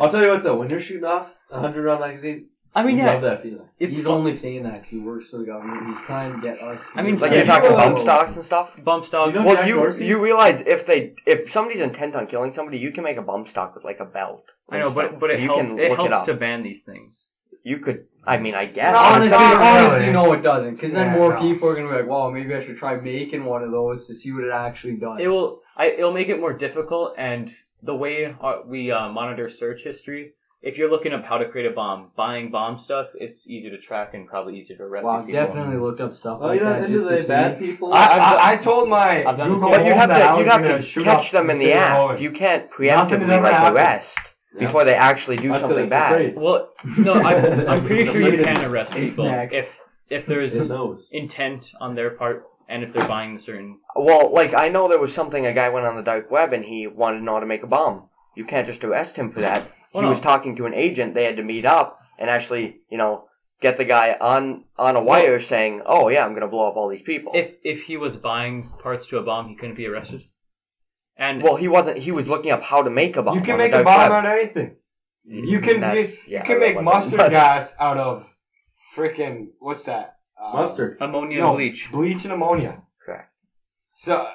S3: I'll tell you what though, when you're shooting off a hundred round magazine,
S12: I mean,
S3: you
S12: yeah,
S3: love that feeling.
S12: it's
S2: he's
S12: fu-
S2: only saying that 'cause he works for the government. He's trying to get us.
S12: I mean,
S4: Like
S12: Yeah,
S4: you're
S12: you
S4: talking
S12: know,
S4: bump stocks and stuff.
S12: bump stocks.
S3: You know
S4: Well,
S3: Jack
S4: you
S3: Dorsey?
S4: you realize if they if somebody's intent on killing somebody, you can make a bump stock with like a belt.
S12: I know, but but it,
S4: you
S12: help,
S4: can
S12: it
S4: look
S12: helps
S4: it up.
S12: to ban these things.
S4: You could. I mean, I guess.
S14: No,
S2: honestly,
S14: not
S2: honestly,
S14: really.
S2: no, it doesn't. Because then
S14: Yeah,
S2: more
S14: no.
S2: people are gonna be like, "Wow, maybe I should try making one of those to see what it actually does."
S12: It will I, it'll make it more difficult, and the way uh, we uh, monitor search history. If you're looking up how to create a bomb, buying bomb stuff, it's easy to track and probably easier to arrest.
S2: Wow,
S12: these
S2: I've
S12: people.
S2: definitely looked up stuff
S3: Oh,
S2: like
S3: you know,
S2: that
S3: into
S2: just to
S3: the
S2: see.
S3: bad people.
S14: I, I, I told my
S12: I've done it.
S14: Google
S4: But you
S14: Home
S4: have
S14: that I
S4: to
S14: was
S4: you have
S14: gonna
S4: to
S14: shoot
S4: catch
S14: up "Oh,
S4: them in the
S14: Sarah
S4: act.
S14: Owen.
S4: You can't
S14: Nothing
S4: preemptively
S14: has ever
S4: like
S14: happened.
S4: arrest
S3: Yeah.
S4: before they actually do
S3: That's 'cause
S4: something
S3: it's
S4: bad.
S3: afraid.
S12: Well, no, I, I'm pretty sure you can arrest
S2: It's
S12: people
S2: next.
S12: if if there's
S3: It knows.
S12: intent on their part and if they're buying a certain.
S4: Well, like I know there was something a guy went on the dark web and he wanted to know how to make a bomb. You can't just arrest him for that.
S12: Well,
S4: he
S12: no.
S4: was talking to an agent. They had to meet up and actually, you know, get the guy on on a wire saying, "Oh yeah, I'm gonna blow up all these people."
S12: If if he was buying parts to a bomb, he couldn't be arrested. And
S4: well, he wasn't. He was looking up how to make a bomb.
S14: You can
S4: on the
S14: make a
S4: dark
S14: bomb
S4: web.
S14: out of anything. You can
S4: That's-
S14: you,
S4: yeah,
S14: you can make
S4: that wasn't-
S14: mustard gas out of freaking what's that? Uh,
S3: Mustard.
S12: ammonia
S14: No,
S12: and bleach.
S14: bleach and ammonia.
S4: Correct.
S14: So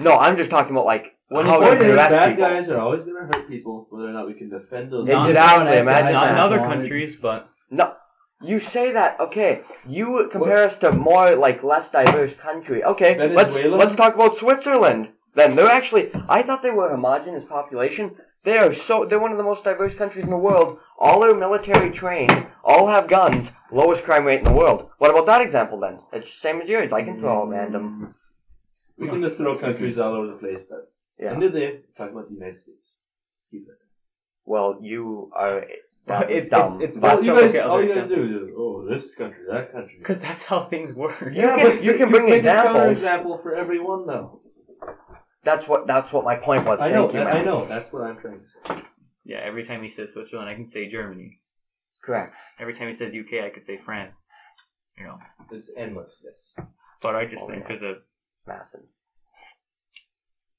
S4: No, I'm just talking about like
S3: When the
S4: how you
S3: point
S4: can
S3: is,
S4: arrest
S3: bad
S4: people.
S3: guys are always going to hurt people, whether or not we can defend those.
S4: Exactly.
S2: Not-
S4: Imagine
S12: Not in
S4: that.
S12: other
S2: Wanted-
S12: countries, but
S4: No, You say that, okay. You compare us to more like less diverse country. Okay,
S3: Venezuela?
S4: let's let's talk about Switzerland. Then they're actually I thought they were a homogenous population. They are so they're one of the most diverse countries in the world. All are military trained, all have guns, lowest crime rate in the world. What about that example then? It's the same as yours. I can throw a random
S3: We can just throw countries all over the place, but
S4: Yeah.
S3: end of the day, talk about the United States. Let's keep it.
S4: well, you are that
S12: It's-
S4: was dumb.
S12: it's- it's
S4: Um, but-
S12: Let's
S3: all you
S12: not look
S3: guys,
S12: at
S3: all
S12: other
S3: you guys do is, just, oh, this country, that country.
S12: Because that's how things work.
S4: you can you can bring
S3: make a
S4: examples.
S3: example for everyone, though.
S4: That's what that's what my point
S3: I
S4: was.
S3: know,
S4: Thank you,
S3: that-
S4: Matt.
S3: I know. That's what I'm trying to say.
S12: Yeah, every time he says Switzerland, I can say Germany.
S4: Correct.
S12: Every time he says UK, I could say France. You know,
S3: It's endless. Yes.
S12: but I just
S4: Oh,
S12: think
S4: yeah.
S12: there's a
S4: Massive.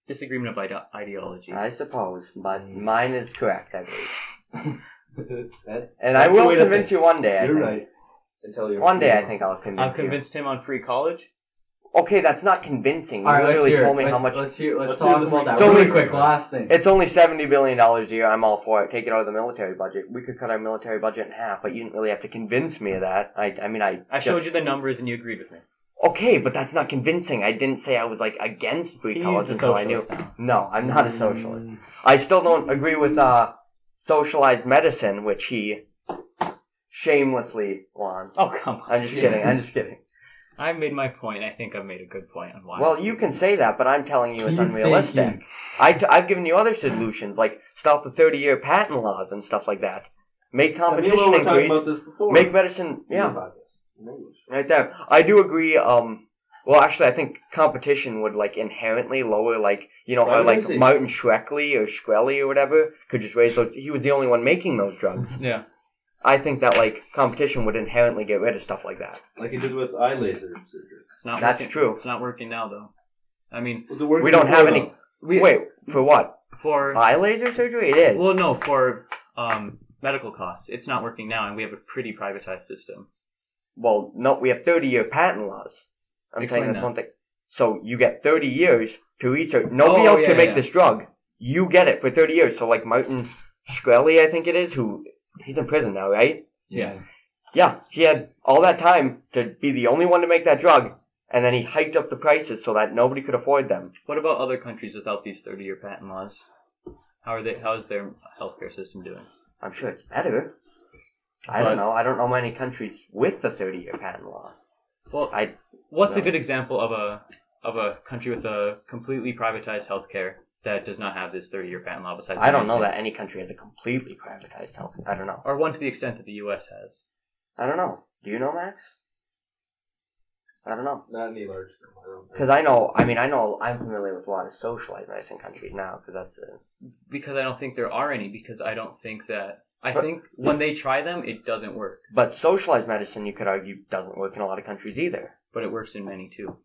S12: disagreement of ide- ideology.
S4: I suppose, but mine is correct, I believe.
S3: That-
S4: And
S3: That's
S4: I
S3: the
S4: will
S3: way to
S4: convince you one day. I
S3: You're
S4: think.
S3: right. Until you're
S4: One day, I think I'll convince
S12: I've convinced him on free college.
S4: you. Okay, that's not convincing. You
S2: All right, let's
S4: literally
S2: hear.
S4: told
S2: it.
S4: me
S2: let's,
S4: how much.
S2: Let's hear. Let's,
S3: Let's
S2: talk
S3: hear the
S2: about that
S4: free-
S2: really
S4: So we-
S2: quick. Last thing.
S4: It's only seventy billion dollars a year. I'm all for it. Take it out of the military budget. We could cut our military budget in half, but you didn't really have to convince me of that. I, I mean, I.
S12: I
S4: just-
S12: showed you the numbers and you agreed with me.
S4: Okay, but that's not convincing. I didn't say I was like against free college until I knew.
S12: now.
S4: No, I'm not
S2: Mm.
S4: a socialist. I still don't agree with uh, socialized medicine, which he shamelessly wants.
S12: Oh come on!
S4: I'm just kidding. I'm just kidding.
S12: I made my point. I think I've made a good point on why.
S4: Well, you can say that, but I'm telling you it's
S2: Thank you.
S4: unrealistic. I t- I've given you other solutions, like stop the 30 year patent laws and stuff like that. Make
S3: Camilo,
S4: competition
S3: we're talking
S4: increase.
S3: about this before.
S4: Make medicine,
S3: In your
S4: yeah,
S3: podcast, in English.
S4: right there. I do agree. Um, well, actually, I think competition would like inherently lower, like you know, how like
S3: Privatization.
S4: Martin Shrekley or Shkreli or whatever could just raise those. He was the only one making those drugs.
S12: yeah.
S4: I think that like competition would inherently get rid of stuff like that.
S3: Like he did with eye laser surgery.
S12: It's not
S4: That's
S12: working.
S4: true.
S12: It's not working now though. I mean,
S3: Was it working
S4: We don't have
S3: before,
S4: any.
S3: though?
S12: we,
S4: Wait, for what?
S12: for
S4: Eye laser surgery? It is.
S12: well, no, for um, medical costs, it's not working now, and we have a pretty privatized system.
S4: Well, no, we have 30 year patent laws. I'm
S12: Explain
S4: saying that's
S12: that.
S4: one thing. So you get 30 years to research. Nobody
S12: Oh,
S4: else
S12: yeah,
S4: can make
S12: yeah.
S4: this drug. You get it for 30 years. So like Martin Shkreli, I think it is, who he's in prison now, right?
S12: Yeah.
S4: Yeah, he had all that time to be the only one to make that drug, and then he hiked up the prices so that nobody could afford them.
S12: What about other countries without these thirty-year patent laws? How are they? How is their healthcare system doing?
S4: I'm sure it's better. I don't
S3: But-
S4: know. I don't know many countries with the 30 year patent law.
S12: Well,
S4: I-
S12: what's
S4: no.
S12: a good example of a of a country with a completely privatized healthcare that does not have this thirty-year patent law? Besides,
S4: I
S12: the
S4: don't know
S12: United
S4: that
S12: States?
S4: any country has a completely privatized health. I don't know.
S12: or one to the extent that the U.S. has.
S4: I don't know. Do you know, Max? I don't know.
S3: Not any large. scale, I don't think.
S4: Because I know, I mean, I know I'm familiar with a lot of socialite medicine countries now, because that's the.
S12: Because I don't think there are any. Because I don't think that. I
S4: But-
S12: think when they try them, it doesn't work,
S4: But socialized medicine, you could argue, doesn't work in a lot of countries either.
S12: but it works in many too.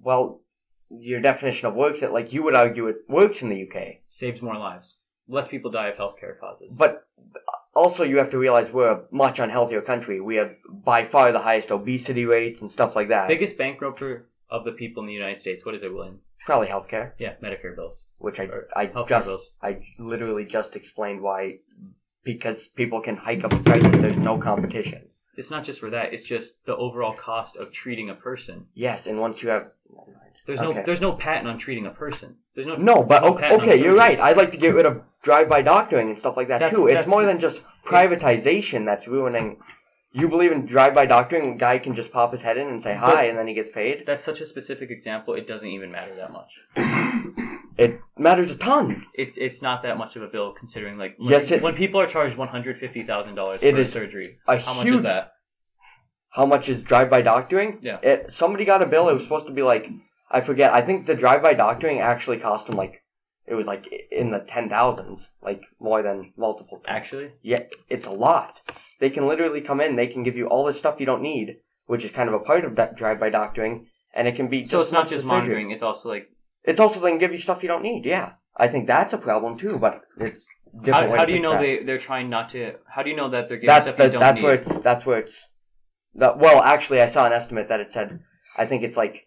S4: Well, your definition of works, it like you would argue it works in the UK.
S12: Saves more lives. Less people die of healthcare causes.
S4: But also, you have to realize we're a much unhealthier country. We have by far the highest obesity rates and stuff like that.
S12: Biggest bankrupter of the people in the United States. What is it, William?
S4: Probably healthcare,
S12: Yeah, Medicare bills.
S4: which I
S12: Or
S4: I
S12: healthcare
S4: just
S12: bills.
S4: I literally just explained why because people can hike up prices. There's no competition.
S12: It's not just for that. It's just the overall cost of treating a person.
S4: Yes, and once you have
S12: There's
S4: Okay.
S12: no there's no patent on treating a person. There's no
S4: No, but
S12: no
S4: okay,
S12: patent on
S4: okay you're
S12: surgery.
S4: right. I'd like to get rid of drive-by doctoring and stuff like that
S12: That's-
S4: too. It's
S12: that's-
S4: more than just privatization that's ruining. You believe in drive-by doctoring? A guy can just pop his head in and say hi, and then he gets paid.
S12: That's such a specific example. It doesn't even matter that much.
S4: It matters a ton.
S12: It's it's not that much of a bill considering like when,
S4: Yes, it-
S12: when people are charged one hundred fifty thousand dollars for
S4: It is
S12: surgery.
S4: A
S12: How much
S4: huge.
S12: is that?
S4: How much is drive-by doctoring?
S12: Yeah.
S4: It, somebody got a bill. It was supposed to be like I forget. I think the drive-by doctoring actually cost him like it was like in the ten thousands, like more than multiple.
S12: Actually,
S4: Yeah, it's a lot. They can literally come in, they can give you all the stuff you don't need, which is kind of a part of that drive-by doctoring, and it can be.
S12: so it's not just
S4: surgery.
S12: monitoring. It's also like
S4: It's also they can give you stuff you don't need. Yeah, I think that's a problem too, but it's different.
S12: how,
S4: way
S12: how
S4: to
S12: do you
S4: fix
S12: know
S4: that.
S12: they they're trying not to? How do you know that they're giving
S4: That's
S12: stuff
S4: the,
S12: you don't
S4: that's
S12: need?
S4: where it's that's where it's. That, well, actually, I saw an estimate that it said, I think it's like,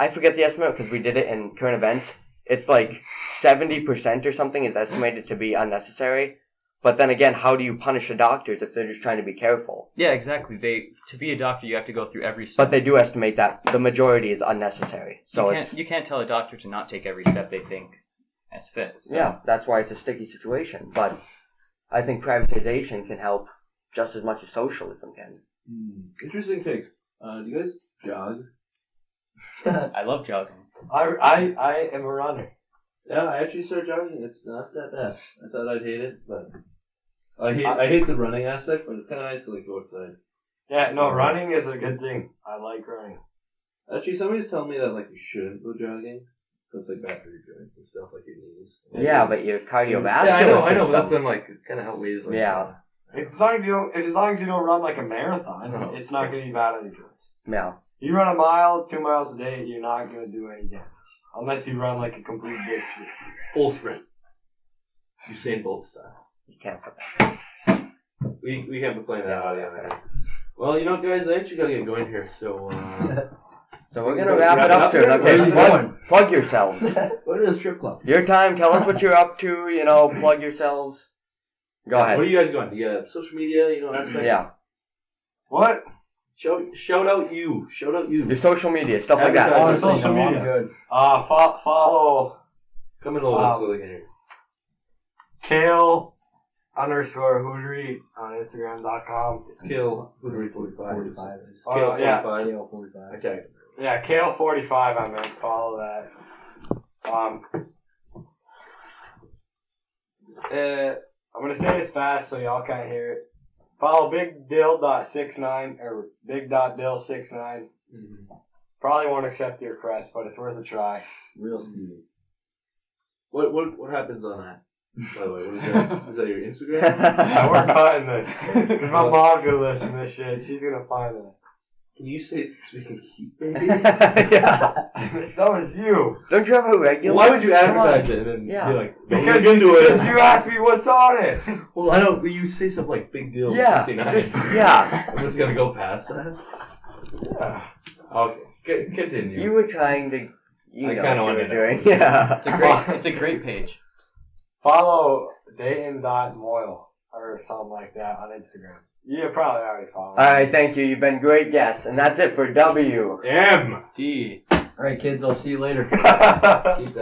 S4: I forget the estimate because we did it in current events. It's like seventy percent or something is estimated to be unnecessary, But then again, how do you punish the doctors if they're just trying to be careful?
S12: Yeah, exactly. They to be a doctor, you have to go through every step.
S4: But they do estimate that the majority is unnecessary. So
S12: you
S4: it's
S12: can't, you can't tell a doctor to not take every step they think as fit. So.
S4: yeah, that's why it's a sticky situation. But I think privatization can help just as much as socialism can.
S3: Hmm. Interesting takes. Uh, do you guys jog?
S12: I love jogging.
S1: I, I, I am a runner.
S3: Yeah, I actually started jogging. It's not that bad. I thought I'd hate it, but I hate
S4: Uh,
S3: I hate the running aspect, but it's kind of nice to like go outside.
S1: Yeah, no, running is a good thing. I like running.
S3: Actually, somebody's telling me that like you shouldn't go jogging. That's like bad for your joints and stuff, like your knees.
S4: Yeah, but your cardiovascular
S3: yeah, I know, I know. But
S4: system-
S3: that's when like it kind of outweighs. Like,
S4: Yeah.
S1: As long as you don't, as long as you don't run like a marathon,
S3: No.
S1: it's not gonna be bad on your joints.
S4: yeah.
S1: You run a mile, two miles a day, you're not gonna do any damage unless you run like a complete bitch.
S3: full sprint. Usain Bolt style.
S4: You can't put
S3: We we have to play that audio there. Well, you know, guys, I actually gotta get going here. So uh,
S4: So we're gonna wrap it up soon.
S3: Where are
S4: Okay,
S3: you
S4: plug, plug yourselves.
S3: go to the strip club.
S4: Your time. Tell us what you're up to. You know, plug yourselves. Go
S3: What are
S4: ahead.
S3: you guys going? You got social media? You know, that's
S4: Yeah,
S1: What?
S3: Shout, shout out you. Shout out you.
S4: the social media stuff like that.
S1: On social media.
S2: Good.
S1: Uh, fo- follow
S3: Come in a little
S1: Wow.
S3: so they can hear. you.
S1: Kale underscore Hootery on Instagram.com.
S3: It's Kill Hootery 45.
S1: Oh,
S3: Kill
S1: yeah.
S3: 45.
S2: Yeah, 45.
S3: Okay.
S1: Yeah, Kale45, I meant. Follow that. Um, uh, I'm going to say this fast so y'all kind of hear it. Follow Big Dill.69 or Big Dot Dill69.
S3: Mm-hmm.
S1: Probably won't accept your request, but it's worth a try.
S2: Real speed.
S3: What, what, what happens on that? By the way, what is that? is that your Instagram?
S1: I work cutting this. Because my mom's going to listen to this shit. She's going to find it.
S3: Can you say speaking heat, baby?
S4: yeah.
S1: that was you.
S4: Don't you have a regular?
S3: Why would you
S4: Come on.
S3: advertise it and then
S4: Yeah.
S3: be like,
S1: Because
S3: "Don't look
S1: you, because you asked me what's on it.
S3: Well, I don't. You say something like big deal.
S4: Yeah.
S3: 69.
S4: Just yeah.
S3: I'm just gonna go past that.
S1: Yeah.
S3: Okay, C- continue.
S4: You were trying to. You
S3: I kinda
S4: know what you
S3: wanted
S4: were
S3: to.
S4: doing. Yeah.
S12: It's a great it's a great page.
S1: Follow Dayton dot Moyle or something like that on Instagram. You probably already follow.
S4: All right. Thank you. You've been great guests, and that's it for W.
S1: M.
S12: D.
S2: All right, kids. I'll see you later.
S3: Keep that.